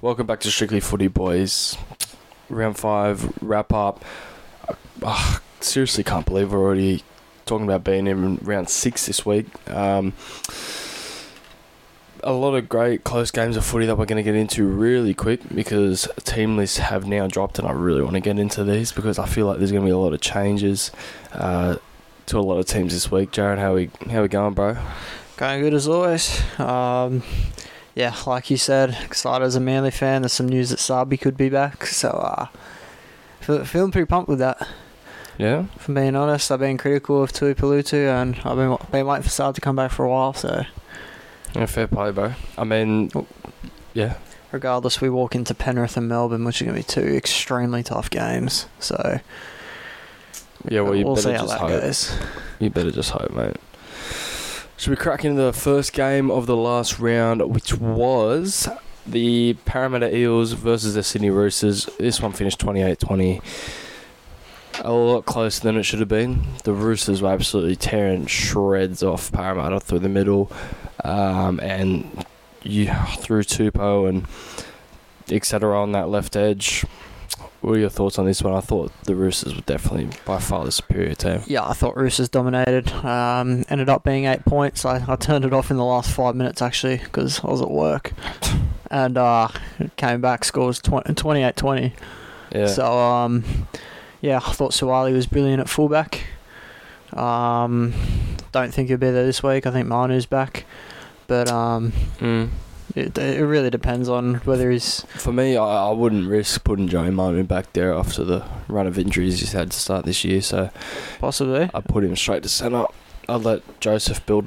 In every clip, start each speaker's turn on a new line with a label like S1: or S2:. S1: Welcome back to Strictly Footy Boys. Round five wrap up. Ugh, seriously, can't believe we're already talking about being in round six this week. Um, a lot of great close games of footy that we're going to get into really quick because team lists have now dropped, and I really want to get into these because I feel like there's going to be a lot of changes uh, to a lot of teams this week. Jared, how we how we going, bro?
S2: Going good as always. Um, yeah, like you said, excited as a Manly fan. There's some news that Sabi could be back, so uh, fe- feeling pretty pumped with that.
S1: Yeah,
S2: If I'm being honest, I've been critical of Tui Palutu, and I've been, been waiting for Saab to come back for a while. So
S1: yeah fair play, bro. I mean, yeah.
S2: regardless, we walk into Penrith and Melbourne, which are going to be two extremely tough games. So
S1: Yeah, well, you
S2: we'll see
S1: better
S2: how
S1: just
S2: that
S1: hope.
S2: goes.
S1: You better just hope, mate. Should we crack into the first game of the last round, which was the Parramatta Eels versus the Sydney Roosters? This one finished 28 20. A lot closer than it should have been. The Roosters were absolutely tearing shreds off Parramatta through the middle um, and you, through Tupou and etc. on that left edge. What are your thoughts on this one? I thought the Roosters were definitely by far the superior team.
S2: Yeah, I thought Roosters dominated. Um, ended up being eight points. I, I turned it off in the last five minutes actually because I was at work, and uh, came back scores 20, 28-20.
S1: Yeah.
S2: So um, yeah, I thought Suwali was brilliant at fullback. Um, don't think he'll be there this week. I think Manu's back, but um,
S1: Mm.
S2: it, it really depends on whether he's
S1: For me, I, I wouldn't risk putting Joey Martin back there after the run of injuries he's had to start this year, so
S2: possibly.
S1: I put him straight to centre. I'd let Joseph build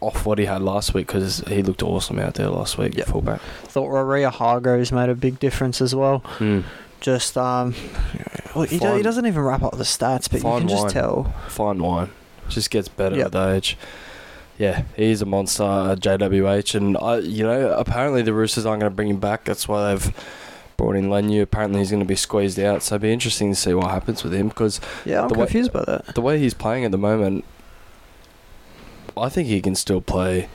S1: off what he had last week because he looked awesome out there last week,
S2: Yep.
S1: fullback.
S2: thought Roria Hargroves made a big difference as well. Just um, look, he, do- he
S1: Fine.
S2: doesn't even wrap up the stats, but you
S1: Fine
S2: can just
S1: wine.
S2: tell.
S1: Fine wine. Just gets better
S2: Yep.
S1: with age. Yeah, he's a monster uh, at JWH, and I, you know, apparently the Roosters aren't going to bring him back. That's why they've brought in Lenu. Apparently he's going to be squeezed out, so it'd be interesting to see what happens with him because
S2: Yeah, I'm
S1: The way-
S2: confused by that.
S1: the way he's playing at the moment, I think he can still play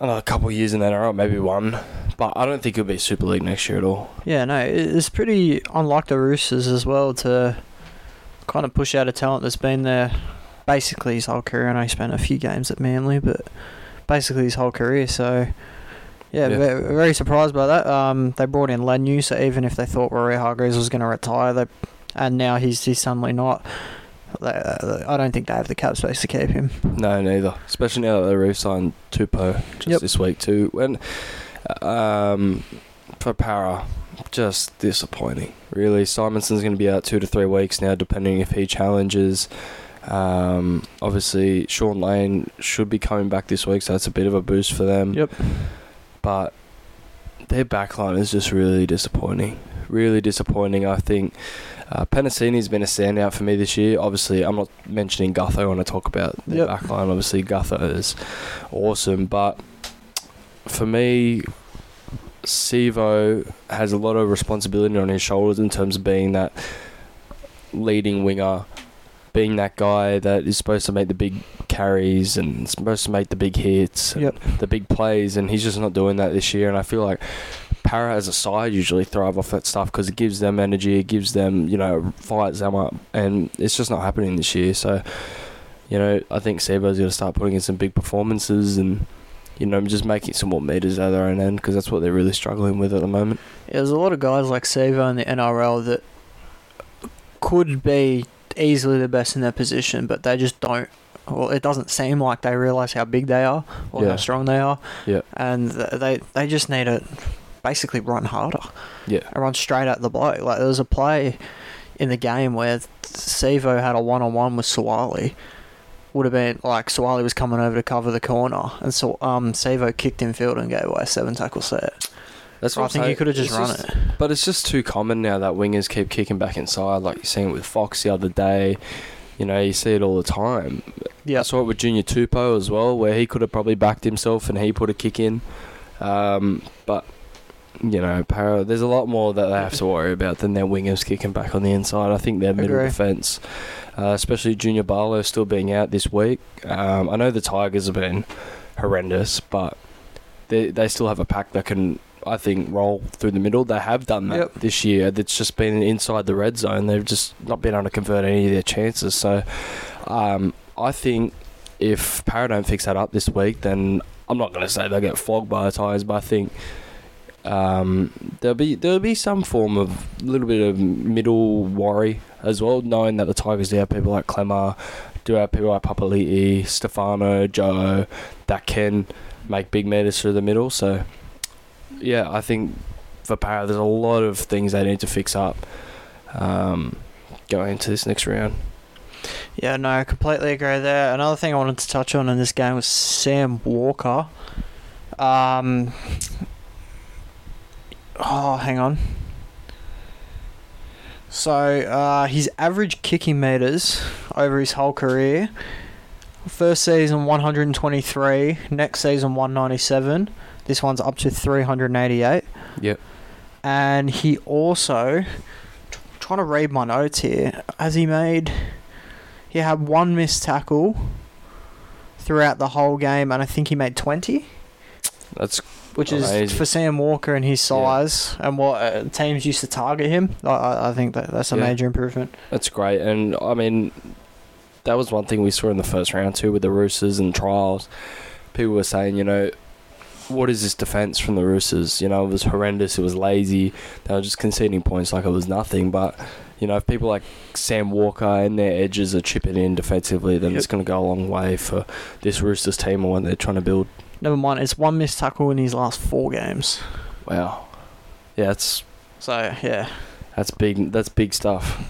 S1: another couple of years in the NRL, maybe one. But I don't think he'll be Super League next year at all.
S2: Yeah, no, it- it's pretty unlike the Roosters as well to kind of push out a talent that's been there basically his whole career. I know he spent a few games at Manly, but basically his whole career. So, yeah,
S1: Yeah.
S2: ve- Very, surprised by that. Um, they brought in Lenu, so even if they thought Rory Hargreaves was going to retire, they and now he's, he's suddenly not. They, uh, I don't think they have the cap space to keep him.
S1: No, neither. Especially now that they re-signed Tupo just
S2: Yep.
S1: this week too. And um, for Para, just disappointing. Really, Simonson's going to be out two to three weeks now, depending if he challenges. Um, obviously, Sean Lane should be coming back this week, so that's a bit of a boost for them.
S2: Yep.
S1: But their backline is just really disappointing. Really disappointing. I think uh, Penasini's been a standout for me this year. Obviously, I'm not mentioning Gutho when I talk about the
S2: Yep.
S1: back line. Obviously, Gutho is awesome. But for me, Sivo has a lot of responsibility on his shoulders in terms of being that leading winger, being that guy that is supposed to make the big carries and supposed to make the big hits and
S2: Yep.
S1: the big plays. And he's just not doing that this year. And I feel like Para as a side usually thrive off that stuff because it gives them energy, it gives them, you know, fires them up, and it's just not happening this year. So, you know, I think Sebo's going to start putting in some big performances and, you know, just making some more meters out of their own end because that's what they're really struggling with at the moment.
S2: Yeah, there's a lot of guys like Savo in the NRL that could be easily the best in their position, but they just don't. Well, it doesn't seem like they realise how big they are or
S1: Yeah.
S2: how strong they are.
S1: Yeah.
S2: And th- they they just need to basically run harder.
S1: Yeah.
S2: And run straight at the bloke. Like there was a play in the game where Sevo had a one on one with Sawali. Would have been like Sawali was coming over to cover the corner, and so um Sevo kicked in field and gave away a seven tackle set.
S1: That's
S2: I think he could have just run it.
S1: But it's just too common now that wingers keep kicking back inside, like you're seeing it with Fox the other day. You know, you see it all the time.
S2: Yeah.
S1: I saw it with Junior Tupou as well, where he could have probably backed himself and he put a kick in. Um, but you know, Para, there's a lot more that they have to worry about than their wingers kicking back on the inside. I think their middle
S2: Agree.
S1: defence, uh, especially Junior Barlow, still being out this week. Um, I know the Tigers have been horrendous, but they they still have a pack that can I think roll through the middle. They have done that
S2: Yep.
S1: this year. It's just been inside the red zone. They've just not been able to convert any of their chances. So um, I think if Para don't fix that up this week, then I'm not going to say they'll get flogged by the Tigers, but I think um, there'll be there'll be some form of little bit of middle worry as well, knowing that the Tigers do have people like Clemmer, do have people like Papali'i, Stefano, Joe, that can make big meters through the middle. So yeah, I think for Para, there's a lot of things they need to fix up um, going into this next round.
S2: Yeah, no, I completely agree there. Another thing I wanted to touch on in this game was Sam Walker. Um, oh, hang on. So uh, his average kicking meters over his whole career. First season 123, next season 197. This one's up to 388.
S1: Yep.
S2: And he also tr- trying to read my notes here. Has he made he had one missed tackle throughout the whole game, and I think he made 20,
S1: That's
S2: which is
S1: Amazing.
S2: for Sam Walker and his
S1: Yeah.
S2: size and what uh, teams used to target him. I- I, I think that that's a
S1: Yeah.
S2: major improvement.
S1: That's great, and I mean, that was one thing we saw in the first round too with the Roosters and trials. People were saying, you know, what is this defense from the Roosters? You know, it was horrendous. It was lazy. They were just conceding points like it was nothing. But you know, if people like Sam Walker and their edges are chipping in defensively, then it's
S2: Yep.
S1: going to go a long way for this Roosters team and what they're trying to build.
S2: Never mind, it's one missed tackle in his last four games.
S1: Wow, yeah, that's
S2: So yeah,
S1: that's big. That's big stuff.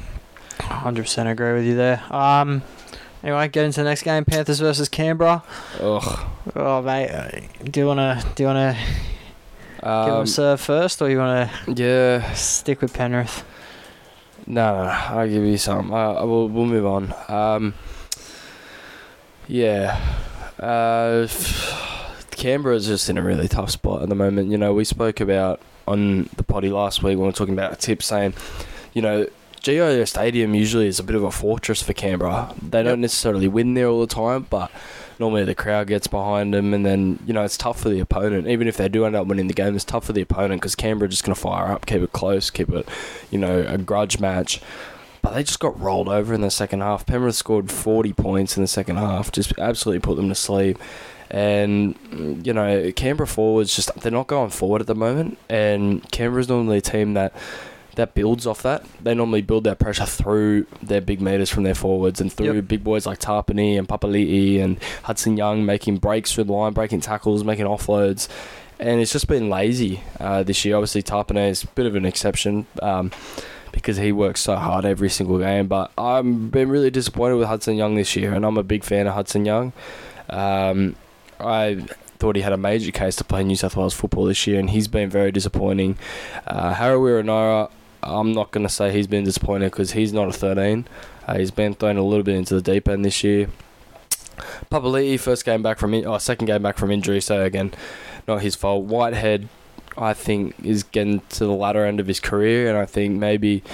S2: 100% agree with you there. Um, anyway, get into the next game: Panthers versus Canberra.
S1: Ugh.
S2: Oh mate, uh, do you wanna do you wanna give him
S1: Um,
S2: a serve first, or you wanna
S1: yeah.
S2: stick with Penrith?
S1: No, no, no. I'll give you some. Uh, we'll, we'll move on. Um, yeah. Uh, Canberra's just in a really tough spot at the moment. You know, we spoke about on the potty last week when we were talking about tips saying, you know, GIO Stadium usually is a bit of a fortress for Canberra. They don't necessarily win there all the time, but normally the crowd gets behind them, and then, you know, it's tough for the opponent. Even if they do end up winning the game, it's tough for the opponent because Canberra just going to fire up, keep it close, keep it you know, a grudge match. But they just got rolled over in the second half. Penrith scored 40 points in the second half, just absolutely put them to sleep. And, mm, you know, Canberra forwards just, they're not going forward at the moment. And Canberra's normally a team that. That builds off that. They normally build their pressure through their big meters from their forwards and through big boys like Tarpany and Papali'i and Hudson Young making breaks through the line, breaking tackles, making offloads. And it's just been lazy uh, this year. Obviously, Tarpany is a bit of an exception. Um, because he works so hard every single game. But I've been really disappointed with Hudson Young this year, and I'm a big fan of Hudson Young. Um, I thought he had a major case to play New South Wales football this year, and he's been very disappointing. Uh, Harawira Nara, I'm not going to say he's been disappointed because he's not a 13. Uh, he's been thrown a little bit into the deep end this year. Papali'i, first game back from in- oh, second game back from injury, so again, not his fault. Whitehead, I think, is getting to the latter end of his career, and I think maybe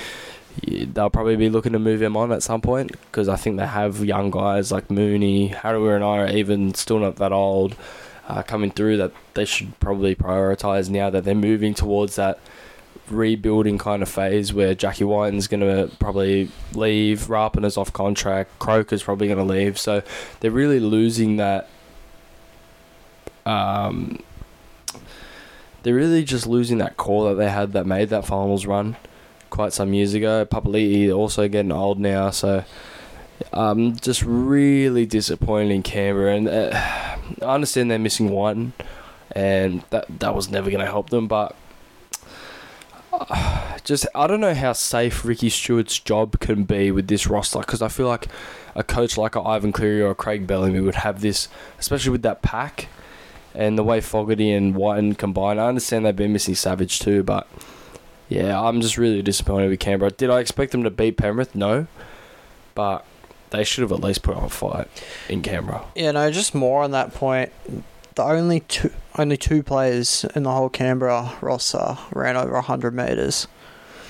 S1: they'll probably be looking to move him on at some point because I think they have young guys like Mooney, Harawira, and I are even still not that old uh, coming through that they should probably prioritise now that they're moving towards that rebuilding kind of phase where Jackie Whiten's going to probably leave, Rapin is off contract, Croker's probably going to leave. So they're really losing that. Um, they're really just losing that core that they had that made that finals run quite some years ago. Papali'i also getting old now, so um, just really disappointing Canberra. And uh, I understand they're missing Whiten, and that that was never going to help them. But uh, just I don't know how safe Ricky Stewart's job can be with this roster because I feel like a coach like a Ivan Cleary or a Craig Bellamy would have this, especially with that pack. And the way Fogarty and Whiten combine, I understand they've been missing Savage too, but yeah, I'm just really disappointed with Canberra. Did I expect them to beat Penrith? No. But they should have at least put on a fight in Canberra.
S2: Yeah, no, just more on that point. The only two only two players in the whole Canberra roster ran over 100 metres.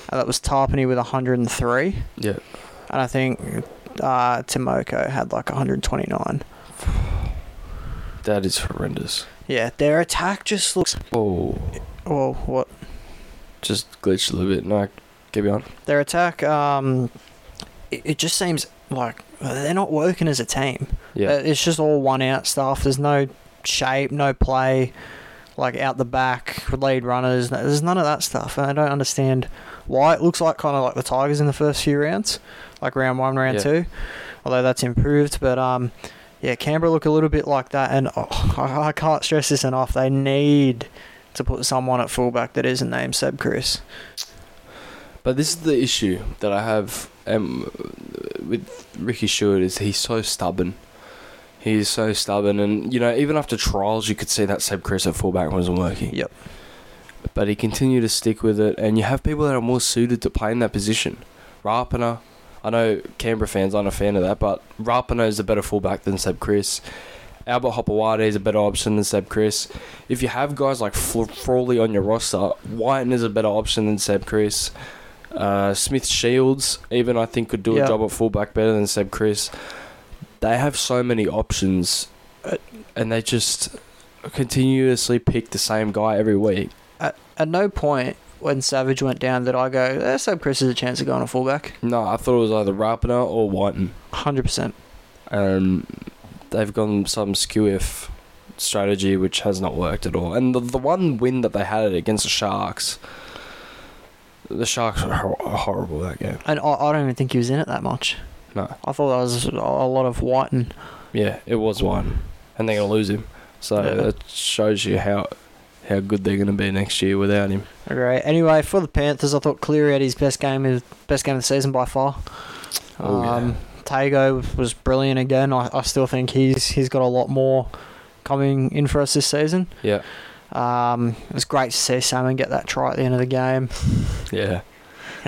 S2: And that was Tarpany with 103. And
S1: Yeah.
S2: I think uh, Timoko had like 129.
S1: That is horrendous.
S2: Yeah, their attack just looks.
S1: Oh,
S2: Well, what
S1: just glitched a little bit. No, keep on.
S2: their attack? Um, it, it just seems like they're not working as a team.
S1: Yeah.
S2: Uh, It's just all one out stuff. There's no shape, no play, like out the back, lead runners. no- There's none of that stuff. And I don't understand why it looks like kind of like the Tigers in the first few rounds, like round one, round
S1: Yeah.
S2: two, although that's improved. But um, yeah, Canberra look a little bit like that. And oh, I I can't stress this enough. They need to put someone at fullback that isn't named Seb Chris.
S1: But this is the issue that I have um, with Ricky Stewart is he's so stubborn. He's so stubborn, and you know, even after trials, you could see that Seb Chris at fullback wasn't working.
S2: Yep.
S1: But he continued to stick with it, and you have people that are more suited to play in that position. Rapana, I know Canberra fans aren't a fan of that, but Rapana is a better fullback than Seb Chris. Albert Hopewade is a better option than Seb Chris. If you have guys like Fla- Frawley on your roster, Whiten is a better option than Seb Chris. Uh, Smith Shields, even I think, could do
S2: Yeah.
S1: a job at fullback better than Seb Chris. They have so many options, uh, and they just continuously pick the same guy every week.
S2: At, at no point when Savage went down did I go, eh, Seb Chris has a chance of going a fullback.
S1: No, I thought it was either Rapana or Whiten.
S2: 100%.
S1: Um, they've gone some skew if strategy which has not worked at all. And the, the one win that they had against the Sharks, the Sharks were hor- horrible that game.
S2: And I, I don't even think he was in it that much.
S1: No.
S2: I thought that was a lot of whiting.
S1: Yeah, it was one, and they're gonna lose him. So
S2: Yeah.
S1: that shows you how how good they're gonna be next year without him.
S2: Okay. Anyway, for the Panthers, I thought Cleary had his best game of best game of the season by far.
S1: Oh, yeah.
S2: um, Tago was brilliant again. I, I still think he's he's got a lot more coming in for us this season.
S1: Yeah,
S2: Um, it was great to see Salmon get that try at the end of the game.
S1: yeah.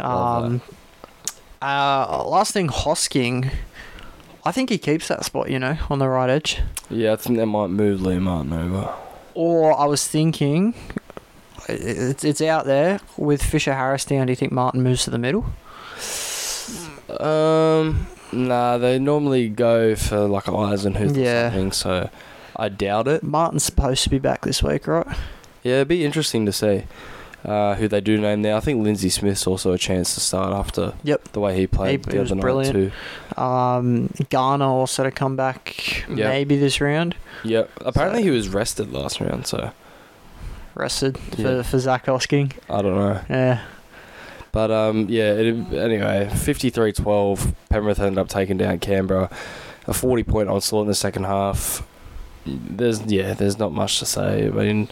S1: Love
S2: Um, uh, last thing, Hosking. I think he keeps that spot, you know, on the right edge.
S1: Yeah, I think they might move Liam Martin over.
S2: Or I was thinking, i- it's, it's out there with Fisher Harris down. Do you think Martin moves to the middle?
S1: Um, nah, they normally go for like Eisenhuth
S2: Yeah.
S1: or something, so I doubt it.
S2: Martin's supposed to be back this week, right?
S1: Yeah, it'd be interesting to see uh, who they do name there. I think Lindsay Smith's also a chance to start after
S2: Yep.
S1: the way he played
S2: He-
S1: the
S2: he
S1: other
S2: was
S1: night
S2: brilliant.
S1: too.
S2: Um, Garner also to come back
S1: Yep.
S2: maybe this round.
S1: Yep. Apparently
S2: So-
S1: he was rested last round, so
S2: Rested for,
S1: Yeah.
S2: for Zach Osking.
S1: I don't know.
S2: Yeah.
S1: But um, yeah. It, anyway, 53-12, Penrith ended up taking down Canberra. A forty-point onslaught in the second half. There's yeah, there's not much to say. I mean,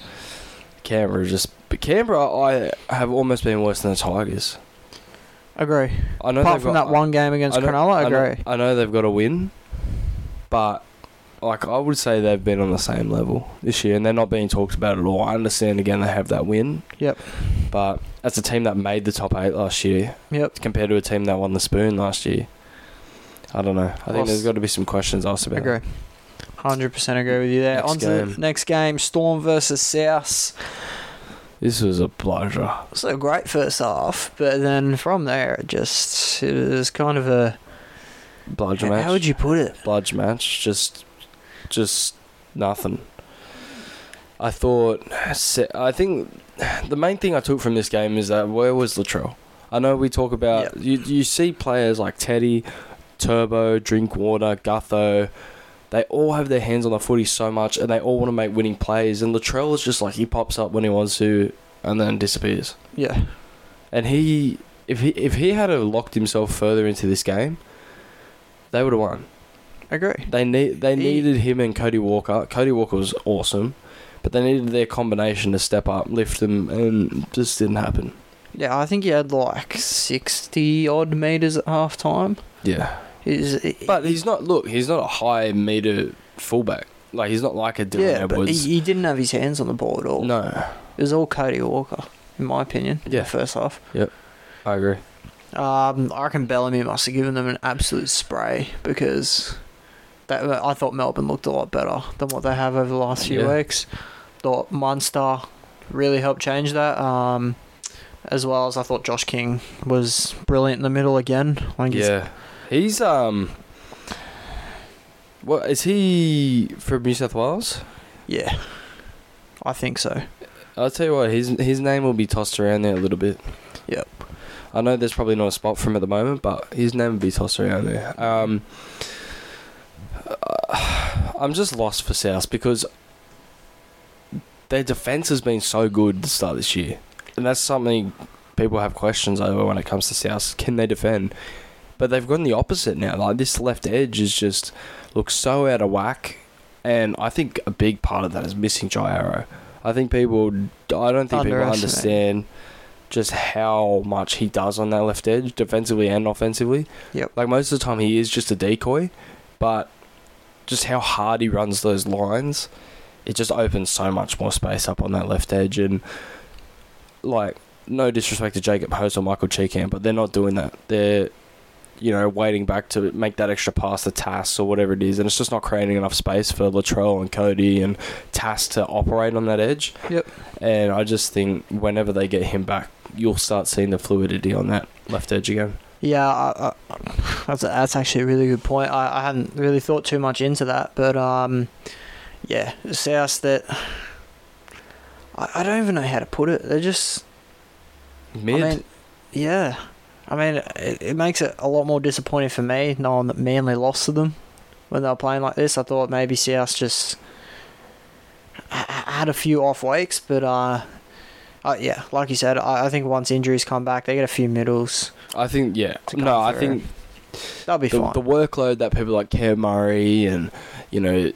S1: Canberra just. But Canberra, I have almost been worse than the Tigers.
S2: Agree.
S1: I know
S2: Apart
S1: they've
S2: from
S1: got-
S2: that one game against
S1: I know-
S2: Cronulla,
S1: I know-
S2: agree.
S1: I know they've got to win, but like I would say they've been on the same level this year, and they're not being talked about at all. I understand again they have that win.
S2: Yep.
S1: But that's a team that made the top eight last year
S2: Yep.
S1: compared to a team that won the spoon last year. I don't know. I think
S2: Well,
S1: there's got to be some questions asked about.
S2: Agree. 100% agree with you there.
S1: Next
S2: On to
S1: game.
S2: the next game Storm versus South.
S1: This was a pleasure.
S2: So great first half, but then from there, it just it was kind of a.
S1: Bludge match.
S2: How would you put it?
S1: bludge match. Just, just nothing. I thought. se- I think the main thing I took from this game is that where was Latrell? I know we talk about you. You see players like Teddy, Turbo, Drinkwater, Gutho. They all have their hands on the footy so much, and they all want to make winning plays. And Latrell is just like he pops up when he wants to, and then disappears.
S2: Yeah,
S1: And he, if he, if he had have locked himself further into this game, they would have won.
S2: agree.
S1: They need they
S2: He-
S1: needed him and Cody Walker. Cody Walker was awesome, but they needed their combination to step up, lift them, and just didn't happen.
S2: Yeah, I think he had like sixty odd meters at half time.
S1: Yeah,
S2: He's
S1: but he's not. Look, he's not a high meter fullback. Like he's not like a Dylan
S2: yeah, but he,
S1: Edwards.
S2: he didn't have his hands on the ball at all.
S1: no,
S2: It was all Cody Walker, in my opinion.
S1: Yeah.
S2: first half.
S1: I agree.
S2: Um, I reckon Bellamy must have given them an absolute spray because that I thought Melbourne looked a lot better than what they have over the last few
S1: Yeah.
S2: weeks. Thought Munster really helped change that. Um, as well as I thought Josh King was brilliant in the middle again. I think he's-
S1: Yeah, he's um. What is he from New South Wales?
S2: yeah, I think so.
S1: I'll tell you what, his his name will be tossed around there a little bit.
S2: Yep.
S1: I know there's probably not a spot for him at the moment, but his name will be tossed around there. Um, uh, I'm just lost for South because their defense has been so good to start this year, and that's something people have questions over when it comes to South. Can they defend? But they've gone the opposite now. Like this left edge is just looks so out of whack, and I think a big part of that is missing Jai Arrow. I think people, I don't think people
S2: Underestimate.
S1: understand just how much he does on that left edge, defensively and offensively.
S2: Yep.
S1: Like most of the time, he is just a decoy, but just how hard he runs those lines, it just opens so much more space up on that left edge. And like, no disrespect to Jacob Hose or Michael Cheekham, but they're not doing that. They're you know, waiting back to make that extra pass to Tass or whatever it is, and it's just not creating enough space for Latrell and Cody and Tass to operate on that edge.
S2: Yep.
S1: And I just think whenever they get him back, you'll start seeing the fluidity on that left edge again.
S2: Yeah, I, I, that's that's actually a really good point. I, I hadn't really thought too much into that, but um, yeah, South that I, I don't even know how to put it. They're just,
S1: Mid.
S2: I mean, yeah, I mean, it, it makes it a lot more disappointing for me knowing that Manly lost to them when they were playing like this. I thought maybe South just h- h- had a few off weeks, but uh, uh yeah, like you said, I, I think once injuries come back, they get a few middles.
S1: I think yeah.
S2: To come
S1: No, I
S2: through.
S1: think
S2: That'll be
S1: the,
S2: fine.
S1: the workload that people like Cam Murray and you know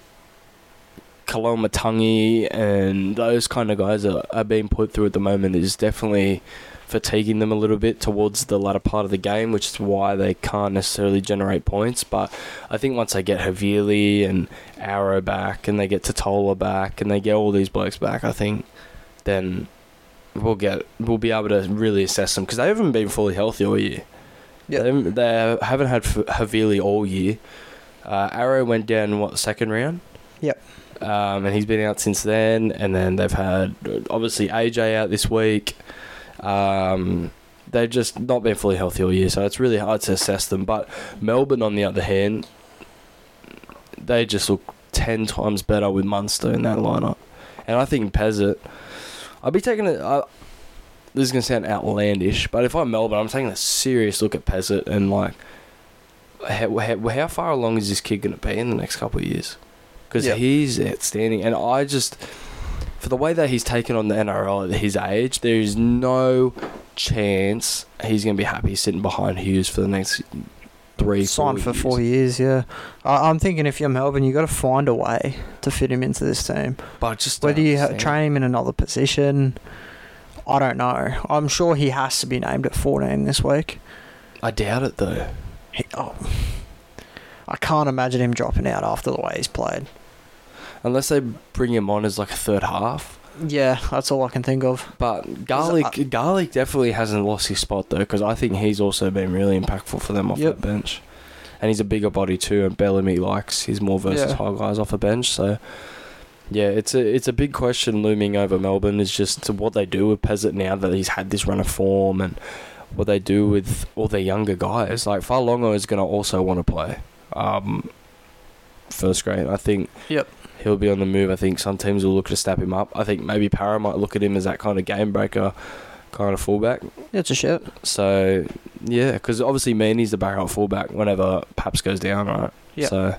S1: Kaloma Tungi and those kind of guys are, are being put through at the moment is definitely fatiguing them a little bit towards the latter part of the game, which is why they can't necessarily generate points. But I think once they get Havili and Arrow back and they get Totola back and they get all these blokes back, I think then we'll get we'll be able to really assess them because they haven't been fully healthy all year.
S2: Yeah.
S1: They, haven't- they haven't had F- Havili all year. Uh, Arrow went down what second round.
S2: Yep.
S1: Um, and he's been out since then, and then they've had uh, obviously AJ out this week. Um, they've just not been fully healthy all year, so it's really hard to assess them. But Melbourne, on the other hand, they just look ten times better with Munster in that lineup, and I think Pezzett. I'll be taking a. I, this is gonna sound outlandish, but if I'm Melbourne, I'm taking a serious look at Pezzett and like, how, how, how far along is this kid gonna be in the next couple of years? Because
S2: Yep.
S1: he's outstanding, and I just for the way that he's taken on the NRL at his age, there is no chance he's gonna be happy sitting behind Hughes for the next three.
S2: signed
S1: four
S2: for
S1: years.
S2: four years. Yeah, I, I'm thinking if you're Melbourne, you got to find a way to fit him into this team.
S1: But I just
S2: Whether
S1: don't
S2: you ha-
S1: understand.
S2: train him in another position, I don't know. I'm sure he has to be named at 14 this week.
S1: I doubt it though.
S2: He, oh, I can't imagine him dropping out after the way he's played.
S1: Unless they bring him on as like a third half.
S2: Yeah, that's all I can think of.
S1: But garlic,
S2: I-
S1: garlic definitely hasn't lost his spot though, because I think he's also been really impactful for them off
S2: Yep.
S1: the bench, and he's a bigger body too. And Bellamy likes his more versatile guys off the bench. So, yeah, it's a it's a big question looming over Melbourne is just what they do with Pezzett now that he's had this run of form, and what they do with all their younger guys. Like Farlongo is going to also want to play. Um, first grade, I think
S2: Yep.
S1: he'll be on the move. I think some teams will look to snap him up. I think maybe Para might look at him as that kind of game breaker, kind of fullback.
S2: It's a shit.
S1: So yeah, because obviously Manny's the backup fullback whenever Paps goes down, right?
S2: Yeah.
S1: So,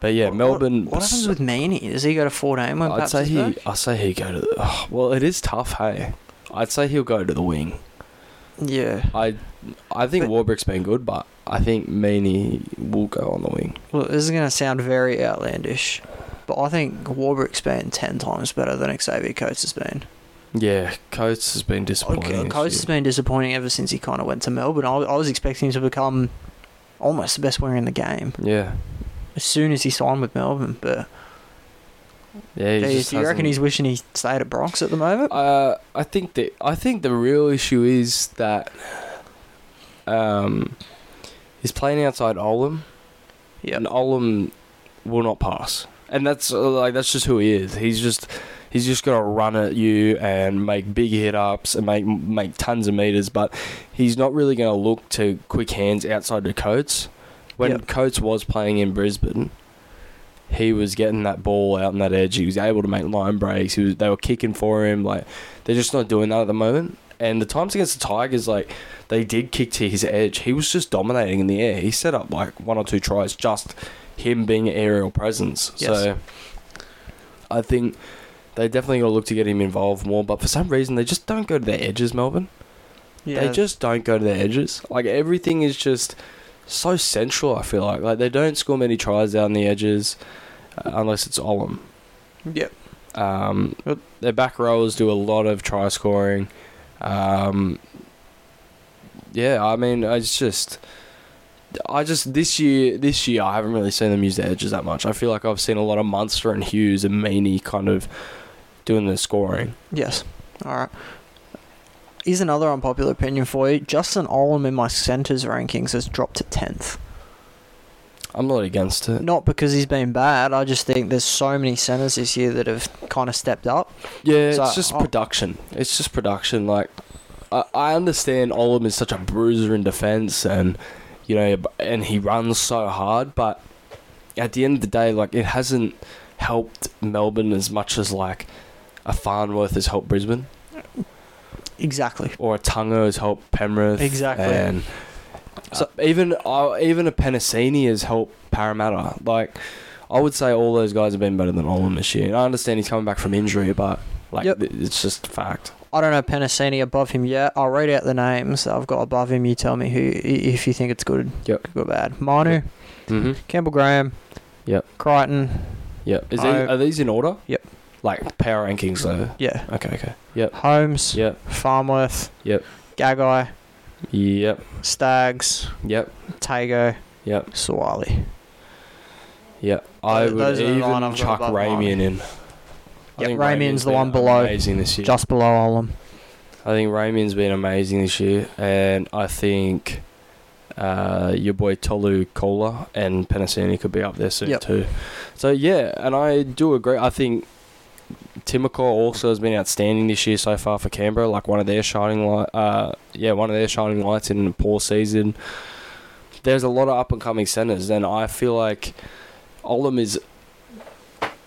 S1: but yeah,
S2: What-
S1: Melbourne.
S2: What happens with Meany? Does he go to 14 when
S1: I'd
S2: Paps
S1: say
S2: is
S1: he.
S2: back?
S1: I'd say he go to. The, oh, well, it is tough. Hey, I'd say he'll go to the wing.
S2: Yeah.
S1: I, I think
S2: But-
S1: Warbrick's been good, but I think Meany will go on the wing.
S2: Well, this is going to sound very outlandish, but I think Warbrick's been 10 times better than Xavier Coates has been.
S1: Yeah, Coates has been disappointing.
S2: Okay,
S1: this
S2: Coates
S1: year.
S2: has been disappointing ever since he kind of went to Melbourne. I, I was expecting him to become almost the best winger in the game
S1: Yeah,
S2: as soon as he signed with Melbourne. But
S1: yeah. he
S2: geez,
S1: just
S2: do you reckon
S1: hasn't-
S2: he's wishing he stayed at Bronx at the moment?
S1: Uh, I think the I think the real issue is that um, he's playing outside Olam,
S2: Yeah,
S1: and Olam will not pass, and that's uh, like that's just who he is. He's just he's just gonna run at you and make big hit ups and make make tons of meters, but he's not really gonna look to quick hands outside the Coates. When
S2: Yep.
S1: Coates was playing in Brisbane, he was getting that ball out on that edge. He was able to make line breaks. He was, they were kicking for him. Like they're just not doing that at the moment. And the times against the Tigers, like they did kick to his edge. He was just dominating in the air. He set up like one or two tries, just him being an aerial presence.
S2: Yes.
S1: So I think they definitely got to look to get him involved more. But for some reason, they just don't go to their edges, Melbourne.
S2: Yeah,
S1: They just don't go to their edges. Like everything is just so central. I feel like like they don't score many tries down the edges, uh, unless it's Ollam.
S2: Yep.
S1: Um,
S2: Yep.
S1: their back rowers do a lot of try scoring. Um, yeah, I mean, I just, I just this year, this year, I haven't really seen them use their edges that much. I feel like I've seen a lot of Munster and Hughes and Meany kind of doing the scoring.
S2: Yes. All right. Here's another unpopular opinion for you. Justin Olam in my centres rankings has dropped to 10th.
S1: I'm not against it.
S2: Not because he's been bad. I just think there's so many centres this year that have kind of stepped up.
S1: Yeah,
S2: So,
S1: it's just
S2: oh.
S1: production. It's just production. Like, I, I understand Olam is such a bruiser in defense, and you know, b- and he runs so hard. But at the end of the day, like, it hasn't helped Melbourne as much as like a Farnworth has helped Brisbane,
S2: Exactly.
S1: or a Tungo has helped Penrith.
S2: Exactly.
S1: And so even uh, even a Penasini has helped Parramatta. Like, I would say all those guys have been better than Olam this year. And I understand he's coming back from injury, but like,
S2: Yep.
S1: th- it's just fact.
S2: I don't know Penasini above him yet. I'll read out the names that I've got above him. You tell me who i- if you think it's good.
S1: Yep.
S2: Good or bad. Manu,
S1: Mm-hmm.
S2: Campbell Graham.
S1: Yep.
S2: Crichton.
S1: Yeah. Is
S2: I-
S1: these, are these in order?
S2: Yep. Mm-hmm.
S1: Like power rankings though.
S2: Yeah.
S1: Okay, okay. Yep.
S2: Holmes.
S1: Yep.
S2: Farmworth.
S1: Yep.
S2: Gagai.
S1: Yep.
S2: Stags.
S1: Yep.
S2: Tago.
S1: Yep.
S2: Sawali.
S1: Yep. I
S2: Those- those
S1: would
S2: are the line
S1: even
S2: I've got
S1: chuck
S2: above
S1: Ramian
S2: mine.
S1: in. I
S2: Yep,
S1: think
S2: Ramian's the
S1: been
S2: one below.
S1: Amazing this year.
S2: Just below Olam.
S1: I think Ramian's been amazing this year, and I think uh, your boy Tolu Kola and Penasini could be up there soon
S2: Yep.
S1: too. So yeah, and I do agree. I think Timoko also has been outstanding this year so far for Canberra, like one of their shining light. Uh, yeah, one of their shining lights in a poor season. There's a lot of up and coming centers, and I feel like Olam is.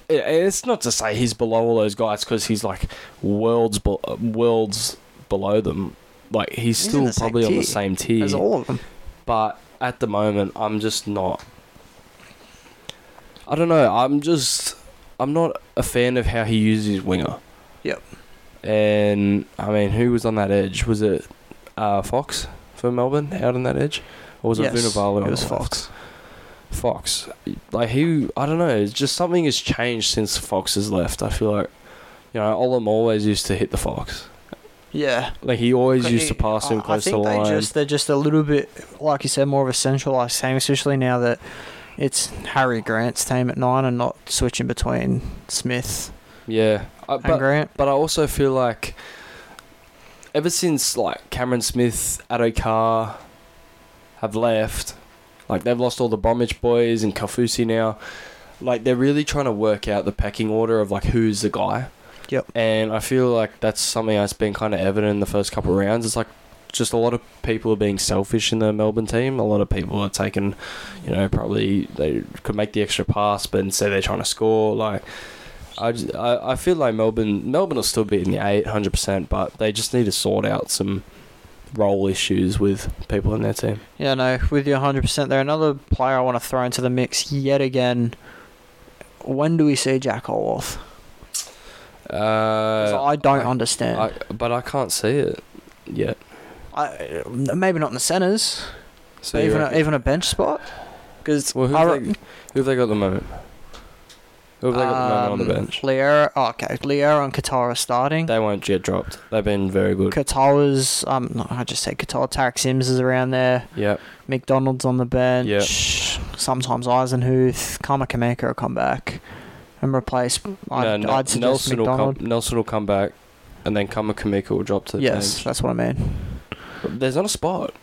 S1: it- It's not to say he's below all those guys because he's like worlds, be- worlds below them. Like he's
S2: He's in
S1: still
S2: the same
S1: probably on the
S2: tier
S1: same tier
S2: There's all of them.
S1: but at the moment I'm just not I don't know, I'm just I'm not a fan of how he uses his winger.
S2: Yep.
S1: And I mean who was on that edge? Was it uh, Fox for Melbourne out on that edge? Or was it
S2: Yes,
S1: Vunivalu? on
S2: it was
S1: the
S2: Fox.
S1: left? Fox. Like he I don't know, it's just something has changed since Fox has left. I feel like you know, Olam always used to hit the Fox.
S2: Yeah.
S1: Like he always
S2: But
S1: used to
S2: he-
S1: pass him
S2: I-
S1: close
S2: I think
S1: to the
S2: they
S1: line.
S2: Just, they're just a little bit, like you said, more of a centralised team, especially now that it's Harry Grant's team at nine and not switching between Smith
S1: yeah. I,
S2: and Grant.
S1: But I also feel like ever since like Cameron Smith, Addo Carr have left, like they've lost all the Bromwich boys and Kafusi now. Like they're really trying to work out the pecking order of like who's the guy.
S2: Yep.
S1: And I feel like that's something that's been kind of evident in the first couple of rounds. It's like just a lot of people are being selfish in the Melbourne team. A lot of people are taking, you know, probably they could make the extra pass, but instead they're trying to score. Like, I, just, I, I feel like Melbourne Melbourne will still be in the eight hundred percent, but they just need to sort out some role issues with people in their team.
S2: Yeah, no, with you 100% there. Another player I want to throw into the mix yet again. When do we see Jack Olaf?
S1: Uh,
S2: I don't
S1: I-
S2: understand.
S1: I, but I can't see it yet.
S2: I, maybe not in the centres,
S1: So
S2: but
S1: you
S2: even a,
S1: reckon-
S2: even a bench spot. Because
S1: well, who
S2: I,
S1: have,
S2: re-
S1: they, who have they got at the moment? Who have they got at the moment on the
S2: Um,
S1: bench?
S2: Liera, oh, okay, Liera and Katara starting.
S1: They won't get dropped. They've been very good.
S2: Katara's, um, no, I just said Katara. Tarek Sims is around there.
S1: Yep.
S2: McDonald's on the bench. Sometimes Eisenhuth, Kamakameka will come back and replace.
S1: No,
S2: I'd,
S1: no,
S2: I'd suggest
S1: Nelson will
S2: McDonald.
S1: come. Nelson will come back, and then Kamakamika will drop to the
S2: yes,
S1: bench.
S2: that's what I mean.
S1: There's not a spot.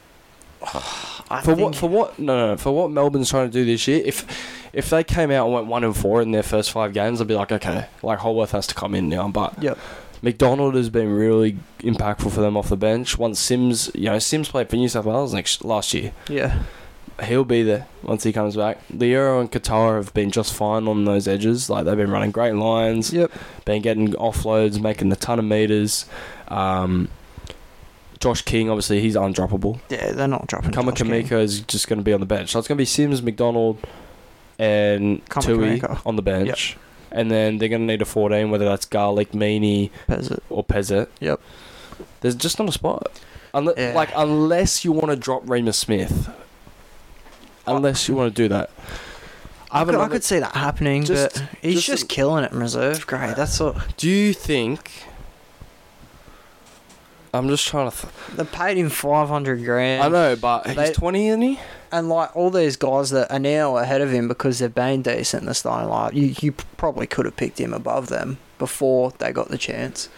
S2: I
S1: for
S2: think,
S1: what for what no, no no, for what Melbourne's trying to do this year if if they came out and went one and four in their first five games I'd be like okay like Holworth has to come in now but
S2: Yep.
S1: McDonald has been really impactful for them off the bench once Sims you know Sims played for New South Wales next last year
S2: yeah.
S1: he'll be there once he comes back. Liero and Qatar have been just fine on those edges. Like they've been running great lines,
S2: Yep.
S1: been getting offloads, making a ton of meters. Um, Josh King, obviously, he's undroppable.
S2: Yeah, they're not dropping.
S1: Kama
S2: Josh King.
S1: Kamiko is just going to be on the bench. So it's going to be Sims, McDonald, and
S2: Kama
S1: Tui
S2: Kamiko.
S1: on the bench. And then they're going to need a 14, whether that's Garlic, Meanie,
S2: Pez it.
S1: or Pezzet.
S2: Yep.
S1: There's just not a spot. Unle-
S2: Yeah.
S1: Like, unless you want to drop Remus Smith. Unless you want to do that.
S2: I,
S1: have
S2: could, I
S1: another-
S2: could see that happening,
S1: Just-
S2: but he's
S1: just
S2: just,
S1: a-
S2: killing it in reserve grade. That's all.
S1: Do you think. I'm just trying to. Th-
S2: They paid him five hundred grand.
S1: I know, but
S2: They-
S1: he's 20, isn't he?
S2: And like all these guys that are now ahead of him because they've been decent in the starting lineup, you you probably could have picked him above them before they got the chance,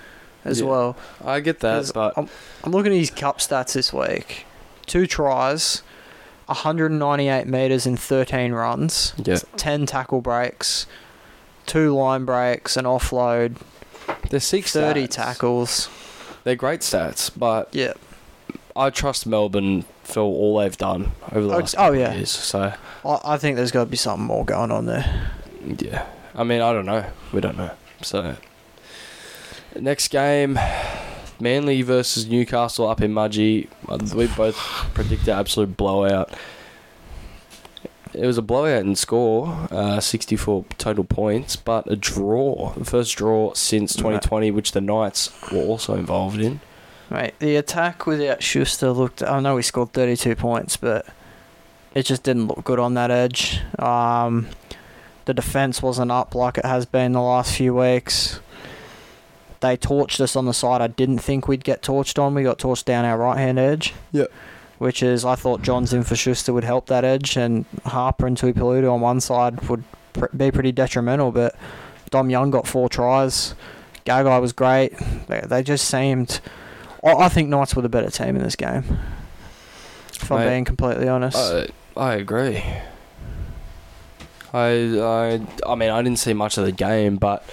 S2: as
S1: Yeah.
S2: well.
S1: I get that,
S2: There's-
S1: but
S2: I'm looking at his cup stats this week: two tries, 198 meters in 13 runs,
S1: yeah,
S2: 10 tackle breaks, two line breaks, an offload,
S1: they're six
S2: 30
S1: stats.
S2: tackles.
S1: They're great stats, but
S2: Yeah,
S1: I trust Melbourne for all they've done over the
S2: Oh,
S1: last
S2: oh,
S1: couple of
S2: yeah.
S1: years. So
S2: I, I think there's got to be something more going on there.
S1: yeah, I mean I don't know, we don't know. So next game, Manly versus Newcastle up in Mudgee. Uh, We both predict an absolute blowout. It was a blowout in score, uh, 64 total points, but a draw. The first draw since 2020, which the Knights were also involved in.
S2: Mate, the attack without Schuster looked. I know he scored 32 points, but it just didn't look good on that edge. Um, the defense wasn't up like it has been the last few weeks. They torched us on the side I didn't think we'd get torched on. We got torched down our right hand edge.
S1: Yep.
S2: Which is, I thought Johns in for Schuster would help that edge, and Harper and Tuipilutu on one side would pr- be pretty detrimental, but Dom Young got four tries. Gagai was great. They, they just seemed. I, I think Knights were the better team in this game. If I'm
S1: Mate,
S2: being completely honest.
S1: I, Uh, I agree. I, I I mean I didn't see much of the game, but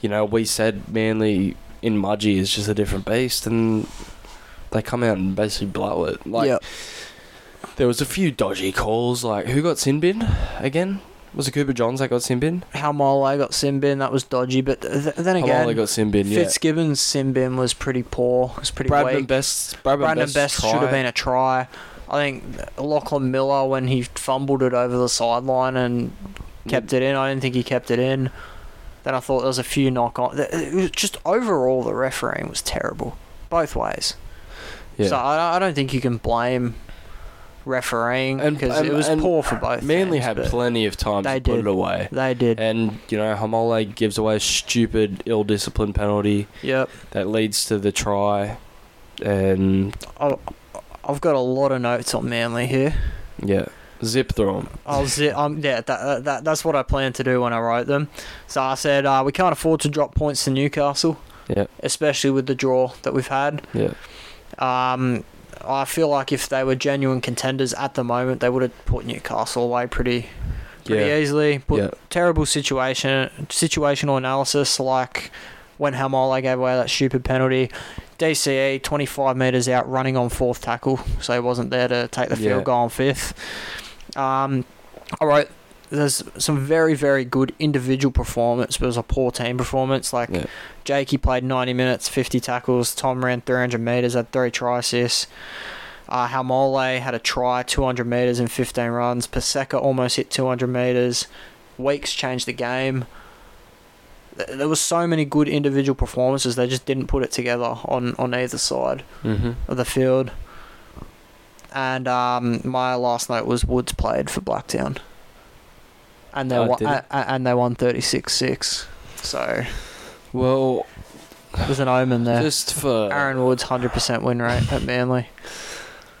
S1: you know we said Manly in Mudgee is just a different beast, and they come out and basically blow it. Like
S2: Yep.
S1: there was a few dodgy calls. Like who got sin bin again? Was it Cooper Johns that got sin bin?
S2: how Molo got Simbin, that was dodgy. But th- then again,
S1: Hamala got sin bin. Yeah.
S2: Fitzgibbon's Simbin was pretty poor. It was pretty
S1: Bradman
S2: weak.
S1: Best. Bradman,
S2: Brandon
S1: Best,
S2: Best,
S1: try.
S2: should have been a try. I think Lachlan Miller, when he fumbled it over the sideline and kept it in, I didn't think he kept it in. Then I thought there was a few knock on. th- It was just overall, the refereeing was terrible, both ways.
S1: Yeah.
S2: So I, I don't think you can blame refereeing
S1: And-
S2: because
S1: and-
S2: it was
S1: and
S2: poor for both.
S1: Manly
S2: teams,
S1: had
S2: but
S1: plenty of time
S2: They
S1: to put
S2: did.
S1: it away.
S2: They did.
S1: And you know, Hamole gives away a stupid, ill-disciplined penalty
S2: Yep.
S1: that leads to the try, and
S2: I- I've got a lot of notes on Manly here.
S1: yeah, zip through 'em.
S2: I'll zi- um, yeah, that, that, that's what I planned to do when I wrote them. So I said uh, we can't afford to drop points to Newcastle,
S1: Yeah.
S2: especially with the draw that we've had.
S1: Yeah,
S2: Um, I feel like if they were genuine contenders at the moment, they would have put Newcastle away pretty pretty
S1: yeah,
S2: easily. But
S1: Yeah.
S2: terrible situation, situational analysis like when Hamole gave away that stupid penalty. DCE 25 E, meters out, running on fourth tackle, so he wasn't there to take the
S1: Yeah.
S2: field goal on fifth. Um, all right. There's some very, very good individual performance, but it was a poor team performance. Like
S1: Yeah.
S2: Jakey played 90 minutes, 50 tackles. Tom ran 300 meters, had three try assists. Uh, Halmole had a try, 200 metres in 15 runs. Paseka almost hit 200 metres. Weeks changed the game. Th- There was so many good individual performances. They just didn't put it together on, on either side
S1: hmm
S2: of the field. And um, my last note was Woods played for Blacktown, and they
S1: Oh,
S2: won.
S1: did he?
S2: a- a- and they won 36-6. So
S1: Well,
S2: there's an omen there.
S1: just uh, for
S2: Aaron Woods 100% win rate at Manly.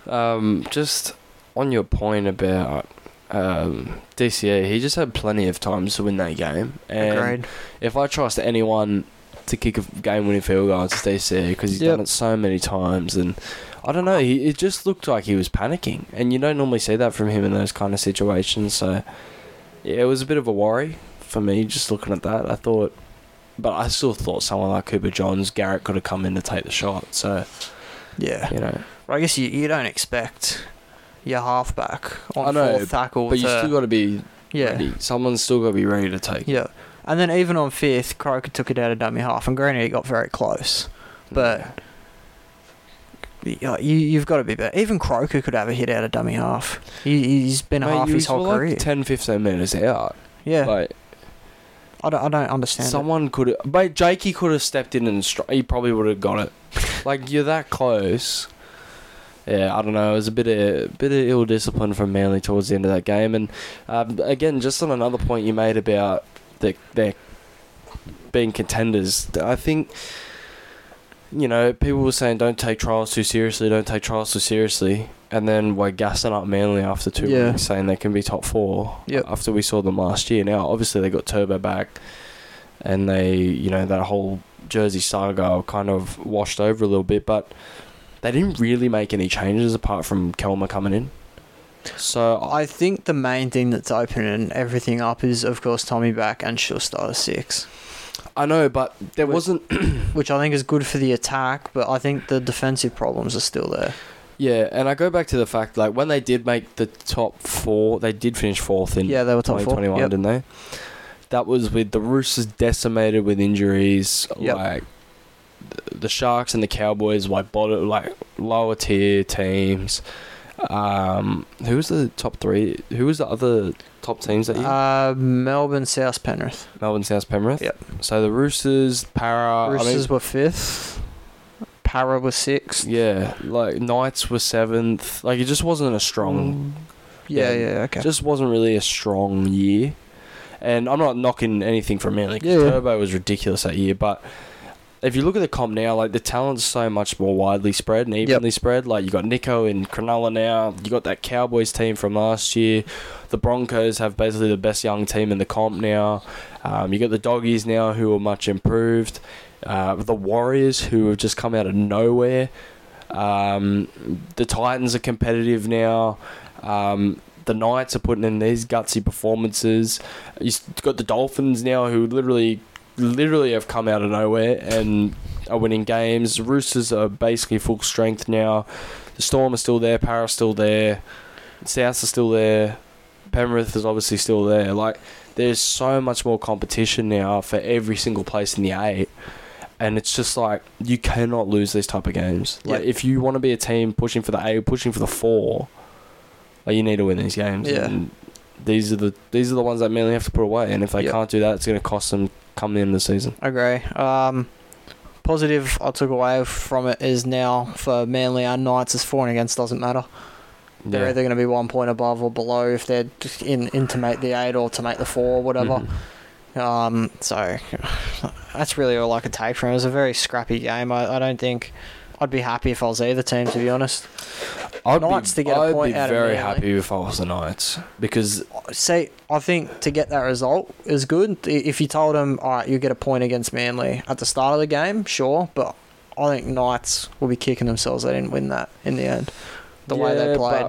S1: um, just on your point about um DCA, he just had plenty of times to win that game, and
S2: Agreed.
S1: if I trust anyone to kick a game-winning field goal, it's DCA because he's
S2: Yep.
S1: done it so many times, and I don't know. He, it just looked like he was panicking, and you don't normally see that from him in those kind of situations. So yeah, it was a bit of a worry for me just looking at that. I thought, but I still thought someone like Cooper Johns, Garrett could have come in to take the shot. So
S2: Yeah.
S1: you know,
S2: Well, I guess you, you don't expect your halfback on
S1: I know,
S2: fourth tackle.
S1: But you
S2: to-
S1: still got to be
S2: yeah,
S1: ready. Someone's still got to be ready to take.
S2: yeah. And then even on fifth, Croker took it out of dummy half, and Grenier got very close. But you, you've got to be better. Even Croker could have a hit out of dummy half. He, he's been a
S1: Mate,
S2: half
S1: you
S2: his
S1: were
S2: whole
S1: like
S2: career.
S1: 10, 15 minutes out.
S2: yeah,
S1: Like
S2: I, don't, I don't understand. it.
S1: someone could have. Mate, Jakey could have stepped in and stri- he probably would have got it. like you're that close. Yeah, I don't know. It was a bit of bit of ill discipline from Manly towards the end of that game, and um, again, just on another point you made about the, their being contenders, I think you know people were saying don't take trials too seriously, don't take trials too seriously, and then we're gassing up Manly after two
S2: Yeah.
S1: weeks, saying they can be top four.
S2: Yep.
S1: After we saw them last year, now obviously they got Turbo back, and they you know that whole Jersey saga kind of washed over a little bit, but they didn't really make any changes apart from Kelmer coming in. So I,
S2: I think the main thing that's opening everything up is, of course, Tommy back and she'll start a six,
S1: I know, but there
S2: Wait.
S1: wasn't.
S2: which I think is good for the attack, but I think the defensive problems are still there.
S1: Yeah, and I go back to the fact like when they did make the top four, they did finish fourth in
S2: Yeah, they were top four.
S1: 2021,
S2: Yep.
S1: didn't they? That was with the Roosters decimated with injuries,
S2: Yep.
S1: like th- the Sharks and the Cowboys, like bottom, like lower tier teams. Um, who was the top three? Who was the other top teams that year?
S2: Uh, Melbourne, South Penrith.
S1: Melbourne, South Penrith.
S2: Yep.
S1: So the Roosters, Para,
S2: Roosters
S1: Uh, I
S2: were fifth. Para was sixth.
S1: mean, yeah, like Knights were seventh. Like it just wasn't a
S2: Mm.
S1: strong,
S2: Yeah,
S1: Yeah.
S2: yeah, okay.
S1: just wasn't really a strong year. And I'm not knocking anything from Manly. 'cause
S2: Yeah, yeah.
S1: Turbo was ridiculous that year, but if you look at the comp now, like the talent's so much more widely spread and evenly spread. Like you got Nico in Cronulla now. You got that Cowboys team from last year. The Broncos have basically the best young team in the comp now. Um, you got the Doggies now, who are much improved. Uh, the Warriors, who have just come out of nowhere. Um, the Titans are competitive now. Um, the Knights are putting in these gutsy performances. You've got the Dolphins now, who literally, literally have come out of nowhere and are winning games. Roosters are basically full strength now. The Storm are still there. Para's still there. South are still there. Penrith is obviously still there. Like, there's so much more competition now for every single place in the eight. And it's just like you cannot lose these type of games. Like
S2: Yeah.
S1: if you want to be a team pushing for the eight, pushing for the four, like you need to win these games.
S2: Yeah.
S1: And these are the these are the ones that mainly have to put away. And if they
S2: Yep.
S1: can't do that, it's going to cost them come the end of the season.
S2: Agree. Um, positive I took away from it is now for Manly and Knights is for and against doesn't matter. They're either going to be one point above or below if they're just in, in to make the eight or to make the four or whatever.
S1: Mhm.
S2: Um, so that's really all I could take from it. It was a very scrappy game. I, I don't think I'd be happy if I was either team, to be honest.
S1: Mm-hmm. I'd
S2: Knights
S1: be,
S2: to get a
S1: I'd
S2: point
S1: be
S2: out of
S1: very
S2: Manly.
S1: happy if I was the Knights because
S2: See, I think to get that result is good. I- If you told them, all right, you get a point against Manly at the start of the game, sure, but I think Knights will be kicking themselves they didn't win that in the end. The way they
S1: Yeah,
S2: played.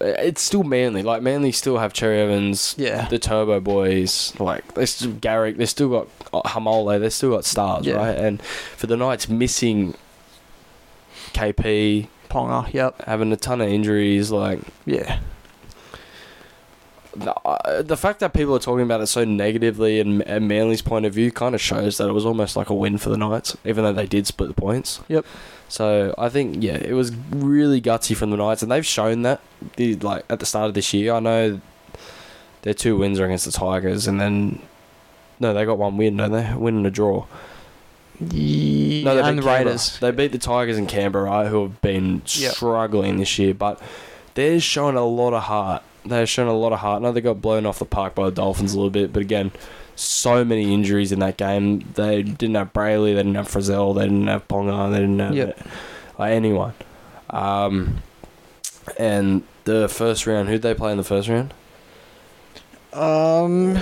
S1: but It's still Manly. Like Manly still have Cherry Evans,
S2: Yeah.
S1: the Turbo Boys, like they still Garrick. They still got uh, Hamole. They still got stars,
S2: Yeah.
S1: right? And for the Knights missing KP,
S2: Ponga, yep.
S1: having a ton of injuries, like
S2: Yeah.
S1: the, uh, the fact that people are talking about it so negatively and, and Manly's point of view kind of shows that it was almost like a win for the Knights, even though they did split the points.
S2: Yep.
S1: So I think yeah, it was really gutsy from the Knights, and they've shown that the, like at the start of this year. I know their two wins are against the Tigers, and then no, they got one win, don't they? A Win and a draw. No, they beat
S2: Yeah, and the
S1: Canberra.
S2: Raiders.
S1: They beat the Tigers in Canberra, right, who have been
S2: Yep.
S1: struggling this year, but they're showing a lot of heart. They're showing a lot of heart. I know they got blown off the park by the Dolphins a little bit, but again, so many injuries in that game. They didn't have Brayley, they didn't have Frizzell, they didn't have Ponga, they didn't have
S2: Yep.
S1: like, anyone. Um, and the first round, who'd they play in the first round?
S2: Um,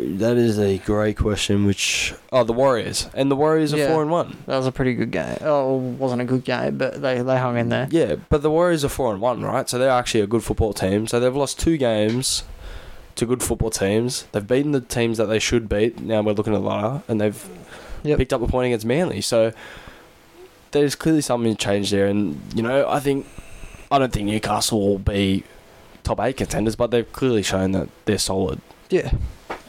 S1: That is a great question. Which oh, the Warriors and the Warriors are
S2: Yeah.
S1: four and one.
S2: that was a pretty good game. Oh, it wasn't a good game, but they, they hung in there.
S1: Yeah, but the Warriors are four and one, right? So they're actually a good football team. So they've lost two games to good football teams. They've beaten the teams that they should beat. Now we're looking at the ladder, and they've
S2: Yep.
S1: picked up a point against Manly. So there's clearly something changed there, and you know I think I don't think Newcastle will be top eight contenders, but they've clearly shown that they're solid.
S2: Yeah.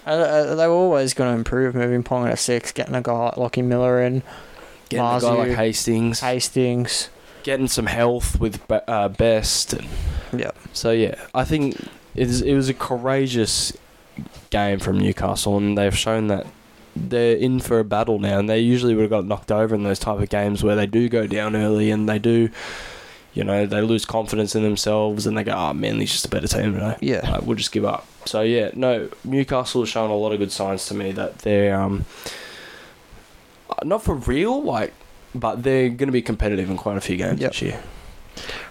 S2: Uh, uh, they were always going to improve moving Ponga to six, getting a guy like Lockie Miller in,
S1: Getting a guy like
S2: Marzu.
S1: Hastings,
S2: Hastings.
S1: getting some health with Be- uh, Best. And
S2: Yep.
S1: so yeah, I think it, is, it was a courageous game from Newcastle, and they've shown that they're in for a battle now. And they usually would have got knocked over in those type of games where they do go down early and they do, you know, they lose confidence in themselves and they go, "Oh, Manly's just a better team today."
S2: Yeah.
S1: Like, we'll just give up. So yeah, no, Newcastle has shown a lot of good signs to me that they're um, not for real, like, but they're going to be competitive in quite a few games
S2: Yep.
S1: this year.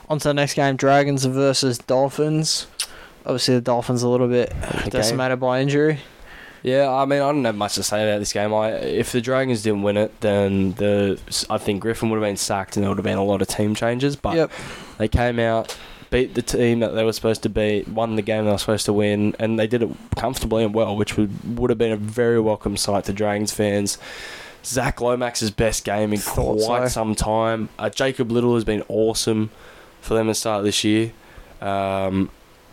S2: On to the next game Dragons versus Dolphins. Obviously, the Dolphins a little bit
S1: Okay.
S2: decimated by injury.
S1: Yeah, I mean, I don't have much to say about this game. I if the Dragons didn't win it, then the I think Griffin would have been sacked, and there would have been a lot of team changes. But
S2: Yep.
S1: they came out, beat the team that they were supposed to beat, won the game they were supposed to win, and they did it comfortably and well, which would would have been a very welcome sight to Dragons fans. Zach Lomax's best game in
S2: Thought
S1: quite
S2: so.
S1: some time. Uh, Jacob Little has been awesome for them to start this year. Um,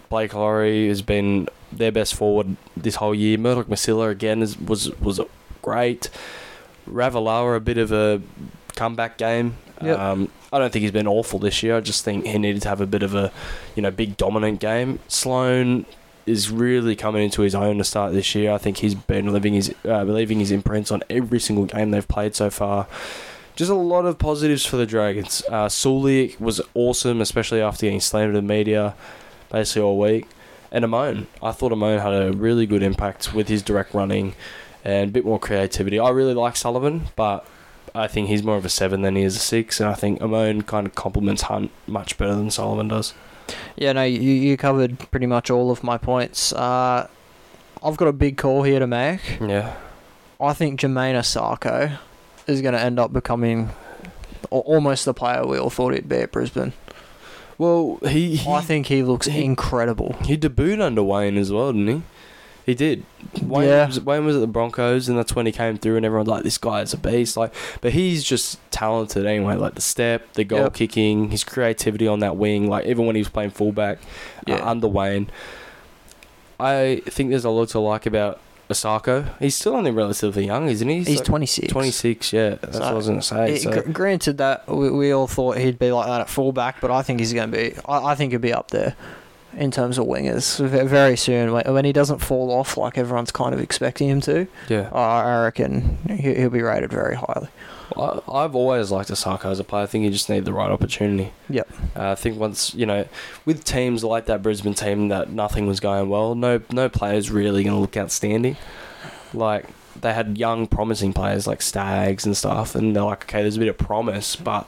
S1: Blake Laurie has been their best forward this whole year. Murdoch Masilla again is, was was great. Ravalawa a bit of a comeback game.
S2: Yep.
S1: Um, I don't think he's been awful this year. I just think he needed to have a bit of a, you know, big dominant game. Sloan is really coming into his own to start this year. I think he's been leaving his uh, leaving his imprints on every single game they've played so far. Just a lot of positives for the Dragons. Uh, Sulik was awesome, especially after getting slammed in the media basically all week. And Amon, I thought Amon had a really good impact with his direct running and a bit more creativity. I really like Sullivan, but I think he's more of a seven than he is a six, and I think Amon kind of complements Hunt much better than Sullivan does.
S2: Yeah, no, you, you covered pretty much all of my points. Uh, I've got a big call here to make.
S1: Yeah,
S2: I think Jermaine Asako is going to end up becoming al- almost the player we all thought he'd be at Brisbane.
S1: Well, he he,
S2: I think he looks
S1: he-
S2: incredible.
S1: he debuted under Wayne as well, didn't he? He did. Wayne,
S2: Yeah.
S1: was, Wayne was at the Broncos, and that's when he came through, and everyone's like, "This guy is a beast!" Like, but he's just talented anyway. Like the step, the goal
S2: Yep.
S1: kicking, his creativity on that wing. Like even when he was playing fullback
S2: Yeah.
S1: uh, under Wayne, I think there's a lot to like about Osako. He's still only relatively young, isn't he?
S2: He's
S1: like
S2: 26.
S1: 26, yeah. That's what I was going to say.
S2: It-
S1: so-
S2: gr- granted that we, we all thought he'd be like that at fullback, but I think he's going to be. I, I think he'll be up there in terms of wingers ve- very soon when, when he doesn't fall off like everyone's kind of expecting him to.
S1: yeah.
S2: I, I reckon he, he'll be rated very highly.
S1: I, I've always liked Osako as a player. I think you just need the right opportunity.
S2: Yep.
S1: Uh, I think once you know, with teams like that Brisbane team that nothing was going well, no no players really going to look outstanding. Like they had young, promising players like Stags and stuff, and they're like, okay, there's a bit of promise, but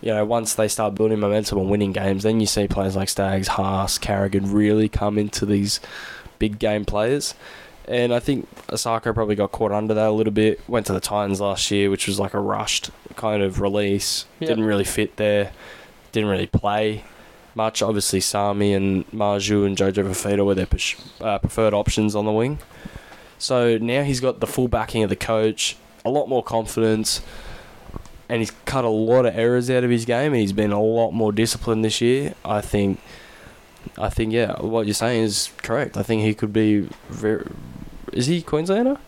S1: you know, once they start building momentum and winning games, then you see players like Stags, Haas, Carrigan really come into these big game players. And I think Osako probably got caught under that a little bit. Went to the Titans last year, which was like a rushed kind of release.
S2: Yep.
S1: Didn't really fit there. Didn't really play much. Obviously, Sami and Marju and Jojo Fafita were their pers- uh, preferred options on the wing. So now he's got the full backing of the coach, a lot more confidence, and he's cut a lot of errors out of his game. And he's been a lot more disciplined this year. I think. I think yeah, what you're saying is correct. I think he could be very. Is he Queenslander?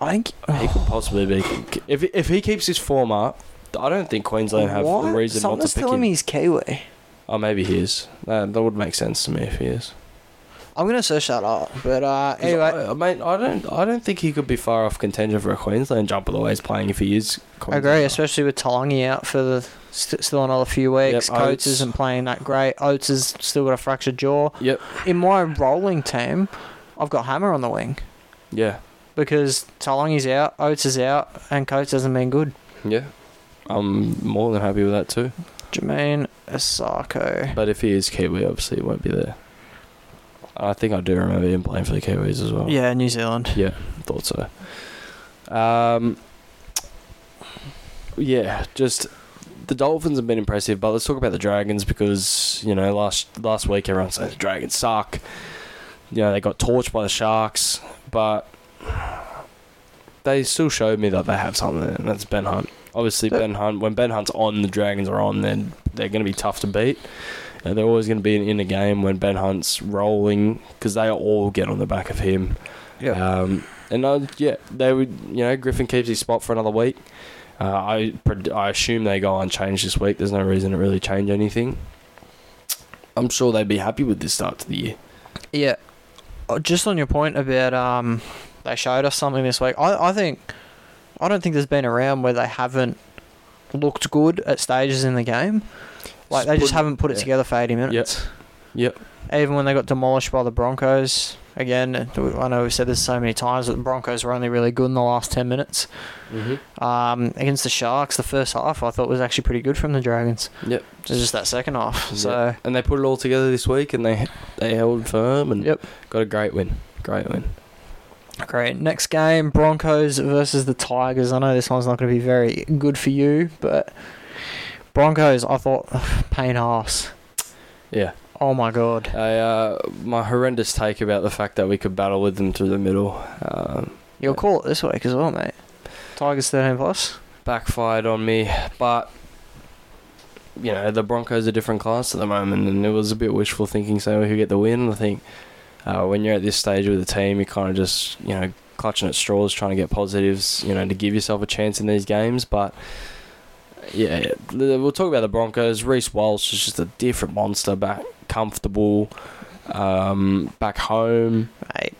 S2: I think
S1: He could possibly be. If if he keeps his form up, I don't think Queensland have
S2: What?
S1: the reason not
S2: Something's
S1: to pick
S2: telling
S1: him.
S2: me he's Kiwi.
S1: Oh, maybe he is. That, that would make sense to me if he is.
S2: I'm gonna search that up, but uh,
S1: 'Cause
S2: anyway,
S1: I, I mean, I don't, I don't think he could be far off contention for a Queensland jump with the way he's playing if he is.
S2: I
S1: Queensland.
S2: agree, especially with Talangi out for the st- still another few weeks.
S1: Yep,
S2: Coates
S1: Oates.
S2: isn't playing that great. Oates has still got a fractured jaw.
S1: Yep.
S2: In my rolling team, I've got Hammer on the wing
S1: Yeah.
S2: because Talangi's out, Oates is out, and Coates hasn't been good.
S1: Yeah. I'm more than happy with that too.
S2: Jermaine Asako.
S1: But if he is Kiwi, obviously he won't be there. I think I do remember him playing for the Kiwis as well.
S2: Yeah, New Zealand.
S1: Yeah, thought so. Um, yeah, just the Dolphins have been impressive, but let's talk about the Dragons because you know last last week everyone said the Dragons suck. You know they got torched by the Sharks, but they still showed me that they have something, and that's Ben Hunt. Obviously,
S2: But-
S1: Ben Hunt. When Ben Hunt's on, the Dragons are on. Then they're going to be tough to beat. And they're always going to be in a game when Ben Hunt's rolling because they all get on the back of him. Um, and uh, yeah, they would. You know, Griffin keeps his spot for another week. Uh, I pred- I assume they go unchanged this week. There's no reason to really change anything. I'm sure they'd be happy with this start to the year.
S2: Yeah. Uh, Just on your point about um, they showed us something this week. I, I think I don't think there's been a round where they haven't looked good at stages in the game. Like they just
S1: Put-
S2: haven't put it
S1: yeah.
S2: together for 80 minutes.
S1: Yep.
S2: Even when they got demolished by the Broncos again. I know we've said this so many times that the Broncos were only really good in the last 10 minutes.
S1: Mm-hmm.
S2: Um, against the Sharks, the first half I thought was actually pretty good from the Dragons.
S1: Yep.
S2: It's just that second half.
S1: Yeah.
S2: So
S1: and they put it all together this week, and they they held firm and
S2: Yep.
S1: got a great win. Great win.
S2: Great. Next game, Broncos versus the Tigers. I know this one's not going to be very good for you, but Broncos, I thought, pain ass.
S1: Yeah,
S2: Oh my god.
S1: I, uh, my horrendous take about the fact that we could battle with them through the middle um,
S2: You'll call it this week as well, mate. Tigers 13 plus.
S1: backfired on me, but you know the Broncos are different class at the moment, and it was a bit wishful thinking saying we could get the win. I think uh, when you're at this stage with the team, you're kind of just you know clutching at straws, trying to get positives, you know, to give yourself a chance in these games, but. Yeah, the- we'll talk about the Broncos. Reese Walsh is just a different monster back, comfortable, um, back home.
S2: Mate,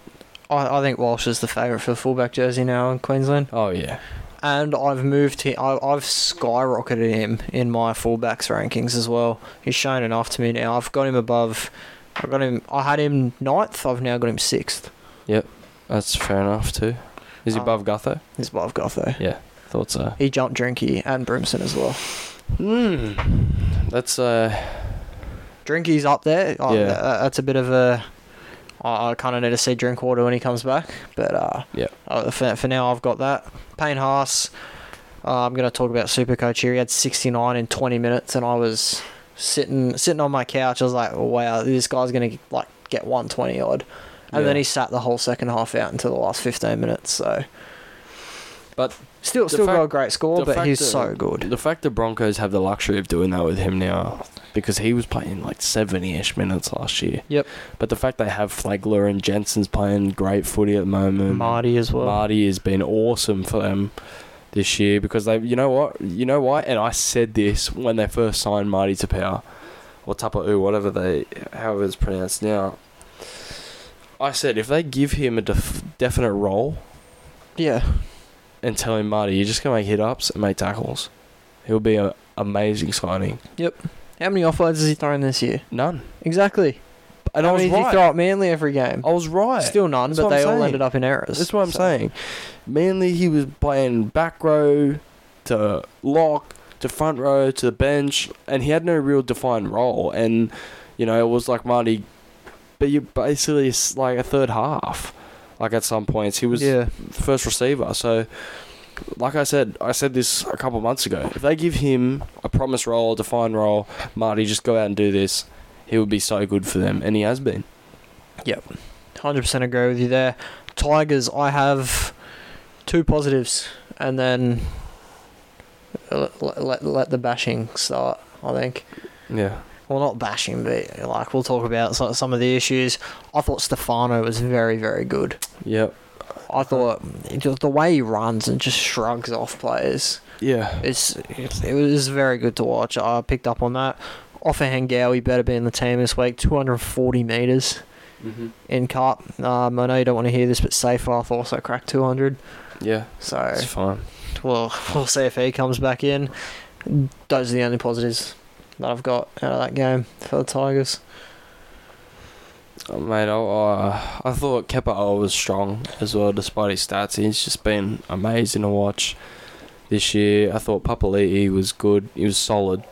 S2: I, I think Walsh is the favourite for the fullback jersey now in Queensland.
S1: Oh yeah,
S2: And I've moved him, I, I've skyrocketed him in my fullbacks rankings as well. He's shown enough to me now. I've got him above, I've got him, I had him ninth, I've now got him sixth.
S1: that's fair enough too. Is he
S2: Um,
S1: above Gutho? uh,
S2: Is what I've got though.
S1: Thought so.
S2: He jumped Drinky and Brimson as well.
S1: Hmm. That's uh.
S2: Drinky's up there. Oh,
S1: Yeah.
S2: yeah. that's a bit of a. I, I kind of need to see Drinkwater when he comes back, but uh,
S1: Yeah.
S2: uh, for, for now, I've got that. Payne Haas. Uh, I'm going to talk about Supercoach here. He had 69 in 20 minutes, and I was sitting sitting on my couch. I was like, "Oh, wow, this guy's going to like get 120 odd. And then
S1: Yeah.
S2: he sat the whole second half out until the last 15 minutes. So,
S1: But
S2: still,
S1: the
S2: still
S1: fact-
S2: got a great score,
S1: the
S2: but
S1: fact
S2: he's
S1: that-
S2: so good.
S1: The fact the Broncos have the luxury of doing that with him now, because he was playing like seventy-ish minutes last year.
S2: Yep.
S1: But the fact they have Flagler and Jensen's playing great footy at the moment.
S2: Marty as well.
S1: Marty has been awesome for them this year because they, you know what, you know why, and I said this when they first signed Marty to power or Tapa'u, whatever they, however it's pronounced now. I said if they give him a def- definite role
S2: Yeah.
S1: and tell him Marty, you're just gonna make hit ups and make tackles, he'll be an amazing signing.
S2: How many offloads has he thrown this year?
S1: None,
S2: Exactly.
S1: and I,
S2: I
S1: was
S2: mean,
S1: right.
S2: you throw at Manly every game.
S1: I was right.
S2: Still none,
S1: That's
S2: but
S1: what
S2: they
S1: I'm
S2: all
S1: saying.
S2: ended up in errors.
S1: That's what I'm
S2: So-
S1: saying. Manly, he was playing back row to lock to front row to the bench, and he had no real defined role. And you know, it was like Marty, but you basically s- like a third half. Like at some points, he was
S2: yeah.
S1: first receiver. So, like I said, I said this a couple months ago. If they give him a promise role, a defined role, Marty, just go out and do this. He would be so good for them, and he has been.
S2: 100% agree with you there. Tigers, I have two positives, and then let, let, let the bashing start, I think.
S1: Yeah.
S2: Well, not bashing, but like we'll talk about so- some of the issues. I thought Stefano was very, very good.
S1: Yep.
S2: I thought just the way he runs and just shrugs off players
S1: Yeah.
S2: It's it was very good to watch. I picked up on that. Offhand Gowie better be in the team this week. 240 meters
S1: Mm-hmm.
S2: in cup. Um, I know you don't want to hear this, but Seyfarth also cracked 200.
S1: Yeah.
S2: So
S1: It's fine.
S2: we'll we'll see if he comes back in. Those are the only positives that I've got out of that game for the Tigers.
S1: Oh, mate, I, uh, I thought Kepa O was strong as well, despite his stats. He's just been amazing to watch this year. I thought Papali'i was good. He was solid.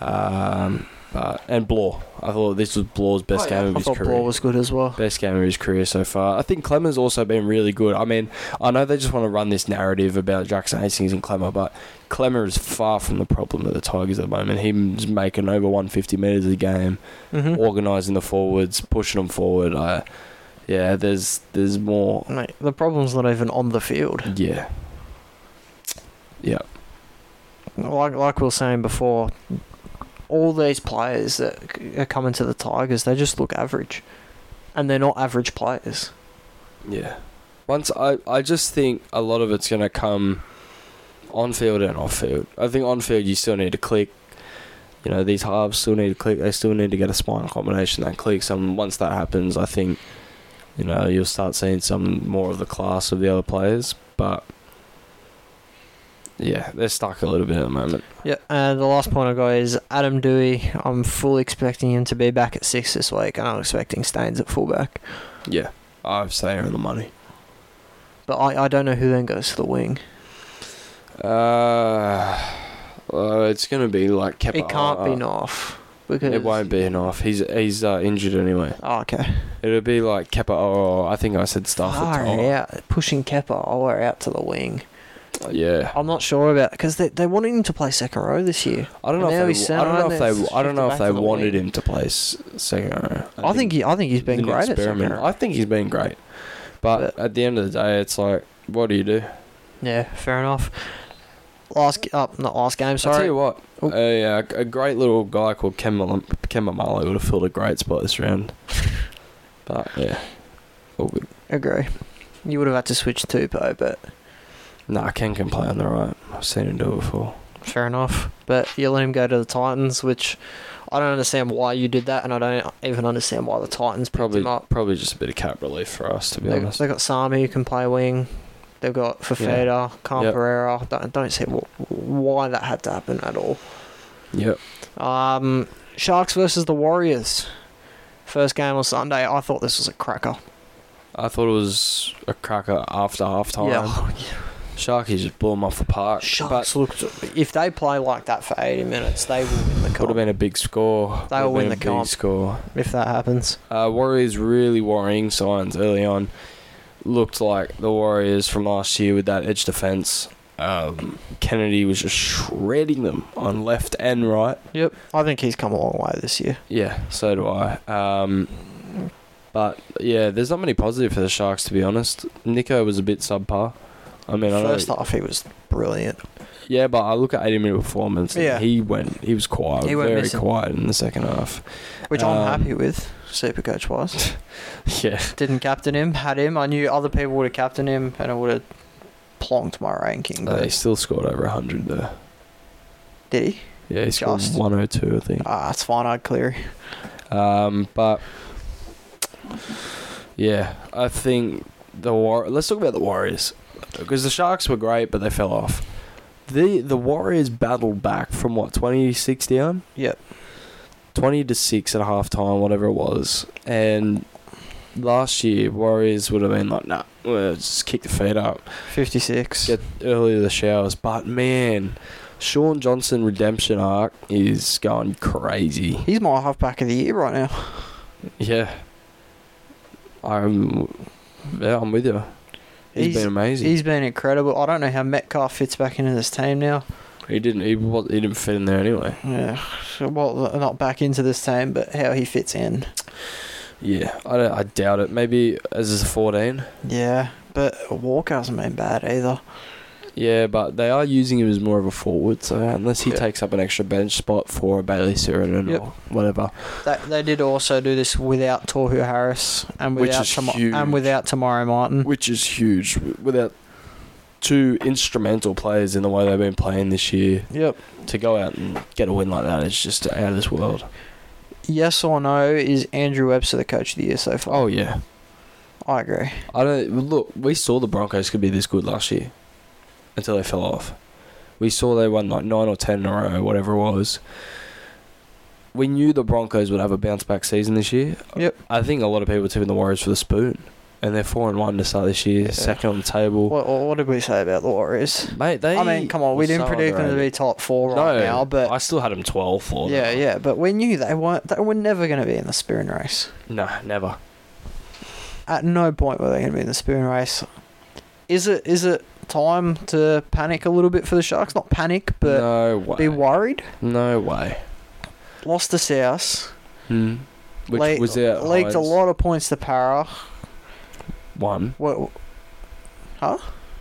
S1: Um, but, and Blaw. I thought this was Blaw's best game of
S2: Oh, I
S1: his
S2: thought
S1: career.
S2: Ball was good as well.
S1: Best game of his career so far. I think Clemmer's also been really good. I mean, I know they just want to run this narrative about Jackson Hastings and Clemmer, but Clemmer is far from the problem at the Tigers at the moment. He's making over 150 metres a game
S2: hmm
S1: organising the forwards, pushing them forward. I, yeah, there's there's more.
S2: Mate, the problem's not even on the field.
S1: Yeah, yeah.
S2: like like we were saying before, all these players that c- are coming to the Tigers, they just look average, and they're not average players.
S1: Yeah. Once I, I just think a lot of it's going to come on field and off field. I think on field you still need to click. You know, these halves still need to click. They still need to get a spinal combination that clicks. And once that happens, I think, you know, you'll start seeing some more of the class of the other players. But, yeah, they're stuck a little bit at the moment.
S2: Yeah, and the last point I got is Adam Dewey. I'm fully expecting him to be back at six this week, and I'm expecting Staines at fullback.
S1: Yeah. I'm staying on the money.
S2: But I, I don't know who then goes to the wing.
S1: Uh, well, it's going to be like uh, Kepa.
S2: it can't be North because
S1: It won't be an off. He's he's uh, injured anyway.
S2: Oh, okay.
S1: It'll be like Kepa or I think I said stuff.
S2: Far out, pushing Kepa or out to the wing.
S1: Yeah,
S2: I'm not sure about because they they wanted him to play second row this year.
S1: I don't know
S2: And now
S1: if
S2: he's
S1: they, I don't know
S2: centre
S1: if
S2: and
S1: they
S2: it's
S1: I don't know
S2: shifted
S1: if
S2: back
S1: they
S2: to the
S1: wanted
S2: wing.
S1: him to play s- second row.
S2: I, think, he I think he's
S1: it's
S2: been
S1: an
S2: great at second
S1: experiment.
S2: row.
S1: I think he's been great, but, at the end of the day, it's like, what do you do?
S2: Yeah, fair enough. Last up, not last game.
S1: I tell
S2: Sorry.
S1: you what,
S2: Oh.
S1: a, uh, a great little guy called Kemba Kemba would have filled a great spot this round. but yeah, all good.
S2: Agree. You would have had to switch Tupo, but
S1: Nah, Ken can play on the right. I've seen him do it before.
S2: fair enough. But you let him go to the Titans, which I don't understand why you did that, and I don't even understand why the Titans picked
S1: Probably
S2: him up.
S1: probably just a bit of cap relief for us, to be
S2: They,
S1: honest.
S2: they got Sami who can play wing. They've got Fafeda, yeah.
S1: Yep.
S2: Pereira. Don't, don't see wh- why that had to happen at all.
S1: Yep.
S2: Um, Sharks versus the Warriors. First game on Sunday. I thought this was a cracker.
S1: I thought it was a cracker after half time.
S2: Yeah.
S1: Sharky just blew him off the park.
S2: Sharks looked. If they play like that for 80 minutes, they will win
S1: But
S2: the
S1: could have
S2: cup
S1: been a big score.
S2: They will
S1: Would've been
S2: win the
S1: a
S2: comp.
S1: Big score.
S2: if that happens.
S1: Uh, Warriors really worrying signs early on. Looked like the Warriors from last year with that edge defense. Um, Kennedy was just shredding them on left and right.
S2: Yep. I think he's come a long way this year.
S1: Yeah, so do I. Um, but yeah, there's not many positive for the Sharks to be honest. Nico was a bit subpar. I mean, I know,
S2: First half, he was brilliant.
S1: yeah, but I look at 80 minute performance. And
S2: Yeah.
S1: he went. He was quiet.
S2: He went
S1: very
S2: missing.
S1: quiet in the second half.
S2: Which
S1: Um,
S2: I'm happy with, super coach wise.
S1: Yeah,
S2: Didn't captain him, had him. I knew other people would have captained him and it would have plonked my ranking.
S1: Uh,
S2: But
S1: he still scored over 100 though.
S2: did he?
S1: Yeah, he scored
S2: Just.
S1: 102, I think.
S2: Ah, it's fine, I'd clear.
S1: Um, but yeah, I think the war. Let's talk about the Warriors because the Sharks were great, but they fell off. the The Warriors battled back from what 26 down.
S2: Yep.
S1: 20 to six at half time, whatever it was, and. Last year, Warriors would have been like, nah, we'll just kick the feet up.
S2: 56.
S1: get early to the showers. But man, Sean Johnson redemption arc is going crazy.
S2: He's my halfback of the year right now.
S1: Yeah, I'm. Yeah, I'm with you. he's been amazing.
S2: He's been incredible. I don't know how Metcalf fits back into this team now.
S1: he didn't. He, was, he didn't fit in there anyway.
S2: Yeah, well, not back into this team, but how he fits in.
S1: Yeah, I, don't- I doubt it. Maybe as a 14.
S2: Yeah, but Walker hasn't been bad either.
S1: Yeah, but they are using him as more of a forward. So unless he
S2: Yeah.
S1: takes up an extra bench spot for a Bailey Siren
S2: Yep.
S1: or whatever,
S2: They, they did also do this without Torhu Harris and
S1: Which
S2: without
S1: is
S2: tomo-
S1: huge.
S2: and without Tomorrow Martin.
S1: which is huge. Without two instrumental players in the way they've been playing this year,
S2: Yep.
S1: to go out and get a win like that it's just out of this world.
S2: Yes or no is Andrew Webster the coach of the year so far?
S1: Oh yeah,
S2: I agree.
S1: I don't look. We saw the Broncos could be this good last year until they fell off. We saw they won like nine or ten in a row, whatever it was. We knew the Broncos would have a bounce back season this year.
S2: Yep.
S1: I think a lot of people were tipping the Warriors for the spoon, and they're four and one to start this year,
S2: Yeah.
S1: second on the table.
S2: What, what did we say about the Warriors?
S1: Mate, they.
S2: I mean, come on, we
S1: were
S2: didn't
S1: so
S2: predict them to be
S1: underrated.
S2: top four right
S1: no,
S2: now, but
S1: I still had them twelve for.
S2: yeah, yeah, but we knew they weren't. They were never going to be in the spoon race.
S1: No, never.
S2: At no point were they going to be in the spoon race. Is it is it time to panic a little bit for the Sharks? Not panic, but
S1: no way.
S2: be worried.
S1: no way.
S2: Lost to South.
S1: Mm. Which
S2: Le-
S1: was their
S2: leaked Hmm. a
S1: highest
S2: lot of points to Para.
S1: One,
S2: What?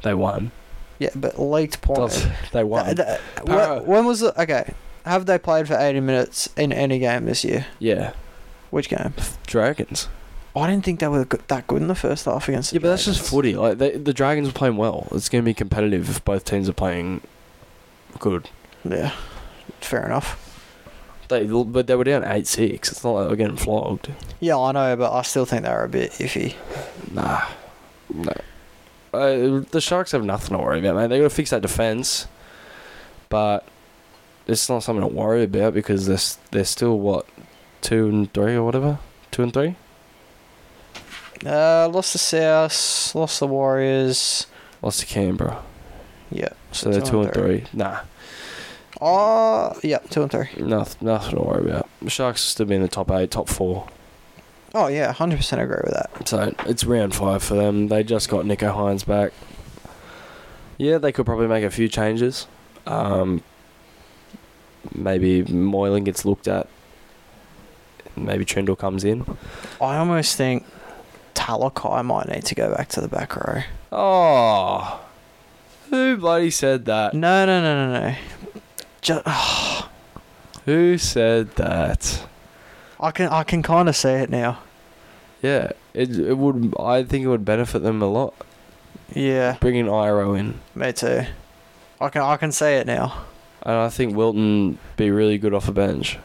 S1: they won.
S2: Yeah, but leaked
S1: Does-
S2: point.
S1: they won.
S2: Th- th-
S1: Para-
S2: wh- when was the okay? Have they played for eighty minutes in any game this year?
S1: yeah,
S2: Which game?
S1: Dragons.
S2: I didn't think they were good, that good in the first half against. the
S1: Yeah, but that's just
S2: Dragons.
S1: footy. Like they, the Dragons are playing well. It's going to be competitive if both teams are playing good.
S2: Yeah, fair enough.
S1: They but they were down eight six. It's not like they were getting flogged.
S2: Yeah, I know, but I still think they were a bit iffy.
S1: Nah, no. Uh, the Sharks have nothing to worry about, mate. They got to fix that defense, but it's not something to worry about because they're s- they're still what two and three or whatever, two and three.
S2: Uh, lost the South, lost the Warriors.
S1: Lost to Canberra,
S2: Yeah.
S1: so they're two and three. Nah,
S2: Oh, yeah, two and three.
S1: nothing, nothing to worry about. The Sharks still be in the top eight, top four.
S2: Oh yeah, hundred percent agree with that.
S1: So it's round five for them. They just got Nico Hines back. Yeah, they could probably make a few changes. Um, maybe Moylan gets looked at. Maybe Trindle comes in.
S2: I almost think Talakai might need to go back to the back row.
S1: Oh, who bloody said that?
S2: No, no, no, no, no. Just,
S1: Who said that?
S2: I can I can kind of see it now.
S1: Yeah, it it would. I think it would benefit them a lot
S2: Yeah,
S1: bringing Iro in,
S2: me too. I can I can see it now.
S1: and I think Wilton be really good off the bench.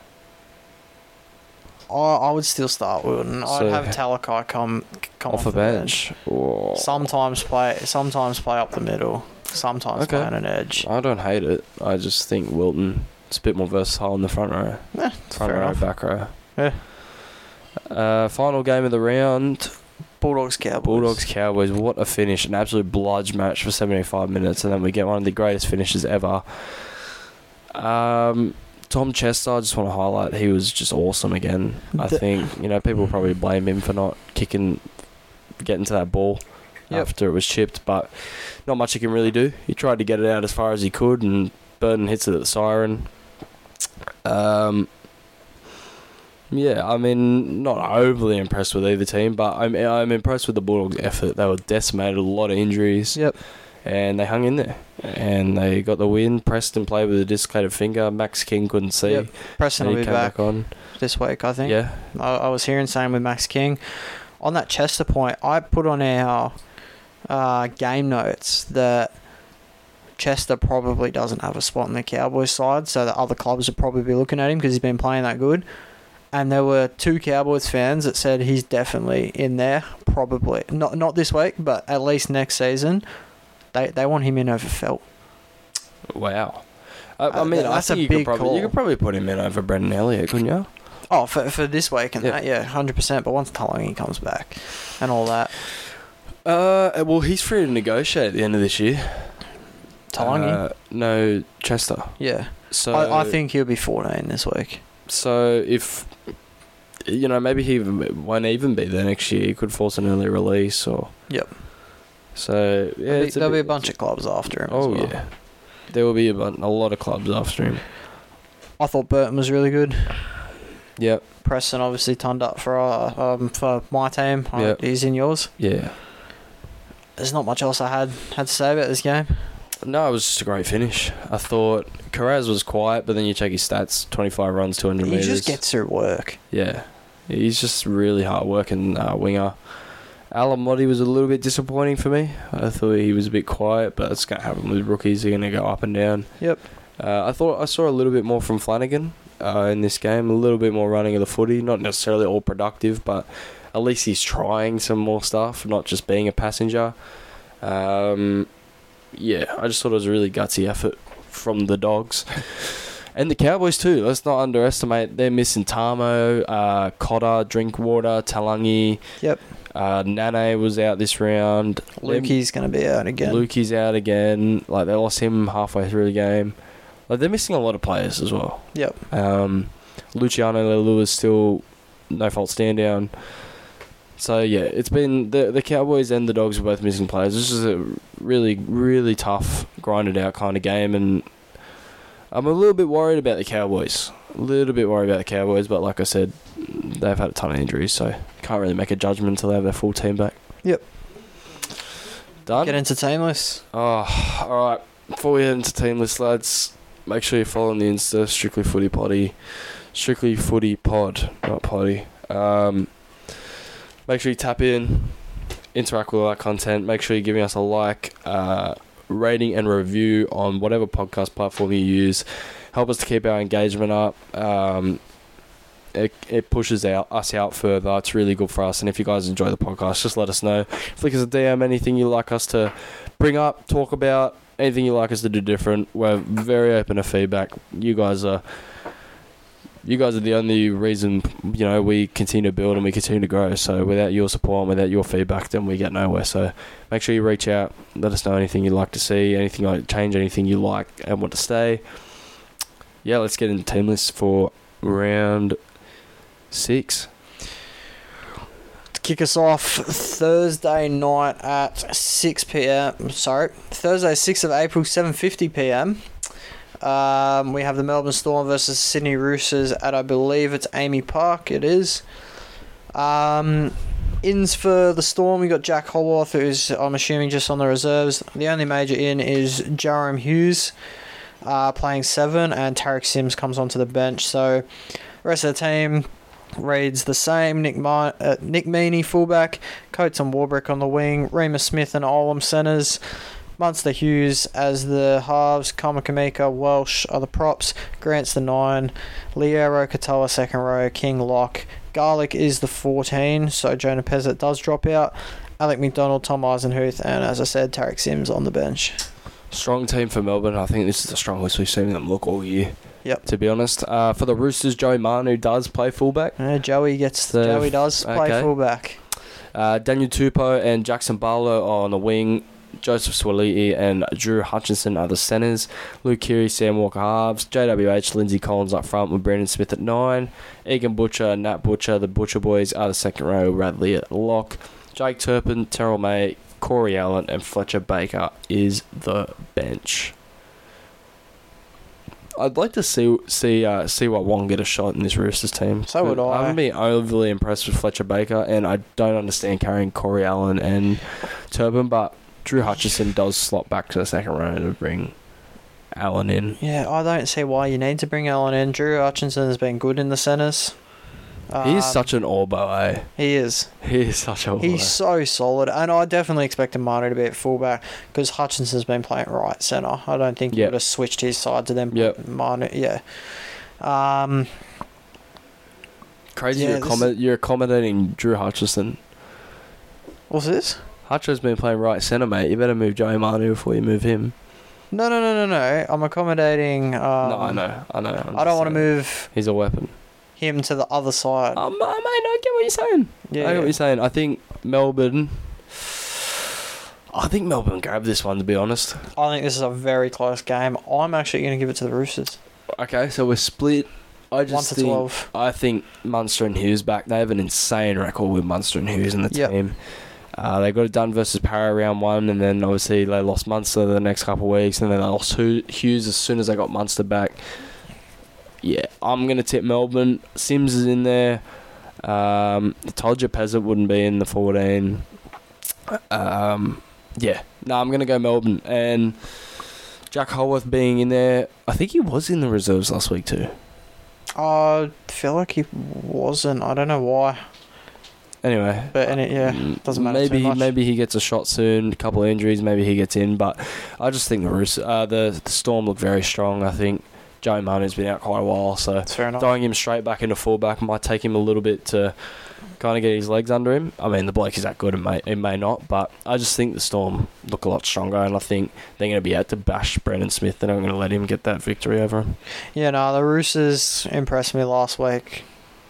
S2: I I would still start Wilton.
S1: So-
S2: I'd have Talakai come come
S1: off, the bench. Oh,
S2: Sometimes play sometimes play up the middle. Sometimes
S1: Okay.
S2: play on an edge.
S1: I don't hate it. I just think Wilton is a bit more versatile in the front row.
S2: Eh,
S1: Front
S2: fair
S1: row,
S2: enough.
S1: back row.
S2: Yeah.
S1: Uh, final game of the round
S2: Bulldogs Cowboys.
S1: Bulldogs Cowboys. What a finish. An absolute bludge match for 75 minutes. And then we get one of the greatest finishes ever. Um, Tom Chester, I just want to highlight, he was just awesome again. I
S2: The-
S1: think, you know, people probably blame him for not kicking, getting to that ball
S2: Yep.
S1: after it was chipped, but not much he can really do. He tried to get it out as far as he could, and Burton hits it at the siren. Um, yeah, I mean, not overly impressed with either team, but I'm I'm impressed with the Bulldogs' effort. They were decimated, a lot of injuries,
S2: Yep.
S1: and they hung in there, and they got the win. Preston played with a dislocated finger. Max King couldn't see.
S2: Yep. Preston
S1: and
S2: will
S1: he
S2: be
S1: came
S2: back,
S1: back, on.
S2: this week, I think.
S1: Yeah,
S2: I, I was hearing same with Max King. On that Chester point, I put on our uh, game notes that Chester probably doesn't have a spot in the Cowboys side, so the other clubs would probably be looking at him because he's been playing that good. And there were two Cowboys fans that said he's definitely in there, probably not not this week, but at least next season. They they want him in over Felt.
S1: wow. I, I
S2: Uh,
S1: mean, I
S2: that's a
S1: think you could
S2: big
S1: probably you
S2: call.
S1: could probably put him in over Brendan Elliott, couldn't you?
S2: Oh, for for this week and
S1: Yeah.
S2: that, yeah, hundred percent. But once Tulangi comes back, and all that,
S1: Uh, well, he's free to negotiate at the end of this year.
S2: Tulangi,
S1: Uh, no, Chester.
S2: yeah.
S1: So
S2: I, I think he'll be 14 this week.
S1: so. If you know, maybe he even, won't even be there next year. He could force an early release or.
S2: Yep.
S1: So yeah,
S2: there'll be,
S1: it's
S2: there'll be a
S1: bit-
S2: bunch of clubs after him.
S1: Oh
S2: as well.
S1: yeah, there will be a, bun- a lot of clubs after him.
S2: I thought Burton was really good.
S1: Yep.
S2: Preston obviously turned up for our, um for my team. I-
S1: Yep.
S2: He's in yours.
S1: Yeah.
S2: There's not much else I had had to say about this game.
S1: No, it was just a great finish. I thought Carraz was quiet, but then you check his stats: twenty-five runs, two hundred
S2: He
S1: meters.
S2: just gets through work.
S1: Yeah, he's just really hard-working uh, winger. Alamotti was a little bit disappointing for me. I thought he was a bit quiet, but it's going to happen with rookies. They're going to go up and down.
S2: Yep.
S1: Uh, I thought I saw a little bit more from Flanagan uh, in this game. A little bit more running of the footy. Not necessarily all productive, but at least he's trying some more stuff, not just being a passenger. Um, yeah, I just thought it was a really gutsy effort from the dogs. And the Cowboys too. Let's not underestimate. They're missing Tamo, uh, Cotter, Drinkwater, Talangi.
S2: Yep.
S1: Uh, Nane was out this round.
S2: Lukey's going to be out again.
S1: Lukey's out again. Like they lost him halfway through the game. Like they're missing a lot of players as well.
S2: Yep.
S1: Um, Luciano Lelu is still no fault stand down. So yeah, it's been the the Cowboys and the Dogs are both missing players. This is a really really tough, grinded out kind of game, and I'm a little bit worried about the Cowboys. A little bit worried about the Cowboys, but like I said, they've had a ton of injuries, so can't really make a judgment until they have their full team back.
S2: Yep.
S1: Done?
S2: Get into teamless.
S1: Oh, all right. Before we head into teamless, lads, make sure you follow on the Insta, Strictly Footy Potty. Strictly Footy Pod, not Potty. Um, make sure you tap in, interact with our content. Make sure you're giving us a like, uh, rating, and review on whatever podcast platform you use. Help us to keep our engagement up. Um, it, it pushes out us out further. It's really good for us. And if you guys enjoy the podcast, just let us know. Flick us a DM, anything you like us to bring up, talk about, anything you like us to do different. We're very open to feedback. You guys are you guys are the only reason you know we continue to build and we continue to grow. So without your support and without your feedback, then we get nowhere. So make sure you reach out. Let us know anything you'd like to see, anything like change, anything you like and want to stay. Yeah, let's get into team lists for round six.
S2: To kick us off Thursday night at 6 p.m. Sorry, Thursday, 6th of April, 7:50 p.m. Um, we have the Melbourne Storm versus Sydney Roosters at I believe it's Amy Park. It is. Um, ins for the Storm. We got Jack Holworth, who's I'm assuming just on the reserves. The only major in is Jerome Hughes, uh, playing seven, and Tarek Sims comes onto the bench. So, rest of the team reads the same. Nick Ma- uh, Nick Meaney fullback, Coates and Warbrick on the wing, Remus Smith and Olam centers. Munster Hughes as the halves, Kamakamika, Welsh are the props, Grant's the nine, Liero Katoa second row, King Lock, Garlic is the 14, so Jonah Pezzett does drop out, Alec McDonald, Tom Eisenhuth, and as I said, Tarek Sims on the bench.
S1: Strong team for Melbourne. I think this is the strongest we've seen them look all year.
S2: Yep.
S1: To be honest, uh, for the Roosters, Joey Manu does play fullback.
S2: Uh, Joey gets
S1: The-
S2: Joey does play
S1: okay.
S2: fullback.
S1: Uh, Daniel Tupou and Jackson Barlow are on the wing. Joseph Swaliti and Drew Hutchinson are the centres. Luke Keary, Sam Walker halves. JWH, Lindsay Collins up front with Brandon Smith at nine. Egan Butcher, Nat Butcher, the Butcher Boys are the second row. Radley at lock. Jake Turpin, Terrell May, Corey Allen, and Fletcher Baker is the bench. I'd like to see see uh, see what Wong get a shot in this Roosters team.
S2: So would I.
S1: haven't been overly impressed with Fletcher Baker, and I don't understand carrying Corey Allen and Turpin, but Drew Hutchison does slot back to the second row to bring Allen in.
S2: Yeah, I don't see why you need to bring Alan in. Drew Hutchinson has been good in the centres.
S1: he is
S2: Um,
S1: such an orbo, eh?
S2: He is.
S1: He is such a orbo.
S2: He's so solid, and I definitely expected Manu to be at fullback because Hutchinson's been playing right centre. I don't think he
S1: Yep.
S2: would have switched his side to them.
S1: Yep.
S2: Manu, yeah. Um,
S1: Crazy
S2: Yeah,
S1: you're,
S2: this-
S1: accommo- you're accommodating Drew Hutchison.
S2: what's this?
S1: Hutcho's been playing right centre, mate. You better move Joey Manu before you move him.
S2: No, no, no, no, no. I'm accommodating. Um,
S1: no, I know, I know. I'm
S2: I
S1: just
S2: don't want to
S1: saying.
S2: move
S1: He's a weapon.
S2: him to the other side.
S1: Um, I mate, I get what you're saying. I
S2: yeah,
S1: get what
S2: yeah.
S1: you're saying. I think Melbourne. I think Melbourne grabbed this one, to be honest.
S2: I think this is a very close game. I'm actually going to give it to the Roosters.
S1: Okay, so we're split. I just
S2: One to
S1: think
S2: twelve.
S1: I think Munster and Hughes back. They have an insane record with Munster and Hughes in the
S2: Yep.
S1: team. Uh, they got it done versus Para round one, and then obviously they lost Munster the next couple of weeks, and then they lost Hu- Hughes as soon as they got Munster back. Yeah, I'm gonna tip Melbourne. Sims is in there. Um, told you Pezzett wouldn't be in the 14. Um, yeah, no, I'm gonna go Melbourne and Jack Holworth being in there. I think he was in the reserves last week too.
S2: I feel like he wasn't. I don't know why,
S1: Anyway,
S2: but and it, yeah,
S1: Mm,
S2: doesn't matter too
S1: Maybe
S2: much.
S1: maybe he gets a shot soon, a couple of injuries, maybe he gets in. But I just think the Roos- uh, the, the Storm look very strong. I think Joe Manu's been out quite a while, so
S2: that's fair enough.
S1: throwing him straight back into fullback might take him a little bit to kind of get his legs under him. I mean, the bloke is that good, it may it may not, but I just think the Storm look a lot stronger, and I think they're going to be out to bash Brendan Smith. They're not going to let him get that victory over him.
S2: Yeah, no, the Roosters impressed me last week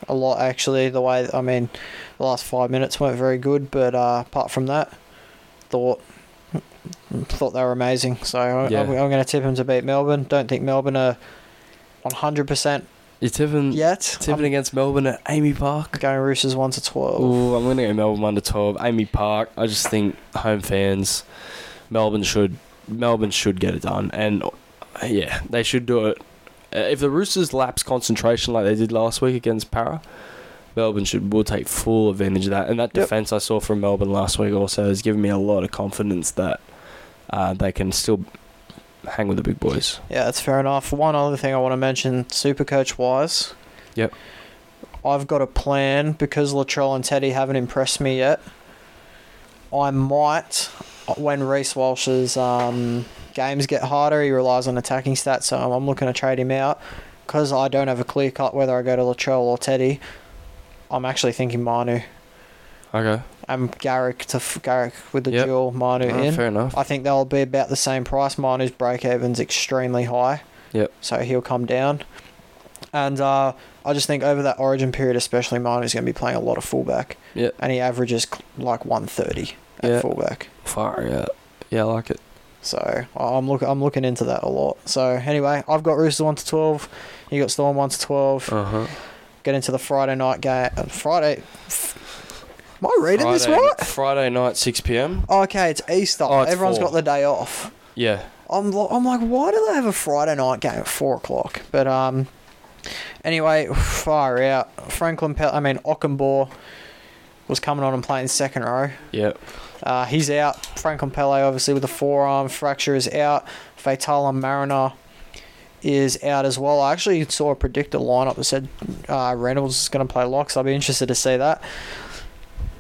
S2: a lot, actually. The way, I mean, the last five minutes weren't very good, but uh, apart from that, thought thought they were amazing. So I
S1: Yeah.
S2: I'm, I'm going to tip them to beat Melbourne. Don't think Melbourne are 100%
S1: You're tipping
S2: yet.
S1: tipping against Melbourne at Amy Park.
S2: I'm going Roosters 1 to 12.
S1: Ooh, I'm gonna go Melbourne under twelve. Amy Park. I just think home fans, Melbourne should Melbourne should get it done, and uh, yeah, they should do it. Uh, If the Roosters lapse concentration like they did last week against Para, Melbourne should will take full advantage of that. And that
S2: Yep.
S1: defence I saw from Melbourne last week also has given me a lot of confidence that uh, they can still hang with the big boys.
S2: Yeah, that's fair enough. One other thing I want to mention, super coach wise.
S1: Yep.
S2: I've got a plan because Latrell and Teddy haven't impressed me yet. I might, when Reese Walsh's um, games get harder, he relies on attacking stats, so I'm, I'm looking to trade him out because I don't have a clear cut whether I go to Latrell or Teddy. I'm actually thinking Manu.
S1: Okay.
S2: I'm Garrick to f- Garrick with the
S1: Yep.
S2: dual Manu in.
S1: fair enough.
S2: I think they'll be about the same price. Miner's break even's extremely high.
S1: Yep.
S2: So he'll come down. And uh, I just think over that origin period, especially Miner's going to be playing a lot of fullback.
S1: Yep.
S2: And he averages cl- like 130 at
S1: Yeah.
S2: fullback.
S1: Far yeah. Yeah, I like it.
S2: So I'm look I'm looking into that a lot. So anyway, I've got Roosters one to twelve. You got Storm one to twelve.
S1: Uh huh.
S2: Get into the Friday night game. uh, Friday. Am I reading this right?
S1: Friday night, six p.m.
S2: Okay, it's Easter.
S1: Oh, it's
S2: Everyone's
S1: four.
S2: got the day off.
S1: Yeah.
S2: I'm, lo- I'm like, why do they have a Friday night game at four o'clock? But um, anyway, far out. Franklin, Pel- I mean Ockenbaugh was coming on and playing second row.
S1: Yeah.
S2: Uh, he's out. Franklin Pele, obviously, with a forearm fracture, is out. Fatala Mariner is out as well. I actually saw a predicted lineup that said uh, Reynolds is going to play locks. I'll be interested to see that.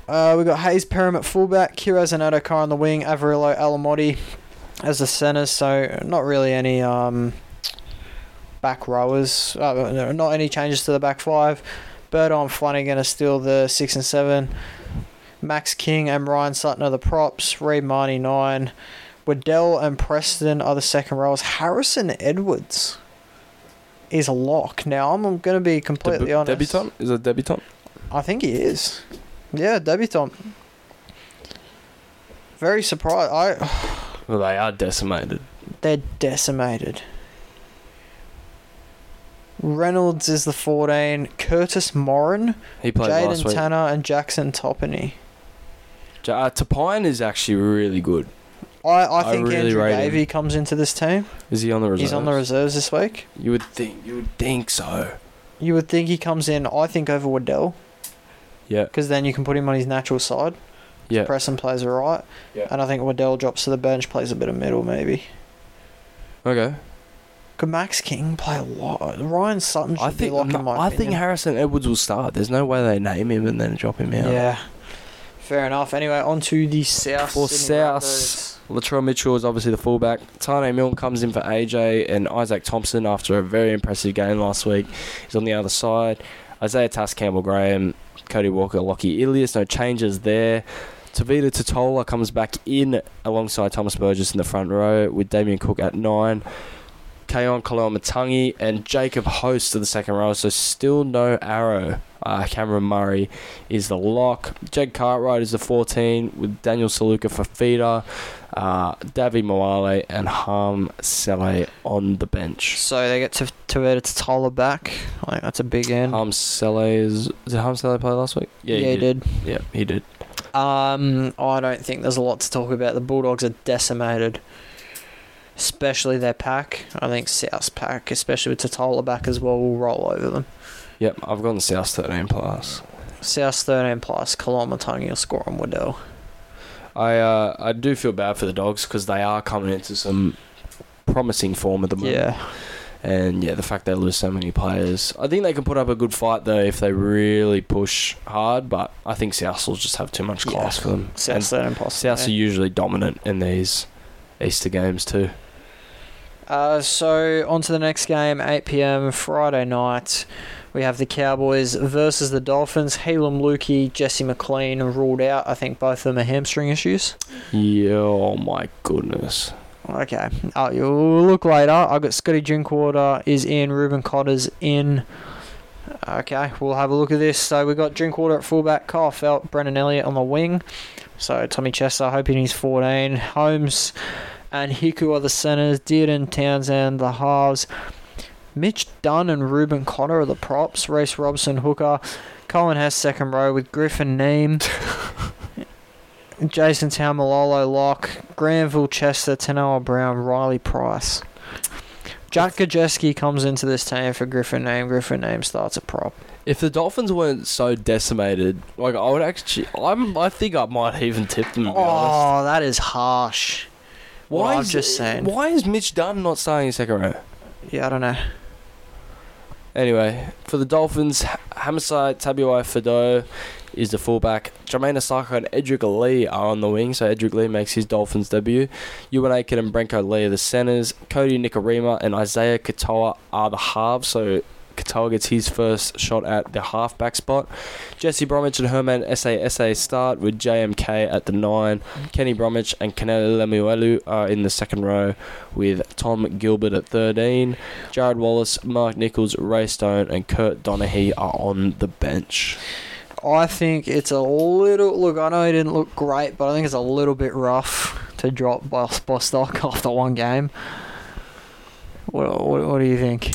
S2: Uh, we've got Hayes Pyramid fullback, Kiro Zanato Car on the wing, Averillo Alamotti as the centre, so not really any um, back rowers, uh, not any changes to the back five. Burton Flanagan are still the six and seven. Max King and Ryan Sutton are the props. Reed Marnie nine. Waddell and Preston are the second rows. Harrison Edwards is a lock. Now I'm going to be completely
S1: Debu-
S2: honest.
S1: debutant is it debutant?
S2: I think he is. Yeah, debutant. Very surprised. I
S1: Well, they are decimated.
S2: they're decimated. Reynolds is the 14. Curtis Morin,
S1: He played last
S2: Jaden
S1: week.
S2: Tanner, and Jackson Toppany.
S1: Ja- uh, Tapine is actually really good.
S2: I, I
S1: I
S2: think
S1: really
S2: Andrew
S1: rate him.
S2: Davey comes into this team.
S1: Is he on the reserve?
S2: He's on the reserves this week.
S1: You would think. You would think so.
S2: You would think he comes in, I think, over Waddell,
S1: Yeah.
S2: because then you can put him on his natural side.
S1: Yeah.
S2: Preston plays a right,
S1: Yeah.
S2: and I think Waddell drops to the bench, plays a bit of middle, maybe.
S1: Okay.
S2: Could Max King play a lot? Ryan Sutton should
S1: I
S2: be
S1: think.
S2: locked in my
S1: I think
S2: opinion.
S1: Harrison Edwards will start. There's no way they name him and then drop him out.
S2: Yeah. Fair enough. Anyway, on to the South.
S1: For
S2: Sydney
S1: South-
S2: Rabbitohs.
S1: Latrell Mitchell is obviously the fullback. Tane Milne comes in for AJ, and Isaac Thompson, after a very impressive game last week, is on the other side. Isaiah Tass, Campbell Graham, Cody Walker, Lockie Ilias, no changes there. Tavita Totola comes back in alongside Thomas Burgess in the front row with Damien Cook at nine. Kayon Kalamatangi and Jacob Host to the second row, so still no arrow. Uh, Cameron Murray is the lock. Jed Cartwright is the 14 with Daniel Saluka for feeder uh, Davi Moale and Harm Saleh on the bench.
S2: So they get to Tavita Totola back. I think that's a big end.
S1: Harm Saleh is did Harm Saleh play last week?
S2: yeah, he did.
S1: Mm. Oh, Yeah, he did.
S2: Um, I don't think there's a lot to talk about. The Bulldogs are decimated, especially their pack. I think South's pack, especially with Totola back as well, will roll over them.
S1: Yep, I've gone South 13 plus.
S2: South's 13 plus, Kalamatangi will score on Waddell.
S1: I uh, I do feel bad for the dogs because they are coming into some promising form at the moment.
S2: Yeah.
S1: And yeah, the fact they lose so many players. I think they can put up a good fight though if they really push hard, but I think South will just have too much
S2: Yeah.
S1: class for them. And
S2: South's 13 plus.
S1: Souths
S2: yeah.
S1: are usually dominant in these Easter games too.
S2: Uh, so on to the next game, 8 p.m. Friday night. We have the Cowboys versus the Dolphins. Helam Lukey, Jesse McLean ruled out. I think both of them are hamstring issues.
S1: Yeah, oh my goodness.
S2: Okay. Uh, you'll look later. I've got Scotty Drinkwater is in. Ruben Cotter's in. Okay, we'll have a look at this. So we've got Drinkwater at fullback, Kyle Felt, Brennan Elliott on the wing. So Tommy Chester hoping he's 14. Holmes and Hiku are the centres. Dearden, Townsend, the halves. Mitch Dunn and Ruben Connor are the props. Reese Robson, hooker. Colin Hess, second row with Griffin Neem. Jason Taumalolo, lock. Granville, Chester, Tanoa Brown, Riley Price. Jack Gajeski comes into this team for Griffin name. Griffin name starts a prop.
S1: If the Dolphins weren't so decimated, like I would actually, I'm, I think I might even tip them. To be honest.
S2: Oh, that is harsh. what Oh, I've
S1: is-
S2: just said.
S1: Why is Mitch Dunn not starting in second row?
S2: Yeah, I don't know.
S1: Anyway, for the Dolphins, H- Hamasai Tabuai Fido is the fullback. Jermaine Osaka and Edric Lee are on the wing, so Edric Lee makes his Dolphins debut. Ewan Aiken and Brenko Lee are the centres. Cody Nikarima and Isaiah Katoa are the halves, so Katoa gets his first shot at the halfback spot. Jesse Bromwich and Herman SASA start with JMK at the 9. Kenny Bromwich and Kanele Lemuelu are in the second row with Tom Gilbert at 13. Jared Wallace, Mark Nichols, Ray Stone, and Kurt Donaghy are on the bench.
S2: I think it's a little look. I know he didn't look great, but I think it's a little bit rough to drop Bos- Bostock after one game. What, what, what do you think?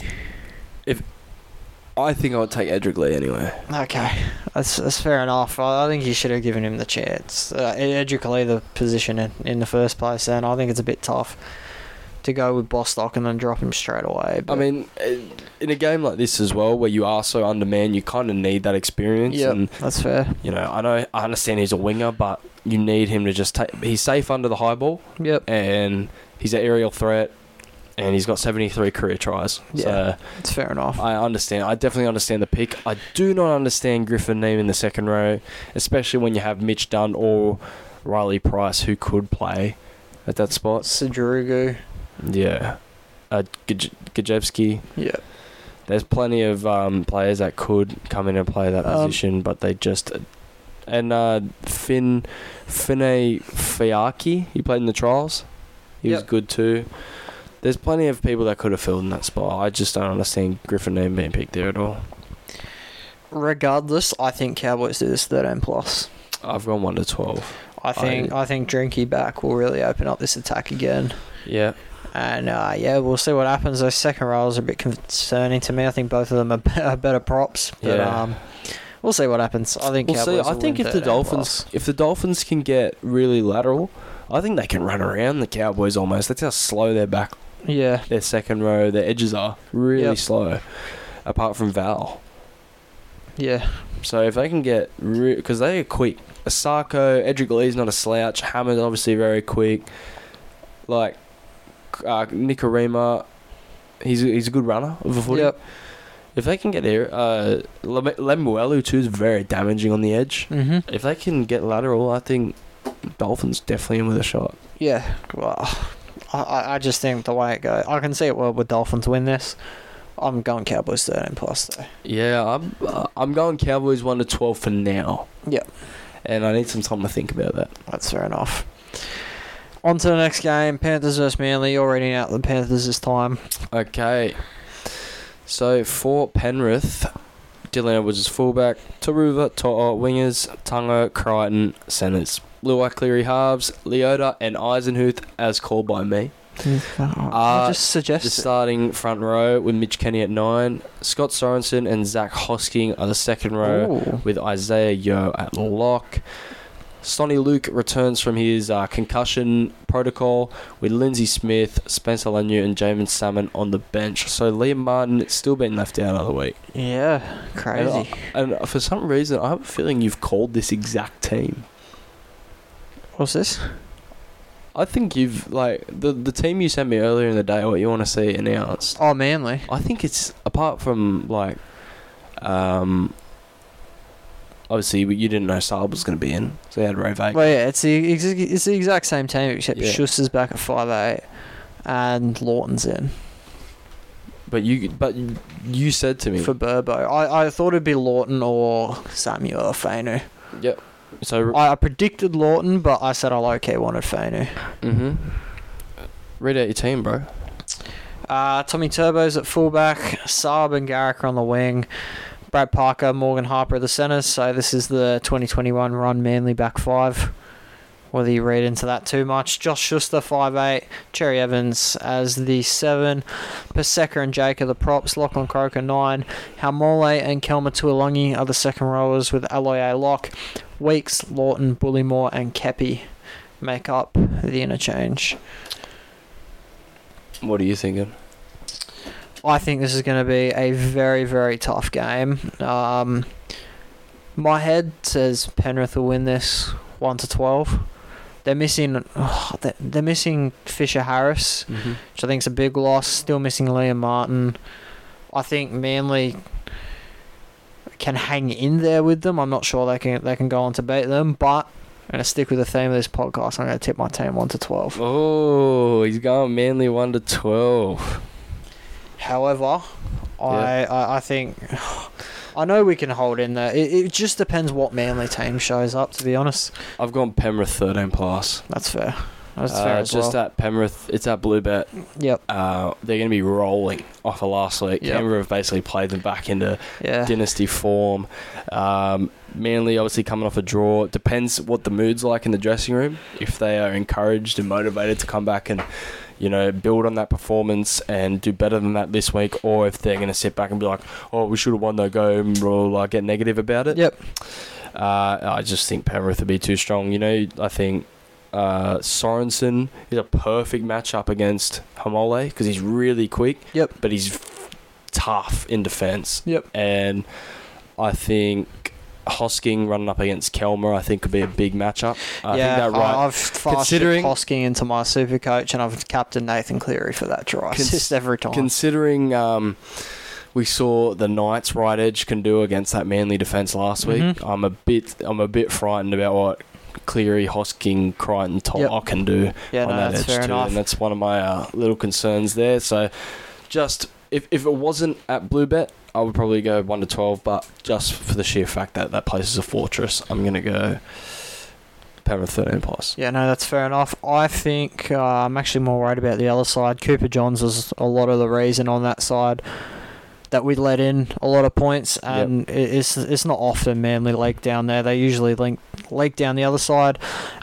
S1: I think I would take Edric Lee anyway.
S2: Okay, that's that's fair enough. I, I think you should have given him the chance. Uh, Educally, the position in, in the first place, and I think it's a bit tough to go with Bostock and then drop him straight away.
S1: I
S2: but-
S1: mean, eh, in a game like this as well, where you are so undermanned, you kind of need that experience.
S2: Yep,
S1: And,
S2: that's fair.
S1: you know, I know, I understand he's a winger, but you need him to just take. He's safe under the high ball,
S2: Yep,
S1: and he's an aerial threat, and he's got 73 career tries.
S2: Yeah.
S1: So.
S2: it's fair enough.
S1: I understand. I definitely understand the pick. I do not understand Griffin name in the second row, especially when you have Mitch Dunn or Riley Price who could play at that spot.
S2: Sidrugu.
S1: Yeah. Uh, Gaj- Gajewski.
S2: Yeah.
S1: There's plenty of um, players that could come in and play that
S2: Um,
S1: position, but they just. And uh, Finn Finne Fiaki, he played in the trials. He was
S2: Yep.
S1: good too. There's plenty of people that could have filled in that spot. I just don't understand Griffin name being picked there at all.
S2: Regardless, I think Cowboys do this 13 plus.
S1: I've gone one to twelve.
S2: I think I, think Drinky back will really open up this attack again,
S1: Yeah,
S2: and uh, yeah, we'll see what happens. Those second rows are a bit concerning to me. I think both of them are, be- are better props, but
S1: Yeah.
S2: um, we'll see what happens. I think
S1: we'll see.
S2: Cowboys
S1: I
S2: will
S1: think
S2: win
S1: if the
S2: 13
S1: Dolphins,
S2: plus.
S1: if the Dolphins can get really lateral, I think they can run around the Cowboys almost. That's how slow their back,
S2: yeah,
S1: their second row, their edges are really
S2: Yep.
S1: slow. Apart from Val,
S2: yeah,
S1: so if they can get because they are quick. Asako, Edric Lee's not a slouch. Hammond obviously very quick. Like uh, Nikarima, he's he's a good runner of a footy.
S2: yep,
S1: If they can get there, uh, Lem- Lemuelu too is very damaging on the edge.
S2: hmm
S1: If they can get lateral, I think Dolphins definitely in with a shot.
S2: yeah. Well, I- I I just think the way it goes, I can see it well with Dolphins win this. I'm going Cowboys 13 plus though.
S1: Yeah, I'm uh, I'm going Cowboys one to twelve for now.
S2: Yep.
S1: And I need some time to think about that.
S2: That's fair enough. On to the next game, Panthers versus Manly. You're reading out the Panthers this time.
S1: Okay. So for Penrith, Dylan Edwards is fullback, Taruva, To'o, wingers, Tungo, Crichton, centres. Luai Cleary halves, Leota and Eisenhuth as called by me. Uh,
S2: I just suggest
S1: The
S2: it.
S1: starting front row with Mitch Kenny at nine. Scott Sorensen and Zach Hosking are the second row
S2: Ooh.
S1: with Isaiah Yo at lock. Sonny Luke returns from his uh, concussion protocol with Lindsay Smith, Spencer Lanu, and Jamin Salmon on the bench. So Liam Martin still been left out of the week.
S2: Yeah, crazy.
S1: And for some reason, I have a feeling you've called this exact team.
S2: What's this?
S1: I think you've like the the team you sent me earlier in the day. What you want to see announced?
S2: Oh, Manly.
S1: I think it's apart from like, um, obviously you didn't know Saab was going to be in, so you had Rovak.
S2: Well, yeah, it's the ex- it's the exact same team except
S1: Yeah.
S2: Schuster's back at five eight, and Lawton's in
S1: But you, but you- you said to me,
S2: for Burbo. I, I thought it'd be Lawton or Samuel Fainu.
S1: yep. So,
S2: I, I predicted Lawton, but I said I low key wanted Fainu.
S1: mm-hmm. read out your team, bro.
S2: Uh, Tommy Turbo's at fullback. Saab and Garrick are on the wing. Brad Parker, Morgan Harper are the centres. So this is the 2021 run Manly back five. Whether you read into that too much. Josh Schuster, 5'8. Cherry Evans as the 7. Paseka and Jake are the props. Lachlan Croker, 9. Haumole and Kelma Tuolungi are the second rowers with Aloy A. Locke. Weeks, Lawton, Bullymore, and Kepi make up the interchange.
S1: What are you thinking?
S2: I think this is going to be a very, very tough game. Um, my head says Penrith will win this one to twelve. They're missing, oh, they're, they're missing Fisher Harris,
S1: Mm-hmm.
S2: which I think is a big loss. Still missing Liam Martin. I think Manly can hang in there with them. I'm not sure they can they can go on to beat them, but I'm going to stick with the theme of this podcast. I'm going to tip my team one to twelve.
S1: Oh, he's going Manly one to twelve.
S2: However, I, I I think I know we can hold in there. It, it just depends what Manly team shows up. To be honest,
S1: I've gone Penrith thirteen plus.
S2: that's fair. That's
S1: Uh,
S2: fair as
S1: just
S2: well.
S1: at Penrith, it's at Bluebet.
S2: yep.
S1: Uh, they're going to be rolling off of last week.
S2: Yep.
S1: Canberra have basically played them back into
S2: Yeah.
S1: dynasty form. Um, Manly obviously coming off a draw. Depends what the mood's like in the dressing room. If they are encouraged and motivated to come back and you know build on that performance and do better than that this week, or if they're going to sit back and be like, "Oh, we should have won that game," or like uh, get negative about it.
S2: Yep.
S1: Uh, I just think Penrith would be too strong. You know, I think uh, Sorensen is a perfect matchup against Hamole because he's really quick.
S2: Yep.
S1: But he's tough in defence.
S2: Yep.
S1: And I think Hosking running up against Kelmer, I think, could be a big matchup. I
S2: yeah,
S1: think that
S2: I-
S1: right.
S2: I've fast
S1: Considering-
S2: Hosking into my super coach, and I've captained Nathan Cleary for that draw
S1: Cons-
S2: assist every time.
S1: Considering um, we saw the Knights right edge can do against that Manly defence last week,
S2: Mhm.
S1: I'm a bit I'm a bit frightened about what Cleary, Hosking, Crichton, Todd
S2: Yep.
S1: can do.
S2: yeah,
S1: on
S2: no,
S1: that
S2: that's
S1: edge
S2: fair
S1: too,
S2: enough.
S1: and that's one of my uh, little concerns there. So, just if, if it wasn't at Blue Bet, I would probably go one to twelve. But just for the sheer fact that that place is a fortress, I'm gonna go Penrith thirteen plus.
S2: Yeah, no, that's fair enough. I think uh, I'm actually more worried about the other side. Cooper Johns was a lot of the reason on that side that we let in a lot of points, and it it's it's not often Manly lake down there. They usually link lake down the other side,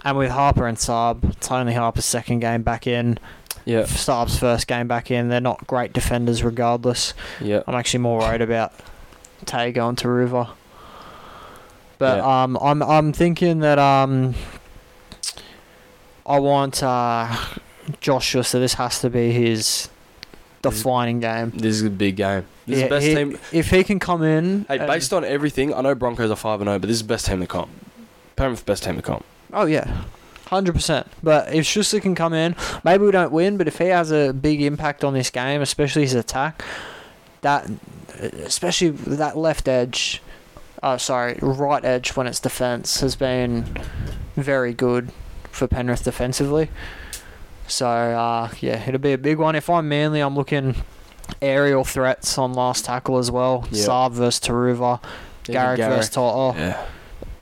S2: and with Harper and Saab, it's only Harper's second game back in,
S1: Yeah,
S2: Saab's first game back in. They're not great defenders, regardless.
S1: yeah.
S2: I'm actually more worried about Tay going to River. But um, I'm I'm thinking that um, I want uh, Joshua. So this has to be his defining game.
S1: This is a big game. This is
S2: Yeah,
S1: the best
S2: he-
S1: team.
S2: If he can come in,
S1: Hey,
S2: and-
S1: based on everything, I know Broncos are five and zero, but this is the best team to comp. Penrith best team to comp.
S2: oh yeah. Hundred percent. But if Schuster can come in, maybe we don't win. But if he has a big impact on this game, especially his attack, that especially that left edge, oh sorry, right edge when it's defense has been very good for Penrith defensively. So uh, yeah, it'll be a big one. If I'm Manly, I'm looking aerial threats on last tackle as well.
S1: Yeah.
S2: Saab versus Taruva, Garrick versus Toto.
S1: Yeah.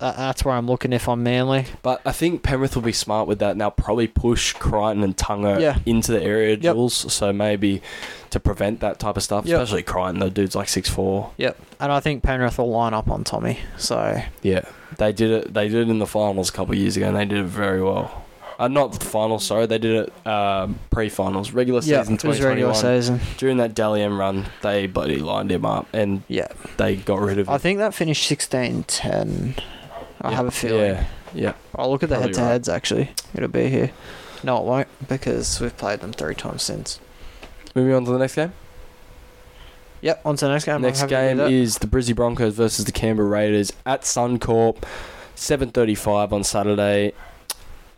S2: That, that's where I'm looking if I'm Manly.
S1: But I think Penrith will be smart with that, and they'll probably push Crichton and Tunga
S2: Yeah.
S1: into the area
S2: Yep.
S1: duels. So maybe to prevent that type of stuff,
S2: Yep.
S1: especially Crichton, the dude's like six four.
S2: And I think Penrith will line up on Tommy. So
S1: Yeah, they did it. They did it in the finals a couple of years ago, and they did it very well. Uh, not the finals, sorry. They did it um, pre-finals, regular
S2: yeah,
S1: season
S2: it was regular
S1: 2021.
S2: season.
S1: During that Dalian run, they bloody lined him up, and
S2: Yeah,
S1: they got rid of him.
S2: I think that finished 16-10. I
S1: Yeah.
S2: have a feeling.
S1: Yeah, yeah.
S2: I'll look at the
S1: Probably
S2: head to heads actually. It'll be here. No, it won't because we've played them three times since.
S1: Moving on to the next game.
S2: Yep, on to the next game. I'm
S1: Next
S2: happy to do
S1: game
S2: that.
S1: is the Brisbane Broncos versus the Canberra Raiders at Suncorp, 7:35 on Saturday.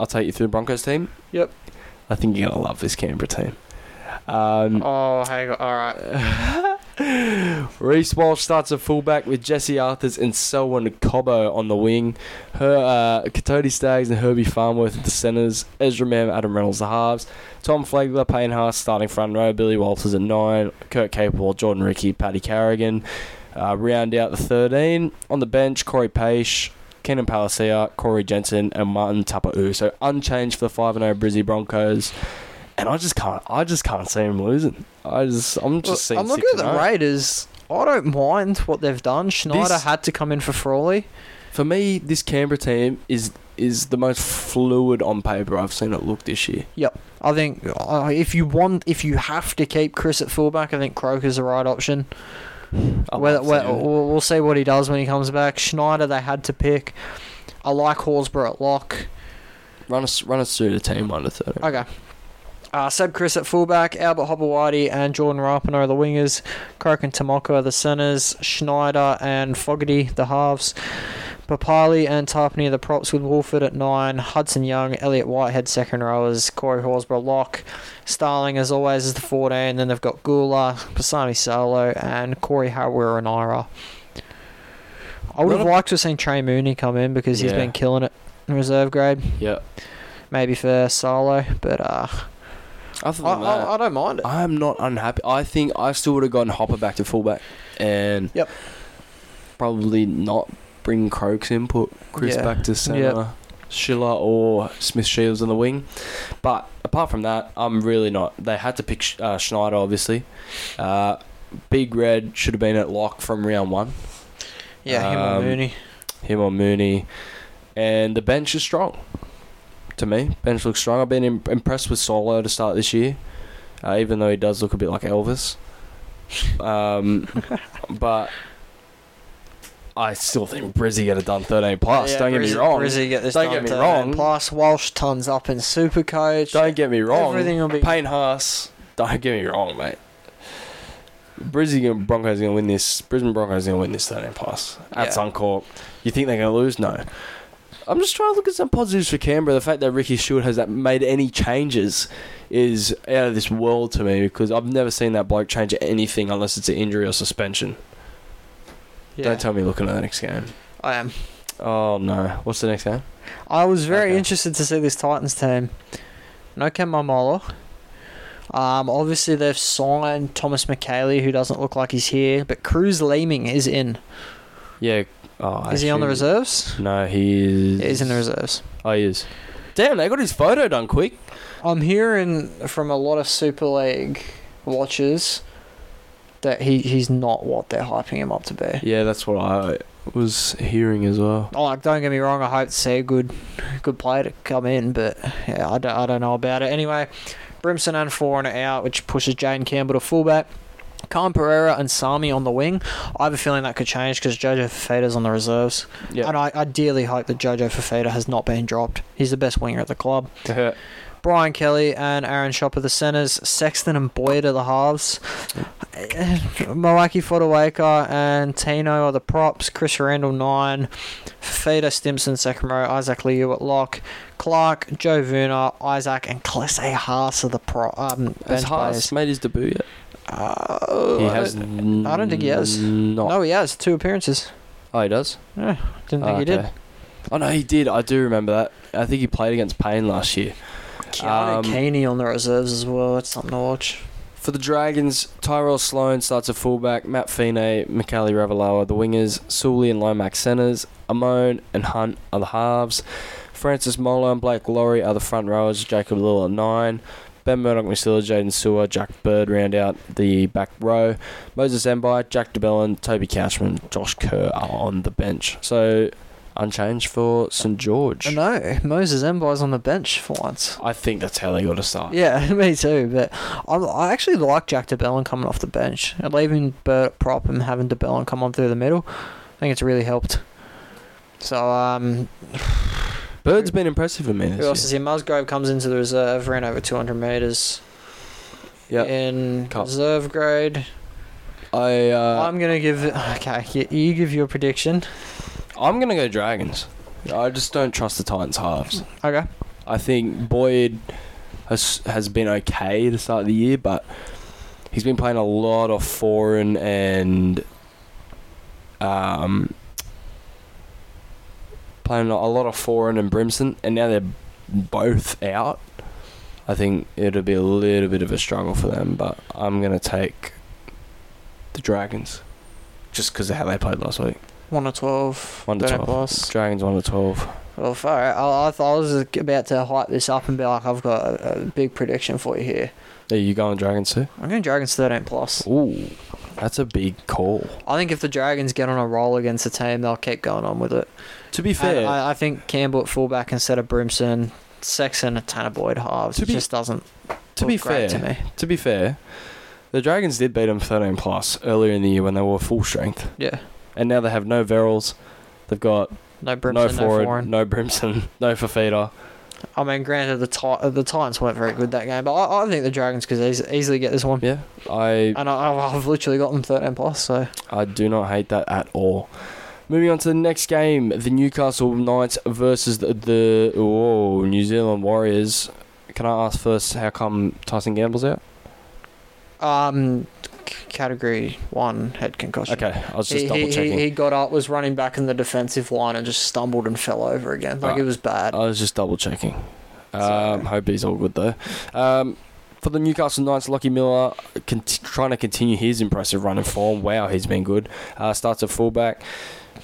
S1: I'll take you through the Broncos team.
S2: Yep.
S1: I think you're gonna love this Canberra team. Um,
S2: Oh, hang on. All right.
S1: Reese Walsh starts at fullback with Jesse Arthurs and Selwyn Cobbo on the wing. Her uh, Katodi Staggs and Herbie Farmworth at the centres. Ezra Mem, Adam Reynolds the halves. Tom Flagler, Payne Haas starting front row. Billy Walters at nine. Kurt Capewell, Jordan Ricky, Paddy Carrigan. Uh, round out the 13. On the bench, Corey Paish, Kenan Palacia, Corey Jensen, and Martin Tapa'u. So unchanged for the 5 0 Brizzy Broncos. And I just can't, I just can't see him losing. I just, I'm
S2: Look,
S1: just seeing.
S2: I'm looking at
S1: 6
S2: the
S1: and 0.
S2: Raiders. I don't mind what they've done. Schneider
S1: This-
S2: had to come in for Frawley.
S1: For me, this Canberra team is is the most fluid on paper I've seen it look this year.
S2: I think uh, if you want, if you have to keep Chris at fullback, I think Croker's the right option.
S1: I
S2: Whether,
S1: love
S2: we-
S1: seeing it.
S2: we'll, we'll see what he does when he comes back. Schneider, they had to pick. I like Horsburgh at lock.
S1: run us run us through the team under thirty.
S2: Okay. Uh, Uh, Seb Chris at fullback, Albert Hobawadi and Jordan Rapinoe are the wingers, Croak and Tomoko are the centres, Schneider and Fogarty the halves, Papali and Tarpany are the props with Wolford at nine, Hudson Young, Elliot Whitehead second rowers, Corey Horsborough lock, Starling as always is the 14, then they've got Gula, Pasami Solo and Corey Howard and Ira. I would
S1: Not
S2: have
S1: a-
S2: liked to have seen Trey Mooney come in because he's
S1: Yeah.
S2: been killing it in reserve grade,
S1: Yeah.
S2: maybe for Solo, but uh,
S1: Other
S2: I,
S1: than that,
S2: I, I don't mind it.
S1: I'm not unhappy. I think I still would have gotten Hopper back to fullback and
S2: Yep.
S1: probably not bring Croaks in, put Chris
S2: Yeah.
S1: back to centre, Schiller or Smith Shields on the wing. But apart from that, I'm really not. They had to pick Sch- uh, Schneider, obviously. Uh, Big Red should have been at lock from round one.
S2: Yeah, him
S1: Um,
S2: or Mooney.
S1: him or Mooney, and the bench is strong. To me, bench looks strong. I've been im- impressed with Solo to start this year, uh, even though he does look a bit like Elvis. Um, but I still think Brizzy get it done thirteen plus.
S2: Yeah,
S1: don't get me
S2: Brizzy-
S1: wrong.
S2: Brizzy get this
S1: Don't
S2: done
S1: get me
S2: too,
S1: wrong.
S2: man. Plus, Walsh tons up in Supercoach.
S1: Don't get me wrong.
S2: Everything will be.
S1: Payne Haas. Don't get me wrong, mate. Brizzy gonna- Broncos gonna win this. Brisbane Broncos gonna win this thirteen plus at
S2: Yeah.
S1: Suncorp. You think they're gonna lose? No. I'm just trying to look at some positives for Canberra. The fact that Ricky Stewart has that made any changes is out of this world to me because I've never seen that bloke change anything unless it's an injury or suspension.
S2: Yeah,
S1: Don't tell me looking at the next game.
S2: I am.
S1: Oh no! What's the next game?
S2: I was very
S1: Okay.
S2: interested to see this Titans team. No Ken Mamolo. Um, obviously they've signed Thomas McKayley, who doesn't look like he's here, but Cruz Leeming is in.
S1: Yeah. Oh,
S2: is he on the
S1: actually-
S2: reserves?
S1: No, he is.
S2: Yeah, he's in the reserves.
S1: Oh, he is. Damn, they got his photo done quick.
S2: I'm hearing from a lot of Super League watchers that he, he's not what they're hyping him up to be.
S1: Yeah, that's what I was hearing as well.
S2: Oh, like, don't get me wrong. I hope to see a good, good player to come in, but yeah, I don't, I don't know about it. Anyway, Brimson and Foreign are out, which pushes Jane Campbell to fullback. Khan Pereira and Sami on the wing. I have a feeling that could change because Jojo Fafita's on the reserves.
S1: Yeah.
S2: And I ideally hope that Jojo Fafita has not been dropped. He's the best winger at the club.
S1: yeah,
S2: Brian Kelly and Aaron Schopp are the centres. Sexton and Boyd are the halves. Malaki Fodawaker and Tino are the props. Chris Randall, nine. Fafita Stimson, second row. Isaac Liu at lock. Clark, Joe Vuna, Isaac, and Klesse Haas are the pro, um,
S1: has
S2: bench
S1: Haas
S2: players.
S1: made his debut yet?
S2: Uh,
S1: He has.
S2: I don't think he has.
S1: Not.
S2: No, he has two appearances.
S1: Oh, he does.
S2: Didn't think
S1: Oh,
S2: he did.
S1: okay. Oh no, he did. I do remember that. I think he played against Payne last year.
S2: Keanu
S1: Um,
S2: Keeney on the reserves as well. That's something to watch.
S1: For the Dragons, Tyrell Sloan starts at fullback, Matt Fine, Mikali Ravalawa the wingers, Sully and Lomax centres, Amon and Hunt are the halves, Francis Molo and Blake Laurie are the front rowers, Jacob Lille at nine, Ben Murdoch Masilla, Jaden Sewer, Jack Bird round out the back row, Moses Embi, Jack DeBellin, Toby Couchman, Josh Kerr are on the bench. So unchanged for St George.
S2: No, Moses Mbai's on the bench for once.
S1: I think that's how they got to start.
S2: Yeah, me too. But I, I actually like Jack DeBellin coming off the bench. And Leaving Bird at prop and having DeBellin come on through the middle, I think it's really helped. So, um,
S1: Bird's been impressive for me
S2: who
S1: this
S2: else is here? Musgrove comes into the reserve, ran over 200 metres
S1: year. Yeah,
S2: in
S1: Cup.
S2: reserve grade.
S1: I. Uh,
S2: I'm going to give. Okay, you, you give your prediction.
S1: I'm gonna go Dragons. I just don't trust the Titans halves.
S2: Okay.
S1: I think Boyd has has been okay to start the year, but he's been playing a lot of foreign and um playing a lot of foreign and Brimson, and now they're both out. I think it'll be a little bit of a struggle for them, but I'm gonna take the Dragons just because of how they played last week.
S2: 1 to 12.
S1: One to
S2: Bennett
S1: 12.
S2: Plus.
S1: Dragons one to twelve.
S2: Well, far I, I, thought I was about to hype this up and be like, I've got a, a big prediction for you here.
S1: Are you going Dragons too?
S2: I'm going Dragons 13 plus.
S1: Ooh, that's a big call.
S2: I think if the Dragons get on a roll against a team, they'll keep going on with it.
S1: To be
S2: And
S1: fair,
S2: I, I think Campbell at fullback instead of Brimson, Sexton at Tanner Boyd halves.
S1: To
S2: it
S1: be-
S2: just doesn't
S1: to
S2: look
S1: be fair,
S2: great to me.
S1: to be fair, the Dragons did beat them thirteen plus earlier in the year when they were full strength,
S2: Yeah,
S1: and now they have no Verrills. They've got
S2: no Brimson,
S1: no
S2: no,
S1: Ford, no,
S2: foreign.
S1: Brimson, no Fafita.
S2: I mean, granted, the Ti- the Titans weren't very good that game, but I, I think the Dragons could eas- easily get this one.
S1: Yeah, I
S2: And I, I've literally got them 13 plus, so
S1: I do not hate that at all. Moving on to the next game, the Newcastle Knights versus the, the whoa, New Zealand Warriors. Can I ask first how come Tyson Gamble's out?
S2: um, c- category one head concussion.
S1: Okay, I was just
S2: He,
S1: double
S2: he,
S1: checking.
S2: he, he got up, was running back in the defensive line, and just stumbled and fell over again. Like
S1: Right. Uh,
S2: it was bad.
S1: I was just double checking.
S2: Sorry.
S1: Um, hope he's all good though. Um, for the Newcastle Knights, Lockie Miller cont- trying to continue his impressive run and form. Wow, he's been good. Uh, starts at fullback.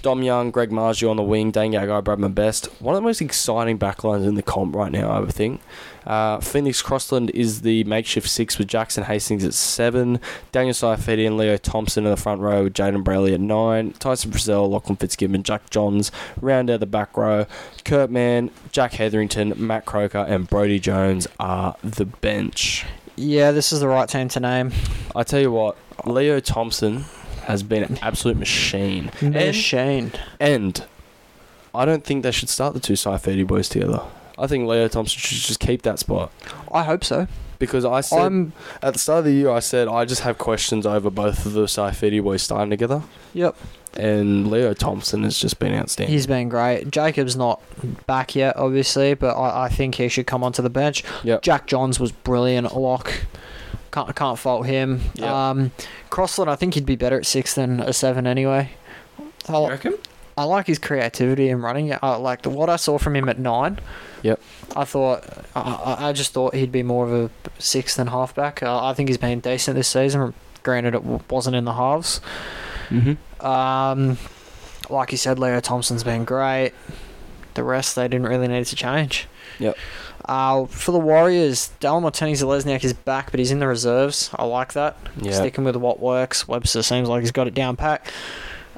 S1: Dom Young, Greg Marju on the wing, Dan Gagai, Bradman Best. One of the most exciting backlines in the comp right now, I would think. Uh, Phoenix Crossland is the makeshift six with Jackson Hastings at seven. Daniel Saifedi and Leo Thompson in the front row with Jaden Brayley at nine. Tyson Brazell, Lachlan Fitzgibbon, Jack Johns round out the back row. Kurt Mann, Jack Hetherington, Matt Croker, and Brody Jones are the bench.
S2: Yeah, this is the right team to name.
S1: I tell you what, Leo Thompson has been an absolute machine.
S2: Machine.
S1: And I don't think they should start the two Saifedi boys together. I think Leo Thompson should just keep that spot
S2: I hope so.
S1: because I said
S2: I'm.
S1: at the start of the year I said I just have questions over both of the Saifedi boys starting together,
S2: Yep.
S1: and Leo Thompson has just been outstanding.
S2: He's been great. Jacob's not back yet, obviously, but I, I think he should come onto the bench.
S1: Yep.
S2: Jack Johns was brilliant at lock. Can't can't fault him.
S1: Yep.
S2: Um, Crossland, I think he'd be better at six than a seven anyway.
S1: You
S2: I,
S1: reckon?
S2: I like his creativity and running. I like the, what I saw from him at nine.
S1: Yep.
S2: I thought I- I, I just thought he'd be more of a six than halfback. Uh, I think he's been decent this season. Granted, it w- wasn't in the halves.
S1: Mm-hmm.
S2: Um, like you said, Leo Thompson's been great. The rest they didn't really need to change.
S1: Yep.
S2: Uh, for the Warriors, Dal Martini Zalesniak is back, but he's in the reserves. I like that.
S1: Yeah,
S2: Sticking with what works. Webster seems like he's got it down pat.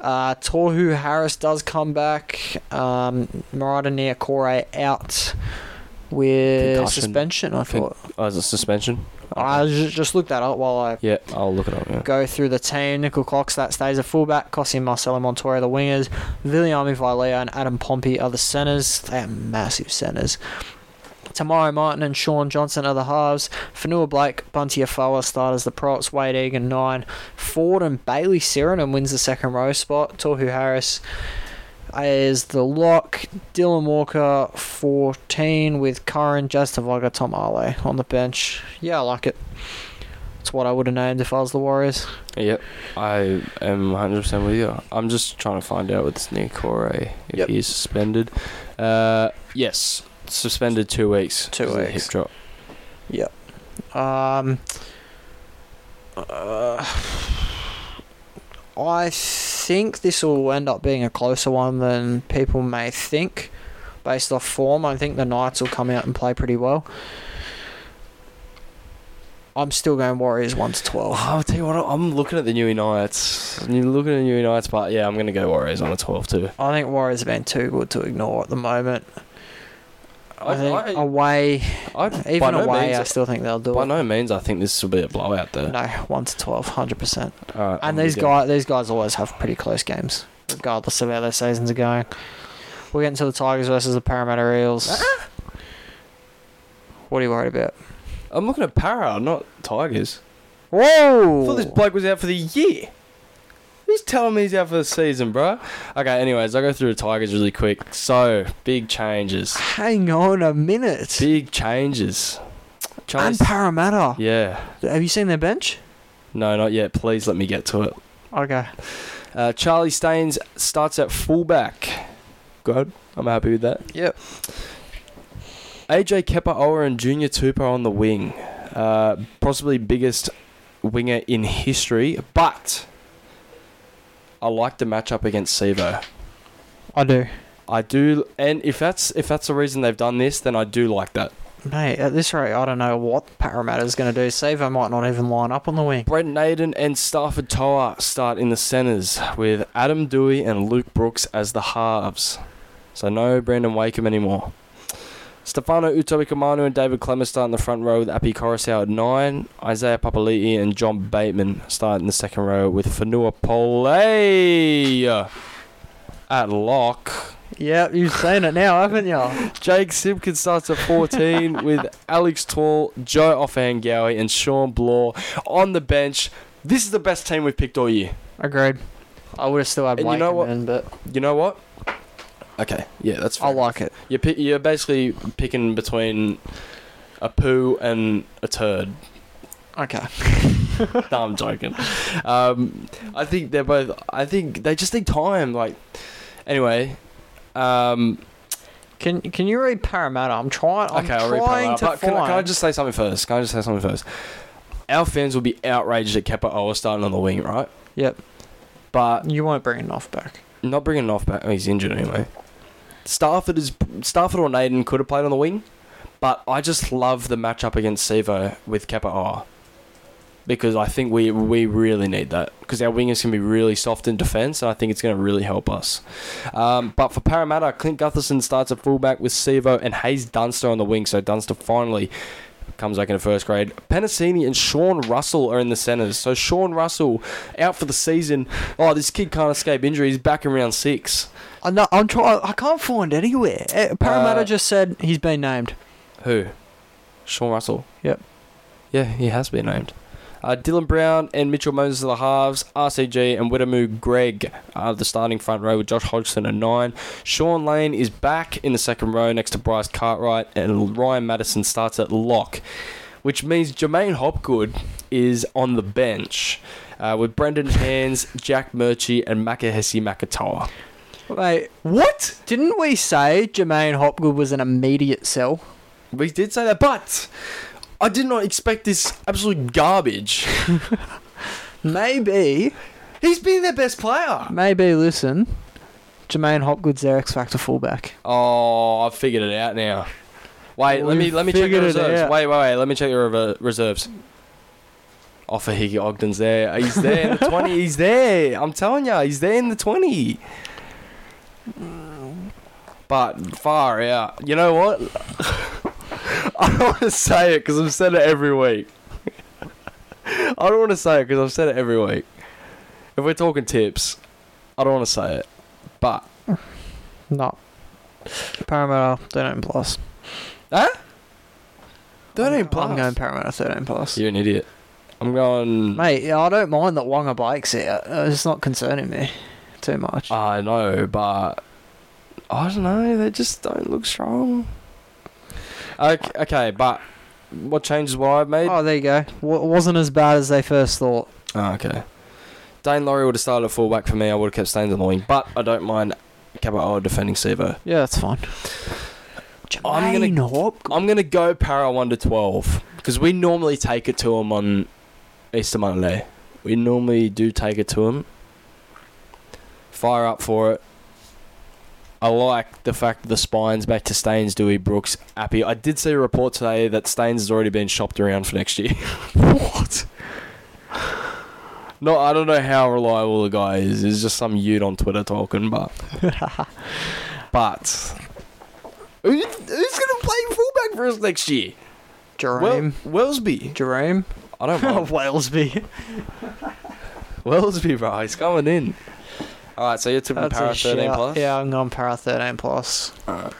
S2: Uh, Torhu Harris does come back. Um, Murata Niakore out with
S1: Concussion.
S2: suspension, I
S1: Con-
S2: thought.
S1: oh, is it suspension?
S2: I ju- just looked that up while I
S1: Yeah, I'll look it up. Yeah.
S2: go through the team. Nickel Clocks, that stays a fullback. Cossi and Marcelo Montoya, the wingers. Viliami Vilea and Adam Pompey are the centres. They are massive centres. Tamari Martin and Sean Johnson are the halves. Fanua Blake, Bunty Afawa start as the props. Wade Egan, 9. Ford and Bailey Sirenham wins the second row spot. Torhu Harris is the lock. Dylan Walker, 14, with Curran, Jastavaga, Tom Ale on the bench. Yeah, I like it. It's what I would have named if I was the Warriors.
S1: Yep, I am 100% with you. I'm just trying to find out with Nick Corey if
S2: Yep.
S1: he is suspended. Uh, yes, suspended two weeks.
S2: Two
S1: 'cause of the
S2: weeks.
S1: Hip drop.
S2: Um, uh, I think this will end up being a closer one than people may think. Based off form, I think the Knights will come out and play pretty well. I'm still going Warriors 1 to 12.
S1: Oh, I'll tell you what, I'm looking at the New Knights. You're looking at the New Knights, but yeah, I'm going to go Warriors on a 12 too.
S2: I think Warriors have been too good to ignore at the moment. I,
S1: I-
S2: think
S1: I-
S2: away,
S1: I, by
S2: even
S1: no
S2: away, I
S1: means,
S2: still think they'll do
S1: by
S2: it.
S1: no means, I think this will be a blowout though.
S2: No, 1 to 12, 100%.
S1: All right, I'm
S2: And these
S1: with you.
S2: guys, these guys always have pretty close games, regardless of how their seasons are going. We're getting to the Tigers versus the Parramatta Eels.
S1: Ah!
S2: what are you worried about?
S1: I'm looking at Para, not Tigers. I thought
S2: Whoa!
S1: this bloke was out for the year. Who's telling me he's out for the season, bro? Okay, anyways, I'll go through the Tigers really quick. So, big changes.
S2: Hang on a minute.
S1: Big changes. Charlie
S2: And Parramatta.
S1: yeah.
S2: Have you seen their bench?
S1: No, not yet. Please let me get to it.
S2: Okay.
S1: Uh, Charlie Staines starts at fullback. Good. I'm happy with that.
S2: Yep.
S1: AJ Kepa Ower and Junior Tupa on the wing. Uh, possibly biggest winger in history, but I like the matchup against Sevo.
S2: I do.
S1: I do, and if that's if that's the reason they've done this, then I do like that.
S2: Mate, at this rate, I don't know what Parramatta's going to do. Savo might not even line up on the wing.
S1: Brent Naden and Stafford Toa start in the centres with Adam Dewey and Luke Brooks as the halves. So no Brandon Wakeham anymore. Stefano Utoikamanu and David Clemens start in the front row with Appy Coruscant at nine. Isaiah Papali'i and John Bateman start in the second row with Fanua Pole at lock.
S2: Yeah, you've seen it now, haven't you?
S1: Jake Simpkins starts at 14 with Alex Tall, Joe Offangowie, and Sean Blaw on the bench. This is the best team we've picked all year.
S2: Agreed. I would have still had
S1: And you know
S2: Wakeman,
S1: what?
S2: in, but
S1: You know what? Okay, yeah, that's
S2: I
S1: fine.
S2: like it.
S1: You're, pi- you're basically picking between a poo and a turd.
S2: Okay.
S1: no, I'm joking. Um, I think they're both. I think they just need time. Like, anyway. Um,
S2: Can Can you read Parramatta? I'm trying. I'm
S1: okay, I'll read
S2: trying
S1: Parramatta,
S2: to
S1: But
S2: find.
S1: can, I- can I just say something first? Can I just say something first? Our fans will be outraged at Kepa Owa starting on the wing, right?
S2: Yep.
S1: But
S2: You won't bring enough back.
S1: not bringing off back. He's injured anyway. Stafford is Stafford or Naden could have played on the wing, but I just love the matchup against Sevo with Kepa Owa because I think we we really need that because our wingers can be really soft in defence, and I think it's going to really help us. Um, but for Parramatta, Clint Gutherson starts at fullback with Sevo and Hayes Dunster on the wing, so Dunster finally comes back into first grade. Penasini and Sean Russell are in the centres, so Sean Russell out for the season. Oh, this kid can't escape injury. He's back in round six.
S2: I know. Uh, I'm trying. I can't find anywhere. Eh, Parramatta
S1: Uh,
S2: just said he's been named.
S1: Who? Sean Russell.
S2: Yep.
S1: Yeah, he has been named. Uh, Dylan Brown and Mitchell Moses are the halves. RCG and Widamu Gregg are the starting front row with Josh Hodgson at nine. Sean Lane is back in the second row next to Bryce Cartwright, and Ryan Madison starts at lock, which means Jermaine Hopgood is on the bench uh, with Brendan Hands, Jack Murchie, and Makahesi Makatoa.
S2: Wait, what? Didn't we say Jermaine Hopgood was an immediate sell?
S1: We did say that, but I did not expect this absolute garbage.
S2: Maybe.
S1: He's been their best player.
S2: Maybe. Listen, Jermaine Hopgood's their X Factor fullback.
S1: Oh, I've figured it out now. Wait, let me
S2: We've
S1: let me check the
S2: figured it
S1: reserves.
S2: out.
S1: Wait, wait, wait. Let me check the rever- reserves. Offer Higgy Ogden's there. He's there in the twenty. He's there. I'm telling you, he's there in the twenty. But far out. You know what? I don't want to say it because I've said it every week. I don't want to say it because I've said it every week. If we're talking tips, I don't want to say it. But
S2: No. Parramatta, thirteen plus.
S1: thirteen
S2: I'm
S1: plus.
S2: going Parramatta, thirteen plus.
S1: You're an idiot. I'm going.
S2: Mate, yeah, I don't mind that Wonga Blake's here. Uh, It's not concerning me too much.
S1: I know, but I don't know. They just don't look strong. Okay, okay but what changes what I've made?
S2: oh, there you go. W- wasn't as bad as they first thought.
S1: Oh, okay. Dane Laurie would have started at fullback for me. I would have kept Staines on the wing, but I don't mind Cabot defending Sevo.
S2: Yeah, that's fine.
S1: I'm gonna-
S2: Jermaine Hopgood.
S1: I'm gonna go para one to twelve because we normally take it to him on Easter Monday. We normally do take it to him. Fire up for it. I like the fact that the spines back to Staines, Dewey, Brooks, Appy. I did see a report today that Staines has already been shopped around for next year. what? No, I don't know how reliable the guy is. It's just some youth on Twitter talking, but but who, who's gonna play fullback for us next year? Well,
S2: Jerome.
S1: Wellsby.
S2: Jerome.
S1: I don't
S2: Oh,
S1: mind.
S2: Walesby.
S1: Wellsby, bro. He's coming in. All right, so you're tipping
S2: That's
S1: Para
S2: a
S1: 13
S2: shout.
S1: plus?
S2: Yeah, I'm going para 13 plus.
S1: I'm just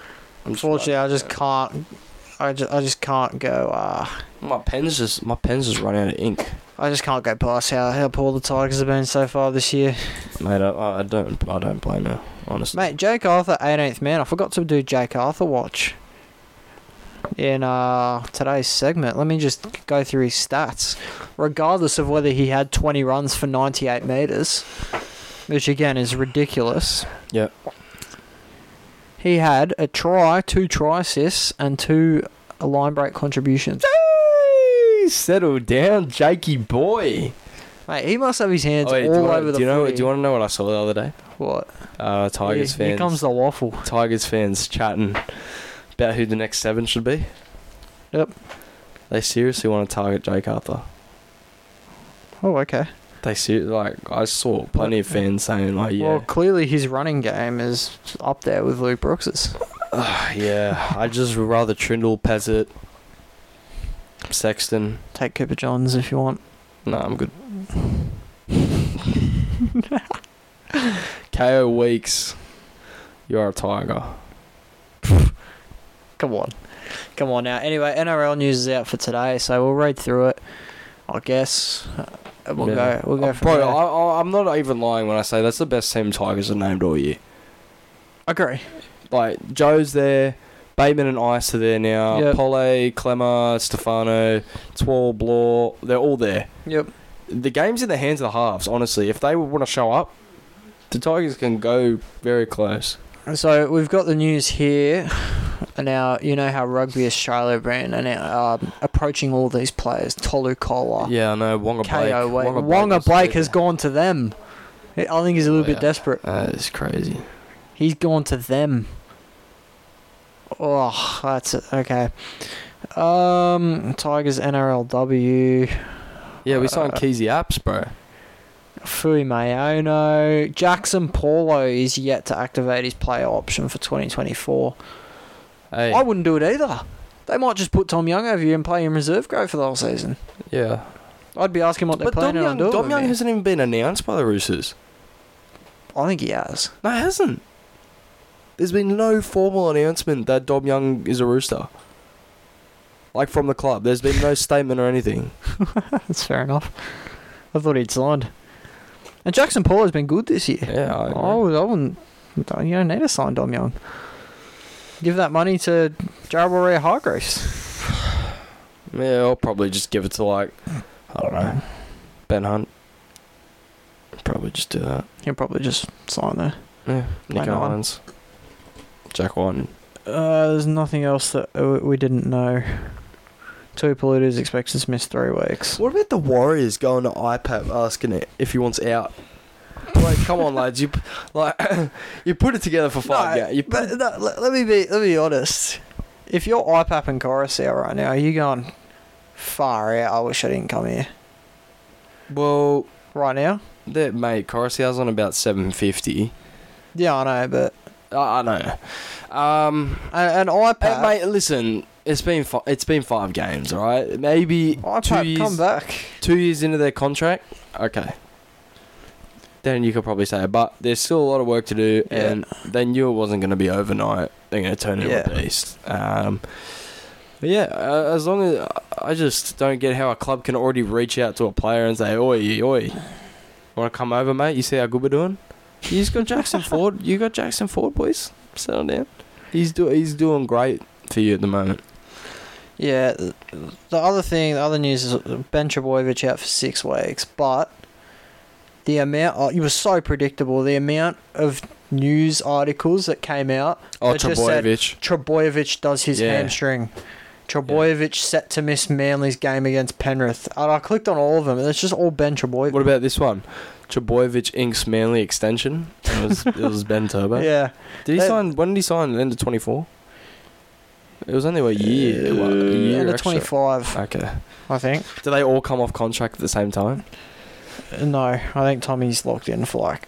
S2: Unfortunately, I just can't. I just, I just can't go. Uh,
S1: My pen's just my pen's just run out of ink,
S2: I just can't go past how, how poor the Tigers have been so far this year.
S1: mate. I, I don't I don't blame her, honestly.
S2: Mate, Jake Arthur, 18th man. I forgot to do Jake Arthur watch in uh, today's segment. Let me just go through his stats. Regardless of whether he had 20 runs for 98 metres, which again is ridiculous.
S1: Yep.
S2: He had a try, two try assists, and two line break contributions.
S1: Hey, settle down, Jakey boy. Oh,
S2: Mate, he must have his hands
S1: Wait,
S2: all
S1: do you wanna,
S2: over the
S1: do you know?
S2: footy.
S1: Do you want to know what I saw the other day?
S2: what?
S1: Uh, Tigers
S2: here, here
S1: fans.
S2: comes the waffle.
S1: Tigers fans chatting about who the next seven should be.
S2: Yep.
S1: They seriously want to target Jake Arthur.
S2: Oh, okay.
S1: They see like I saw plenty of fans saying like yeah,
S2: Well, clearly his running game is up there with Luke Brooks's.
S1: Ugh, yeah. I just would rather Trindle, Pezzett, Sexton.
S2: Take Cooper Johns if you want.
S1: Nah, I'm good. KO Weeks, You're a tiger.
S2: Come on. Come on now. Anyway, NRL news is out for today, so we'll read through it. I guess Uh, we'll
S1: Yeah.
S2: go. We'll go
S1: Oh,
S2: from
S1: bro,
S2: there.
S1: I, I, I'm not even lying when I say that's the best team Tigers have named all year.
S2: agree.
S1: Like Joe's there, Bateman and Ice are there now.
S2: Yep.
S1: Pole, Clemmer, Stefano, Twall, Blaw, they're all there.
S2: Yep.
S1: The game's in the hands of the halves. Honestly, if they want to show up, the Tigers can go very close.
S2: So we've got the news here. Now you know how Rugby Australia brand and uh, approaching all these players. Tolu Kola,
S1: Yeah, I know. Wonga Blake.
S2: KO. Blake. Wonga, Blake has gone to them. I think he's a little
S1: Oh, yeah.
S2: bit desperate.
S1: That is crazy.
S2: He's gone to them. Oh, that's it. okay. Um, Tigers NRLW.
S1: Yeah, we signed
S2: Uh,
S1: Keezy Apps, bro.
S2: Fui Mayono. Jackson Paulo is yet to activate his player option for 2024.
S1: Hey,
S2: I wouldn't do it either. They might just put Tom Young over you and play him reserve grade for the whole season.
S1: yeah.
S2: I'd be asking what they're
S1: But Dom
S2: planning
S1: Young,
S2: on doing.
S1: Dom
S2: with
S1: Young
S2: me.
S1: hasn't even been announced by the Roosters.
S2: I think he has.
S1: No, it hasn't. There's been no formal announcement that Dom Young is a rooster. Like from the club, there's been no statement or anything.
S2: That's fair enough. I thought he'd signed. And Jackson Paulo's been good this year.
S1: Yeah, I agree.
S2: Oh, I wouldn't. You don't need to sign Dom Young. Give that money to Jared Warrior Hargraves.
S1: Yeah, I'll probably just give it to like I don't know, Ben Hunt. Probably just do that.
S2: He'll probably just sign there.
S1: Yeah, Nick
S2: Ben Hunt.
S1: Owens, Jack White.
S2: Uh, there's nothing else that uh, we didn't know. Two polluters expected to miss three weeks.
S1: What about the Warriors going to IPAP asking it if he wants out? Like, come on, lads, you p- like you put it together for five. ga- you put
S2: but no, let, let me be let me be honest. If you're IPAP and Coruscant right now, you're going far out. I wish I didn't come here
S1: well,
S2: right now.
S1: That mate, Coruscant's on about seven fifty.
S2: Yeah, I know, but
S1: I I know. Um,
S2: and, and
S1: hey,
S2: IPAP,
S1: mate, listen, it's been fi- it's been five games, all right. Maybe two
S2: IPAP,
S1: years
S2: come back.
S1: two years into their contract, okay. Then you could probably say, but there's still a lot of work to do,
S2: Yeah.
S1: and they knew it wasn't going to be overnight. They're going to turn into a
S2: Yeah.
S1: beast. Um, but yeah, uh, as long as I just don't get how a club can already reach out to a player and say, "Oi, oi, want to come over, mate? You see how good we're doing? You just got Jackson Ford. You got Jackson Ford, boys. Settle down. He's do he's doing great for you at the moment.
S2: Yeah, th- the other thing, the other news is uh, Ben Trebojevic out for six weeks, but the amount, oh, it was so predictable, the amount of news articles that came out.
S1: Oh,
S2: that just said
S1: Trebojevic.
S2: Trebojevic does his
S1: Yeah.
S2: hamstring. Trebojevic set to miss Manly's game against Penrith. And I clicked on all of them, and it's just all Ben Trebojevic.
S1: What about this one? Chaboyevich inks Manly extension. It was, it was Ben Turbo.
S2: yeah.
S1: Did he
S2: That-
S1: sign? When did he sign? End of twenty four. It was only a year. Uh, what, a year
S2: Under
S1: extra.
S2: 25,
S1: Okay.
S2: I think.
S1: Do they all come off contract at the same time?
S2: No, I think Tommy's locked in for like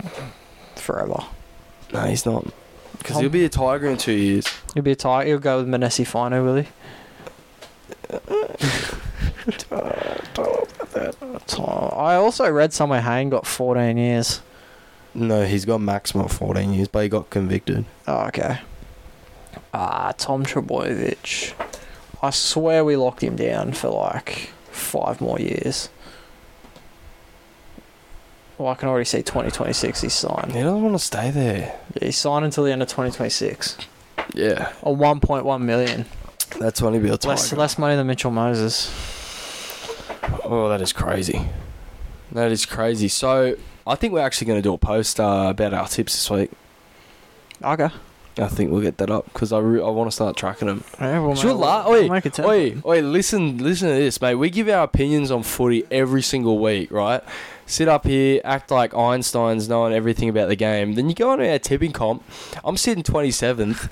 S2: forever.
S1: No, he's not. Because he'll be a tiger in two years.
S2: He'll be a tie. He'll go with Manessi Fino, will he? Tom- I also read somewhere Hayne got 14 years.
S1: No, he's got maximum of fourteen years, but he got convicted.
S2: Oh, okay. Ah, Tom Trebojevic. I swear we locked him down for like five more years. Well, I can already see 2026 he's signed.
S1: He doesn't want to stay there.
S2: Yeah, he's signed until the end of 2026.
S1: Yeah,
S2: On 1.1 million.
S1: that's when he'll be a tiger.
S2: Less, less money than Mitchell Moses.
S1: Oh, that is crazy. That is crazy. So I think we're actually going to do a post uh, about our tips this week.
S2: Okay.
S1: I think we'll get that up because I, re- I want to start tracking them.
S2: Yeah, we'll
S1: Sure,
S2: make,
S1: la-
S2: we'll
S1: oi,
S2: make a template.
S1: Oi, oi, listen, listen to this, mate. We give our opinions on footy every single week, right? Sit up here, act like Einstein's knowing everything about the game. Then you go on our tipping comp. I'm sitting 27th.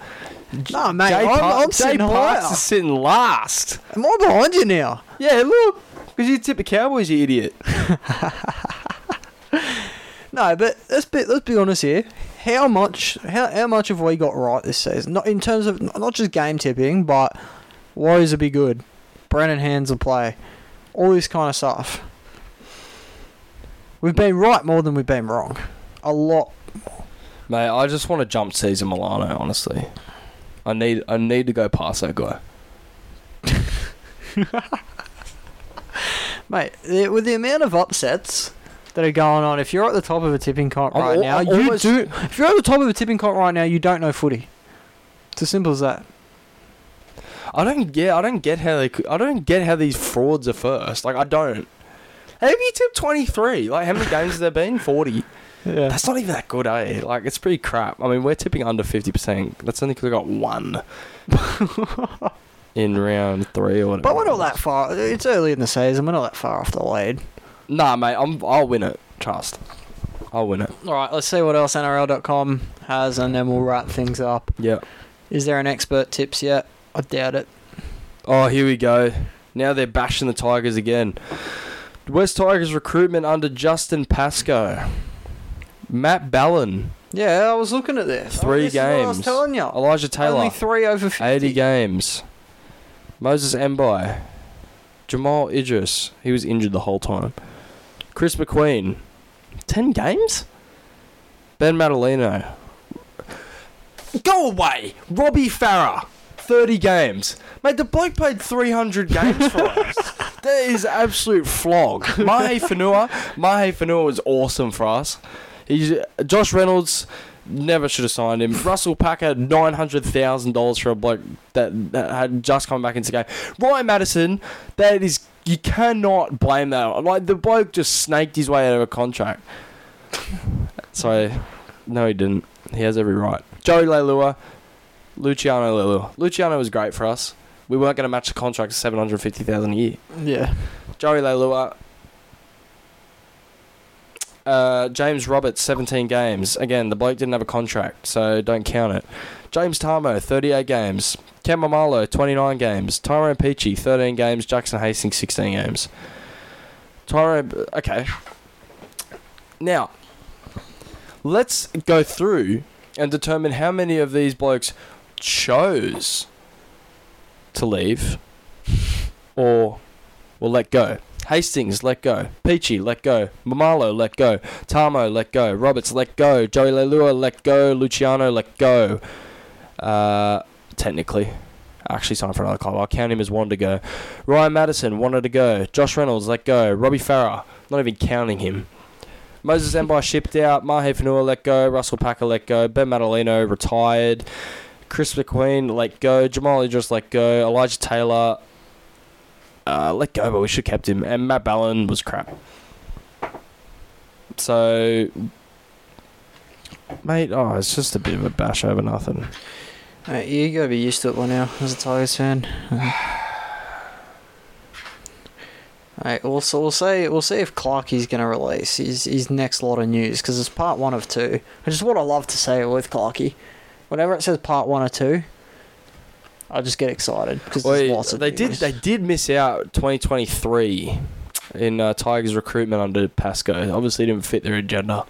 S2: Nah, mate,
S1: Jay,
S2: I'm-
S1: Par-
S2: I'm
S1: Jay
S2: sitting
S1: Parks
S2: higher.
S1: is sitting last.
S2: Am I behind you now?
S1: Yeah, look. Because you tip the Cowboys, you idiot.
S2: No, but let's be let's be honest here. How much how, how much have we got right this season? Not in terms of not just game tipping, but Warriors will be good. Brennan Hands will play. All this kind of stuff. We've been right more than we've been wrong. A lot.
S1: Mate, I just want to jump Cesar Milano, honestly. I need I need to go past that guy.
S2: Mate, the- with the amount of upsets that are going on, if you're at the top of a tipping cot
S1: I'm
S2: right
S1: al-
S2: now,
S1: I'm
S2: you
S1: almost-
S2: do. If you're at the top of a tipping cot right now, you don't know footy. It's as simple as that.
S1: I don't get I don't get how they could, I don't get how these frauds are first. Like I don't. Have you tipped 23? Like how many games has there been? 40.
S2: Yeah.
S1: That's not even that good, eh? Like it's pretty crap. I mean, we're tipping under 50%. That's only because I got one in round 3 or whatever.
S2: But we're
S1: it
S2: not
S1: was.
S2: that far. It's early in the season. We're not that far off the lead.
S1: Nah, mate, I'm I'll win it. Trust. I'll win it.
S2: All right, let's see what else NRL.com has, and then we'll wrap things up.
S1: Yeah.
S2: Is there an expert tips yet? I doubt it.
S1: Oh, here we go. Now they're bashing the Tigers again. West Tigers recruitment under Justin Pascoe. Matt Ballon,
S2: Yeah, I was looking at this.
S1: Three
S2: this is what I was
S1: games.
S2: telling you.
S1: Elijah Taylor,
S2: Only three over 50.
S1: 80 games. Moses Mbai, Jamal Idris, he was injured the whole time. Chris McQueen, 10 games? Ben Madalino. Go away! Robbie Farah, 30 games. Mate, the bloke played 300 games for us. That is absolute flog. Mahe Fanua, Mahe Fanua was awesome for us. He's, uh, Josh Reynolds never should have signed him. Russell Packer, nine hundred thousand dollars for a bloke that, that had just come back into the game. Ryan Madison, that is you cannot blame that. Like the bloke just snaked his way out of a contract. So, no, he didn't. He has every right. Joey Leilua, Luciano Leilua. Luciano was great for us. We weren't going to match the contract to seven hundred fifty thousand a year.
S2: Yeah.
S1: Joey Leilua. Uh, James Roberts, 17 games. Again, the bloke didn't have a contract, so don't count it. James Tarmo, 38 games. Cam Mamalo, 29 games. Tyrone Peachy, 13 games. Jackson Hastings, 16 games. Tyrone, okay. Now, let's go through and determine how many of these blokes chose to leave or will let go. Hastings, let go. Peachy, let go. Mamalo, let go. Tamo, let go. Roberts, let go. Joey Lelua, let go. Luciano, let go. Uh, technically. Actually signed for another club. I'll count him as one to go. Ryan Madison wanted to go. Josh Reynolds, let go. Robbie Farah, not even counting him. Moses Embi shipped out. Mahe Fanua let go. Russell Packer let go. Ben Madalino retired. Chris McQueen let go. Jamal Idris let go. Elijah Taylor uh, let go, but we should have kept him. And Matt Ballon was crap. So, mate, oh, it's just a bit of a bash over nothing.
S2: Mate, you gotta be used to it by now as a Tigers fan. Alright, we'll, so we'll see. We'll see if Clarkey's gonna release his his next lot of news because it's part one of two, which is what I love to say with Clarkey. Whenever it says part one or two, I just get excited because there's
S1: Well,
S2: lots of
S1: they did
S2: news.
S1: they did miss out 2023 in uh, Tigers recruitment under Pasco. Obviously, didn't fit their agenda.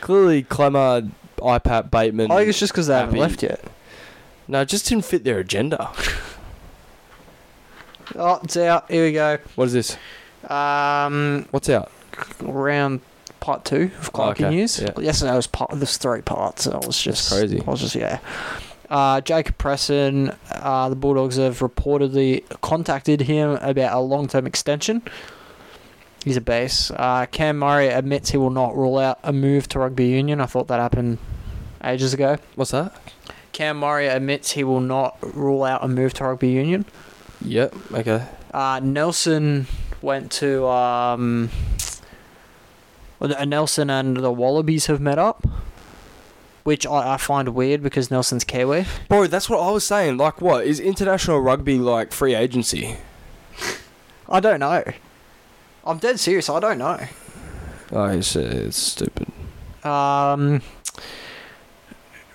S1: Clearly, Clemmer, IPAT, Bateman.
S2: I think it's just because they haven't
S1: Happy.
S2: left yet.
S1: no, it just didn't fit their agenda.
S2: Oh, it's out. Here we go.
S1: What is this?
S2: Um,
S1: What's out?
S2: round part two of
S1: Oh,
S2: Clarky
S1: okay,
S2: News.
S1: yeah.
S2: Yesterday was part. There's three parts. And I was just
S1: crazy.
S2: I was just yeah. Uh, Jacob Presson, uh, the Bulldogs have reportedly contacted him about a long-term extension. He's a base. Uh, Cam Murray admits he will not rule out a move to rugby union. I thought that happened ages ago.
S1: What's that?
S2: Cam Murray admits he will not rule out a move to rugby union.
S1: Yep. Okay.
S2: Uh, Nelson went to. Um, well, uh, Nelson and the Wallabies have met up, which I, I find weird because Nelson's Kiwi.
S1: Bro, that's what I was saying. Like, what is international rugby like? Free agency?
S2: I don't know. I'm dead serious. I don't know.
S1: Oh, it's, it's stupid.
S2: Um,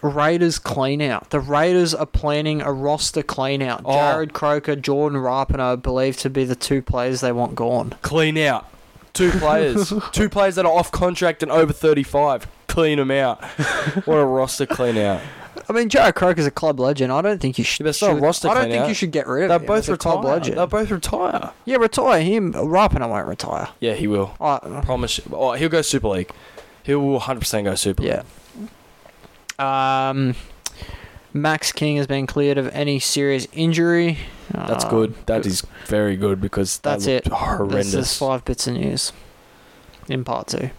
S2: Raiders clean out. The Raiders are planning a roster clean out.
S1: Oh.
S2: Jared Croker, Jordan Ripon are believed to be the two players they want gone.
S1: Clean out two players, two players that are off contract and over thirty-five. Clean them out. What a roster clean out.
S2: I mean, Jared Croak is a club legend. I don't think you should.
S1: but it's not a
S2: should-
S1: roster
S2: I don't
S1: clean
S2: think
S1: out.
S2: you should get rid of
S1: They'll
S2: him.
S1: both
S2: He's a club
S1: retire.
S2: legend.
S1: They'll both retire.
S2: Yeah, retire him. Rapana won't retire.
S1: Yeah, he will.
S2: I,
S1: Promise. you. Oh, he'll go Super League. He will 100% go Super League.
S2: yeah. Um, Max King has been cleared of any serious injury.
S1: That's
S2: Um,
S1: good. That is very good because that
S2: That's it.
S1: looked horrendous.
S2: That's just five bits of news in part two.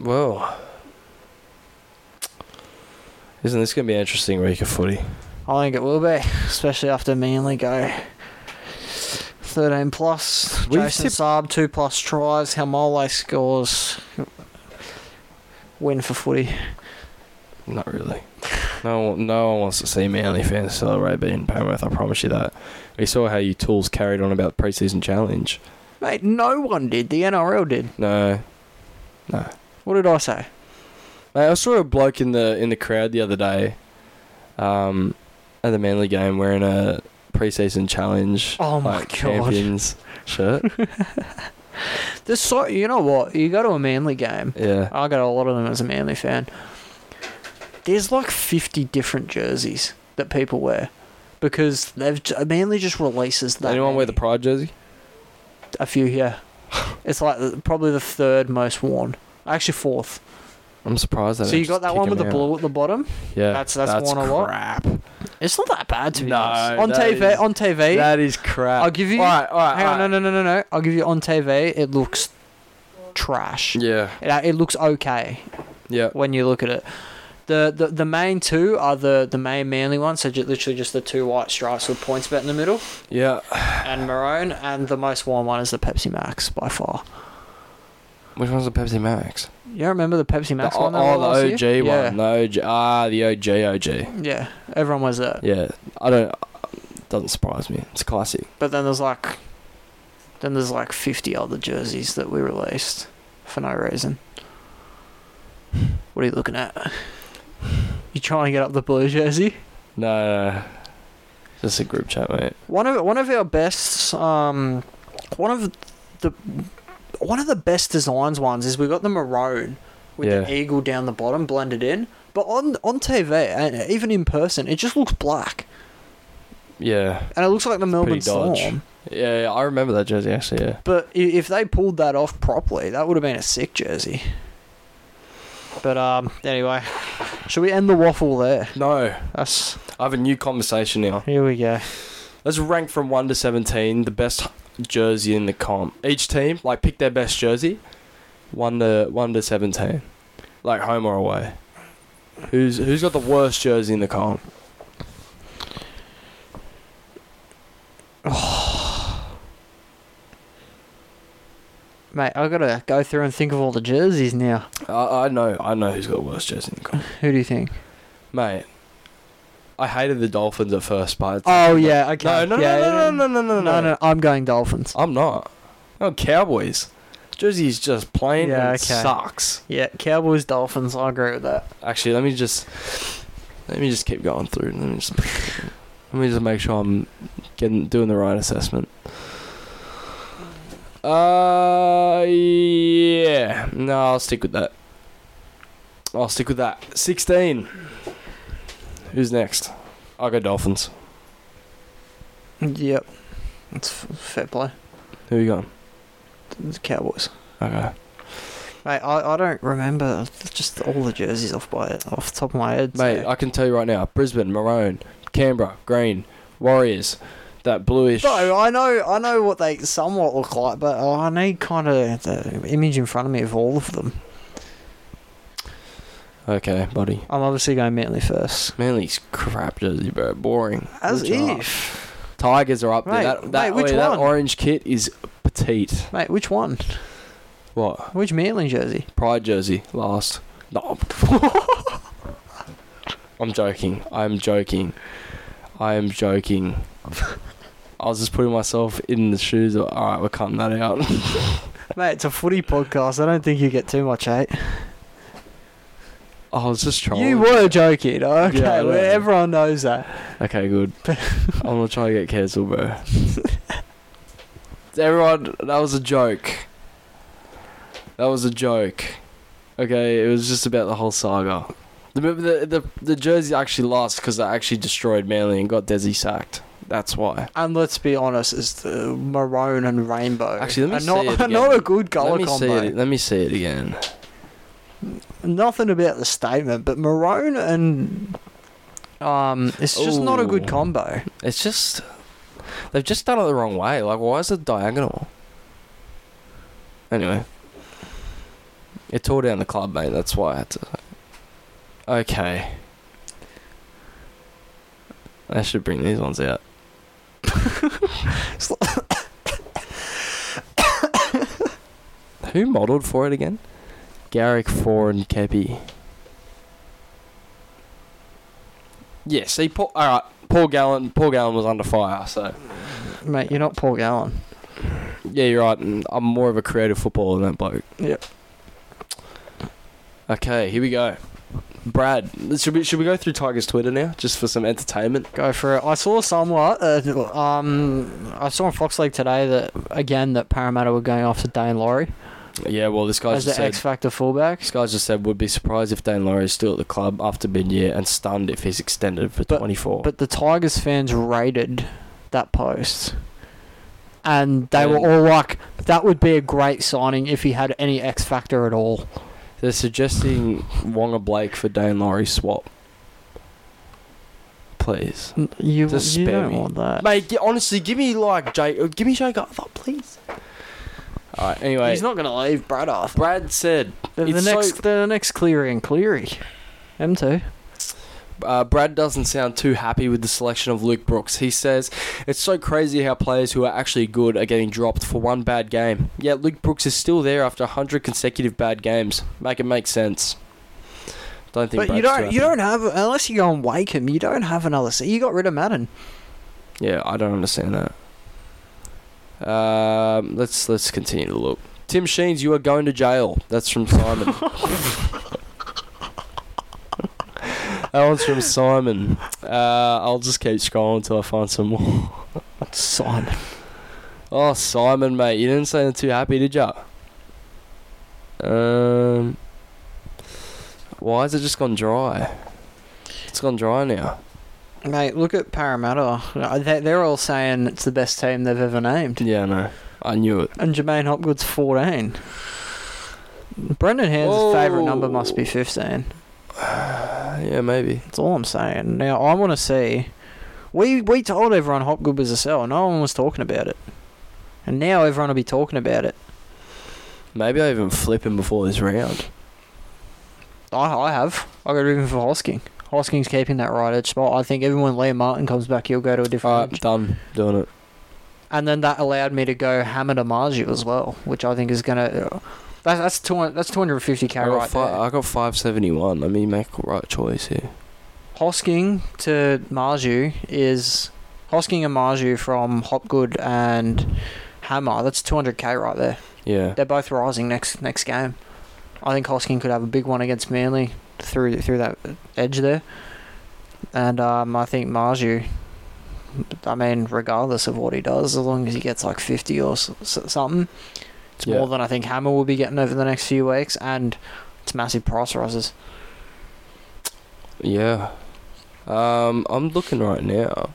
S1: Well, isn't this going to be an interesting week of footy?
S2: I think it will be, especially after Manly go 13 plus.
S1: We've
S2: Jason
S1: tipped-
S2: Saab, 2 plus tries. Hamole scores. Win for footy.
S1: Not really. No, no one wants to see Manly fans celebrate being Penrith. I promise you that. We saw how you tools carried on about the preseason challenge.
S2: Mate, no one did. The NRL did.
S1: No,
S2: What did I say?
S1: Mate, I saw a bloke in the in the crowd the other day, um, at the Manly game wearing a preseason challenge.
S2: Oh my
S1: like,
S2: God.
S1: Champions shirt.
S2: This so you know what? You go to a Manly game.
S1: yeah.
S2: I got a lot of them as a Manly fan. There's like 50 different jerseys that people wear because they've j- Manly just releases that.
S1: Anyone wear the
S2: many.
S1: pride jersey?
S2: A few, yeah. it's like the- probably the third most worn. Actually, fourth.
S1: I'm surprised that.
S2: so you got that one with the blue at the bottom.
S1: Yeah.
S2: That's- that's worn a lot.
S1: crap.
S2: It's not that bad to be
S1: No,
S2: honest. On
S1: that
S2: TV,
S1: is-
S2: on TV.
S1: That is crap.
S2: I'll give you-
S1: All right, all right,
S2: hang on,
S1: all
S2: no,
S1: right.
S2: no, no, no, no. I'll give you on TV. It looks trash.
S1: Yeah.
S2: It, uh, it looks okay
S1: Yeah.
S2: when you look at it. The, the the main two are the the main manly ones. So ju- literally just the two white stripes with points bet in the middle
S1: Yeah.
S2: and maroon. And the most worn one is the Pepsi Max by far.
S1: Which one's the Pepsi Max?
S2: You don't remember the Pepsi Max
S1: the,
S2: one? that
S1: oh,
S2: we lost
S1: the
S2: last
S1: OG
S2: year?
S1: one.
S2: Yeah.
S1: The OG. Ah, the OG OG.
S2: Yeah, everyone wears that.
S1: Yeah. I don't. Doesn't surprise me. It's classic.
S2: But then there's like, then there's like 50 other jerseys that we released for no reason. What are you looking at? You trying to get up the blue jersey?
S1: No, no, no. Just a group chat, mate.
S2: One of one of our best, um, one of the one of the best designs ones is we got the maroon with
S1: Yeah.
S2: the eagle down the bottom blended in. But on on TV and even in person, it just looks black,
S1: Yeah.
S2: and it looks like the Melbourne
S1: pretty dodge.
S2: Storm.
S1: Yeah, yeah, I remember that jersey actually. Yeah,
S2: But i- if they pulled that off properly, that would have been a sick jersey. But um, anyway, should we end the waffle there?
S1: no,
S2: That's
S1: I have a new conversation now.
S2: here we go.
S1: Let's rank from one to seventeen the best jersey in the comp. Each team like pick their best jersey, one to one to seventeen, like home or away. Who's who's got the worst jersey in the comp?
S2: Mate, I gotta go through and think of all the jerseys now.
S1: I, I know I know who's got the worst jersey in the comp,
S2: Who do you think?
S1: mate. I hated the Dolphins at first, but it's-
S2: Oh yeah, okay.
S1: no, no,
S2: yeah,
S1: no, no, no, no, no, no,
S2: no, no. I'm going Dolphins.
S1: I'm not. Oh, Cowboys. Jersey's just plain
S2: Yeah,
S1: and
S2: okay.
S1: sucks.
S2: Yeah, Cowboys, Dolphins. I agree with that.
S1: Actually, let me just let me just keep going through. Let me just let me just make sure I'm getting doing the right assessment. Uh, yeah. No, I'll stick with that. I'll stick with that. Sixteen. Who's next? I'll go Dolphins.
S2: Yep, it's f- fair play.
S1: Who you going?
S2: It's Cowboys.
S1: Okay.
S2: Mate, I, I don't remember just all the jerseys off by off the top of my head. so-
S1: Mate, I can tell you right now: Brisbane, Maroon, Canberra, Green, Warriors. That bluish.
S2: No, I know, I know what they somewhat look like, but I need kind of the image in front of me of all of them.
S1: Okay, buddy.
S2: I'm obviously going Manly first.
S1: Manly's crap jersey, bro. Boring.
S2: As
S1: Good job.
S2: if,
S1: Tigers are up there.
S2: Mate,
S1: that that,
S2: mate, which
S1: oi, that
S2: one?
S1: orange kit is petite.
S2: mate. Which one?
S1: What?
S2: Which Manly jersey?
S1: Pride jersey last. No. I'm joking. I'm joking. I am joking. I was just putting myself in the shoes of, all right, we're cutting that out.
S2: Mate, it's a footy podcast. I don't think you get too much hate.
S1: I was just trying.
S2: You were joking. Okay,
S1: Yeah, I
S2: well,
S1: know.
S2: everyone knows that.
S1: Okay, good. I'm not trying to get cancelled, bro. Everyone, that was a joke. That was a joke. Okay, it was just about the whole saga. The the the, the jersey actually lost because they actually destroyed Manly and got Desi sacked. That's why.
S2: And let's be honest, it's the maroon and rainbow.
S1: Actually, let me
S2: are
S1: see
S2: not,
S1: it
S2: are not
S1: again.
S2: a good colour
S1: let me
S2: combo.
S1: see it. Let me see it again.
S2: Nothing about the statement, but maroon and um, it's just not a
S1: Ooh.
S2: good combo.
S1: It's just they've just done it the wrong way. Like, why is it diagonal? Anyway, it tore down the club, mate. That's why I had to. Okay, I should bring these ones out. Who modelled for it again? Garrick Four and Kepi. Yeah, see, Paul, all right, Paul Gallen. Paul Gallen was under fire, so
S2: Mate, you're not Paul Gallen.
S1: yeah, you're right. and I'm more of a creative footballer than that bloke.
S2: Yep.
S1: Okay, here we go. Brad, should we should we go through Tiger's Twitter now, just for some entertainment?
S2: Go for it. I saw somewhat. Uh, um, I saw in Fox League today that again that Parramatta were going after Dane Laurie
S1: Yeah, well, this guy's
S2: as
S1: just
S2: the
S1: said,
S2: X Factor fullback.
S1: this guy's just said would be surprised if Dan Laurie is still at the club after mid-year and stunned if he's extended for
S2: But-
S1: 24.
S2: But the Tigers fans raided that post. And they were
S1: And-
S2: all like, that would be a great signing if he had any X factor at all.
S1: They're suggesting Wonga Blake for Dan Laurie swap. Please.
S2: N- You,
S1: Just
S2: you
S1: spare
S2: don't
S1: me.
S2: want that.
S1: Mate, gi- honestly, give me like Jake. Give me Jake Arthur, please. All right. Anyway,
S2: He's not going to leave Brad Arthur.
S1: Brad said.
S2: The, the
S1: It's
S2: next,
S1: so-
S2: the next Cleary and Cleary. M2.
S1: Uh, Brad doesn't sound too happy with the selection of Luke Brooks. He says, It's so crazy how players who are actually good are getting dropped for one bad game. Yet Luke Brooks is still there after 100 consecutive bad games. Make it make sense. Don't think
S2: But you
S1: Brad's too
S2: don't, you
S1: happy.
S2: don't have, unless you go and wake him, you don't have another. se- You got rid of Madden.
S1: Yeah, I don't understand that. Um, let's let's continue to look. Tim Sheens, you are going to jail. That's from Simon. that one's from Simon. Uh, I'll just keep scrolling until I find some more.
S2: Simon.
S1: Oh, Simon, mate, you didn't sound too happy, did ya? Um, why has it just gone dry? It's gone dry now.
S2: Mate, look at Parramatta. Uh, they- They're all saying it's the best team they've ever named.
S1: Yeah, no, I knew it.
S2: And Jermaine Hopgood's 14. Brendan Hand's favourite number must be
S1: Whoa.
S2: 15.
S1: Yeah, maybe.
S2: That's all I'm saying. Now, I want to see. We, we told everyone Hopgood was a sell. No one was talking about it. And now everyone will be talking about it.
S1: Maybe I even flip him before this round.
S2: I, I have. I got rid of him for Hosking. Hosking's keeping that right edge spot. I think even when Liam Martin comes back, he'll go to a different
S1: Alright,
S2: edge.
S1: done. Doing it.
S2: And then that allowed me to go Hammer to Marju as well, which I think is going to. That's, that's, 200, that's 250k
S1: I, got
S2: right
S1: fi-
S2: there.
S1: I got 571. Let me make the right choice here.
S2: Hosking to Marju is Hosking and Marju from Hopgood and Hammer. That's 200k right there.
S1: Yeah.
S2: They're both rising next next game. I think Hosking could have a big one against Manly through through that edge there, and um, I think Marju. I mean, regardless of what he does, as long as he gets like 50 or s- s- something, it's
S1: Yeah.
S2: more than I think Hammer will be getting over the next few weeks, and it's massive price rises.
S1: Yeah. Um, I'm looking right now.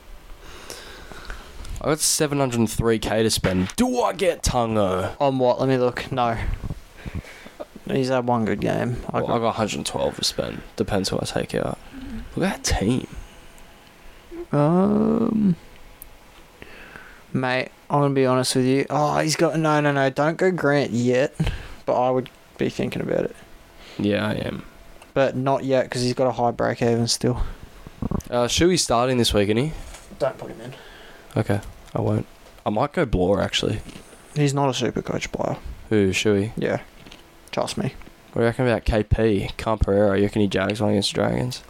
S1: I got 703k to spend. Do I get Tungo?
S2: On what? Let me look. No. He's had one good game. I
S1: Well, I got 112 to spend. Depends who I take out. Look at that team.
S2: got, um, mate, I'm gonna be honest with you. Oh, he's got no, no, no. Don't go Grant yet, but I would be thinking about it.
S1: Yeah, I am.
S2: But not yet because he's got a high break even still.
S1: Uh, Shuey's starting this week, isn't he?
S2: Don't put him in.
S1: Okay, I won't. I might go Blore, actually.
S2: He's not a super coach player.
S1: Who, Shuey?
S2: Yeah, trust me.
S1: What do you reckon about KP? Camperera, you reckon he jags one against Dragons?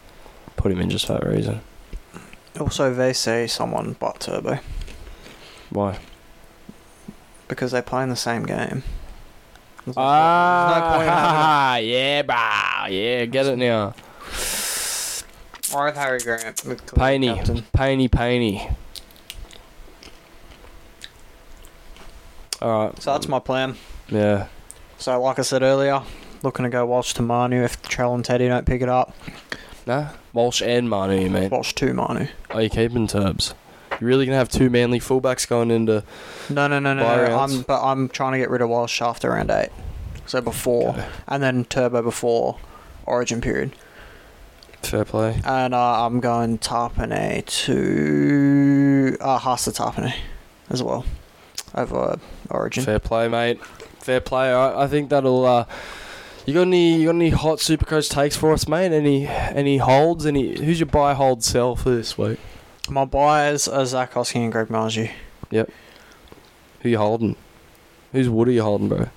S1: Put him in just for that reason.
S2: Also, VC someone but Turbo
S1: Why?
S2: because they play in the same game. There's no point- there's no point in having a-
S1: Ah, yeah, bah, yeah, get it now.
S2: All right, Harry Grant. with Cleary
S1: Painey.
S2: captain.
S1: Painy, painy. All right.
S2: So that's my plan.
S1: yeah.
S2: So, like I said earlier, looking to go watch Tamanu if Trell and Teddy don't pick it up.
S1: Nah, Walsh and Manu, you mean?
S2: Walsh two Manu.
S1: Are you keeping Turbs? You really gonna have two manly fullbacks going into?
S2: No, no, no, no,
S1: Buy
S2: no.
S1: rounds.
S2: I'm but I'm trying to get rid of Walsh after round eight, so before
S1: Okay.
S2: and then Turbo before Origin period,
S1: Fair play.
S2: and uh, I'm going Tarpane to uh, Hasta Tarpane as well over Origin.
S1: Fair play, mate. Fair play. I, I think that'll. Uh, you got any? You got any hot Supercoach takes for us, mate? Any? Any holds? Any? Who's your buy hold sell for this week?
S2: My buyers are Zach Hosking and Greg Marju.
S1: Who you holding? Who's Wood are you holding, bro?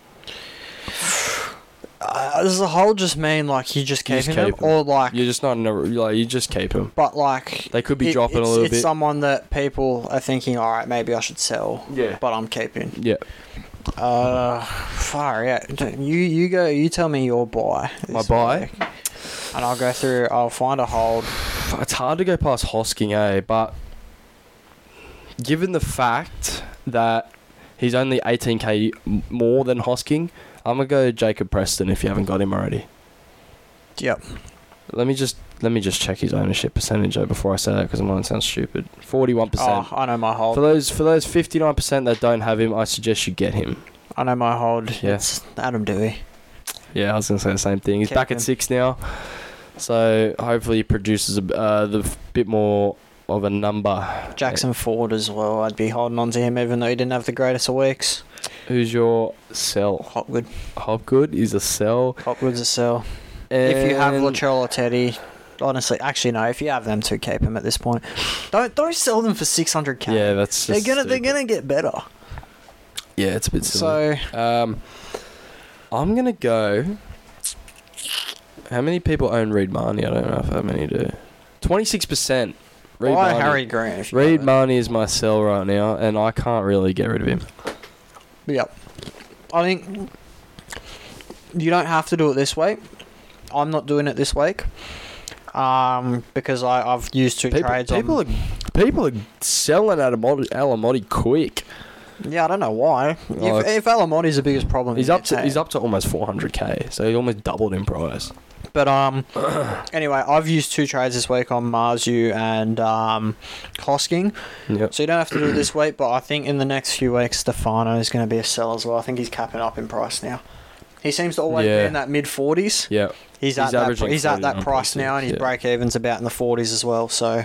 S2: Uh, does the whole just mean like you just
S1: You
S2: keeping
S1: just
S2: them,
S1: keep 'em.
S2: or like
S1: You're just not. In a, like you just keep him.
S2: but like
S1: They could be
S2: it-
S1: dropping
S2: it's,
S1: a little
S2: it's
S1: bit.
S2: someone that people are thinking, all right, maybe I should sell,
S1: yeah.
S2: but I'm keeping.
S1: Yeah.
S2: Uh, far yeah. You you go. You tell me your buy.
S1: My
S2: this
S1: buy?
S2: week. and I'll go through. I'll find a hold.
S1: It's hard to go past Hosking, eh? But given the fact that he's only 18k m- more than Hosking, I'm gonna go Jacob Preston if you haven't got him already.
S2: Yep.
S1: Let me just let me just check his ownership percentage though, before I say that because I might sound stupid. 41 percent.
S2: Oh, I know my
S1: For
S2: hold.
S1: those for those 59 percent that don't have him, I suggest you get him.
S2: I know my hold.
S1: Yeah.
S2: It's Adam Dewey.
S1: Yeah, I was gonna say the same thing. He's
S2: Kept
S1: back
S2: him.
S1: at six now, so hopefully he produces a b- uh, the f- bit more of a number.
S2: Jackson Ford as well. I'd be holding on to him even though he didn't have the greatest of weeks.
S1: Who's your sell?
S2: Hopwood.
S1: Hopgood is a sell.
S2: Hopwood's a sell. If you have
S1: And
S2: Latrell or Teddy, honestly, actually no. If you have them two, keep him at this point. Don't don't sell them for six hundred k.
S1: yeah, that's
S2: They're
S1: just
S2: gonna they're
S1: stupid.
S2: gonna get better.
S1: yeah, it's a bit silly.
S2: So
S1: um, I'm gonna go. How many people own Reed Marnie? I don't know if how many do. Twenty six percent. Reed
S2: buy
S1: Marnie.
S2: Harry Green if you
S1: Reed
S2: have it.
S1: Marnie is my sell right now, and I can't really get rid of him.
S2: Yep. I think you don't have to do it this way. I'm not doing it this week. Um, because I, I've used two
S1: People,
S2: trades
S1: people
S2: on.
S1: are people are selling Alamotti, Alamotti quick.
S2: yeah, I don't know why.
S1: Oh,
S2: if if Alamotti's the biggest problem,
S1: He's
S2: you
S1: up to
S2: take.
S1: he's up to almost 400k, so he almost doubled in price.
S2: But um, anyway, I've used two trades this week on Marzu and um, Hosking.
S1: Yep.
S2: So you don't have to do it this week, but I think in the next few weeks, Stefano is going to be a sell as well. I think he's capping up in price now. He seems to always
S1: Yeah.
S2: be in that mid 40s.
S1: Yeah.
S2: He's,
S1: He's
S2: at that
S1: averaging
S2: he's at
S1: 49
S2: that price
S1: points,
S2: now, and his
S1: yeah.
S2: break even's about in the forties as well. So,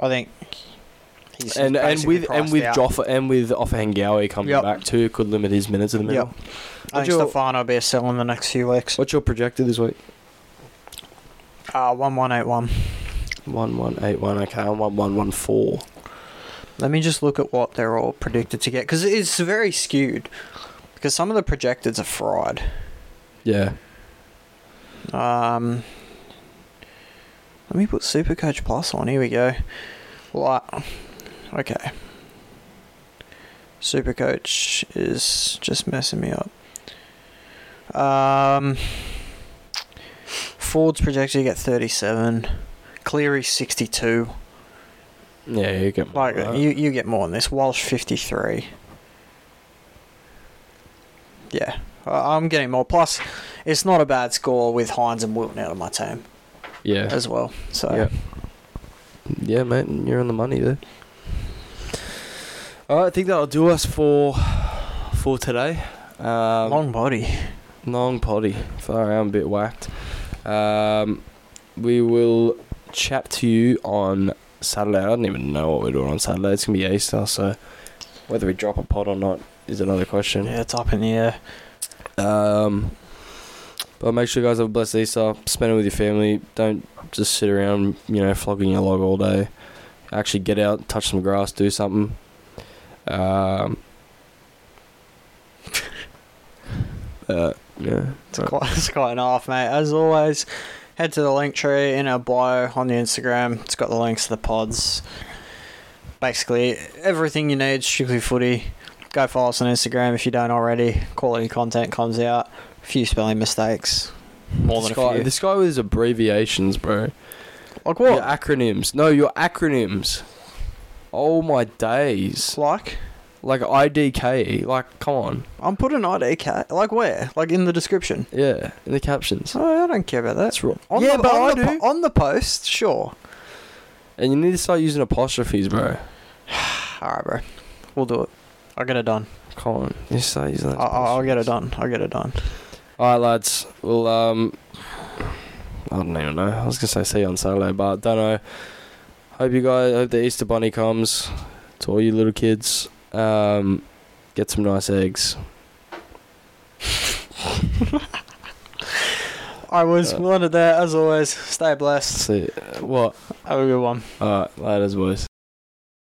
S2: I think. He's he's
S1: and and
S2: basically
S1: with and
S2: priced
S1: with
S2: out.
S1: Joffa and with Offahengawi coming
S2: Yep.
S1: back too could limit his minutes in the middle.
S2: Yep. I
S1: What's
S2: think
S1: your,
S2: Stefano will be a sell in the next few weeks.
S1: what's your projected this week?
S2: Uh, one one eight one.
S1: One one eight one. Okay, I'm one one one four.
S2: Let me just look at what they're all predicted to get because it's very skewed. Because some of the projecteds are fried.
S1: Yeah.
S2: Um, let me put Supercoach Plus on. Here we go. Like, okay. Supercoach is just messing me up. Um, Ford's projected to get 37. Cleary 62.
S1: Yeah, you get more
S2: Like
S1: of that.
S2: you, you get more than this. Walsh 53. Yeah, I- I'm getting more. Plus, it's not a bad score with Hines and Wilton out of my team
S1: Yeah.
S2: as well. So
S1: Yeah. Uh, Yeah, mate, you're on the money there. All right, I think that'll do us for for today. Um,
S2: long body.
S1: Long potty. Sorry, I'm a bit whacked. Um, we will chat to you on Saturday. I don't even know what we're doing on Saturday. It's gonna be Easter, so whether we drop a pod or not is another question.
S2: Yeah, it's up in the air.
S1: Um, but make sure you guys have a blessed Easter. Spend it with your family. Don't just sit around, you know, flogging your log all day. Actually, get out, touch some grass, do something. Um, uh, yeah.
S2: It's quite it's quite an off, mate. As always, head to the link tree in our bio on the Instagram. It's got the links to the pods. Basically, everything you need, strictly footy. Go follow us on Instagram if you don't already. Quality content comes out. A few spelling mistakes. More
S1: this
S2: than
S1: guy,
S2: a few.
S1: This guy with his abbreviations, bro.
S2: like
S1: Your acronyms. No, your acronyms. Oh my days.
S2: Like?
S1: Like IDK. E. Like, come on.
S2: I'm putting IDK. Like where? Like in the description.
S1: Yeah, in the captions.
S2: Oh, I don't care about that.
S1: That's wrong.
S2: On
S1: yeah,
S2: the,
S1: but
S2: on
S1: I
S2: the
S1: do.
S2: po- on the post, sure.
S1: and you need to start using apostrophes, bro.
S2: All right, bro. We'll do it. I'll get it done.
S1: Come on. You start using those
S2: I- I- I'll get it
S1: apostrophes.
S2: done. I'll get it done.
S1: All right, lads. Well, um, I don't even know. I was gonna say see you on Saturday, but don't know. Hope you guys. Hope the Easter Bunny comes to all you little kids. Um, get some nice eggs.
S2: I was
S1: Uh,
S2: wanted there as always. Stay blessed.
S1: See what?
S2: Have a good one.
S1: All right, later, boys.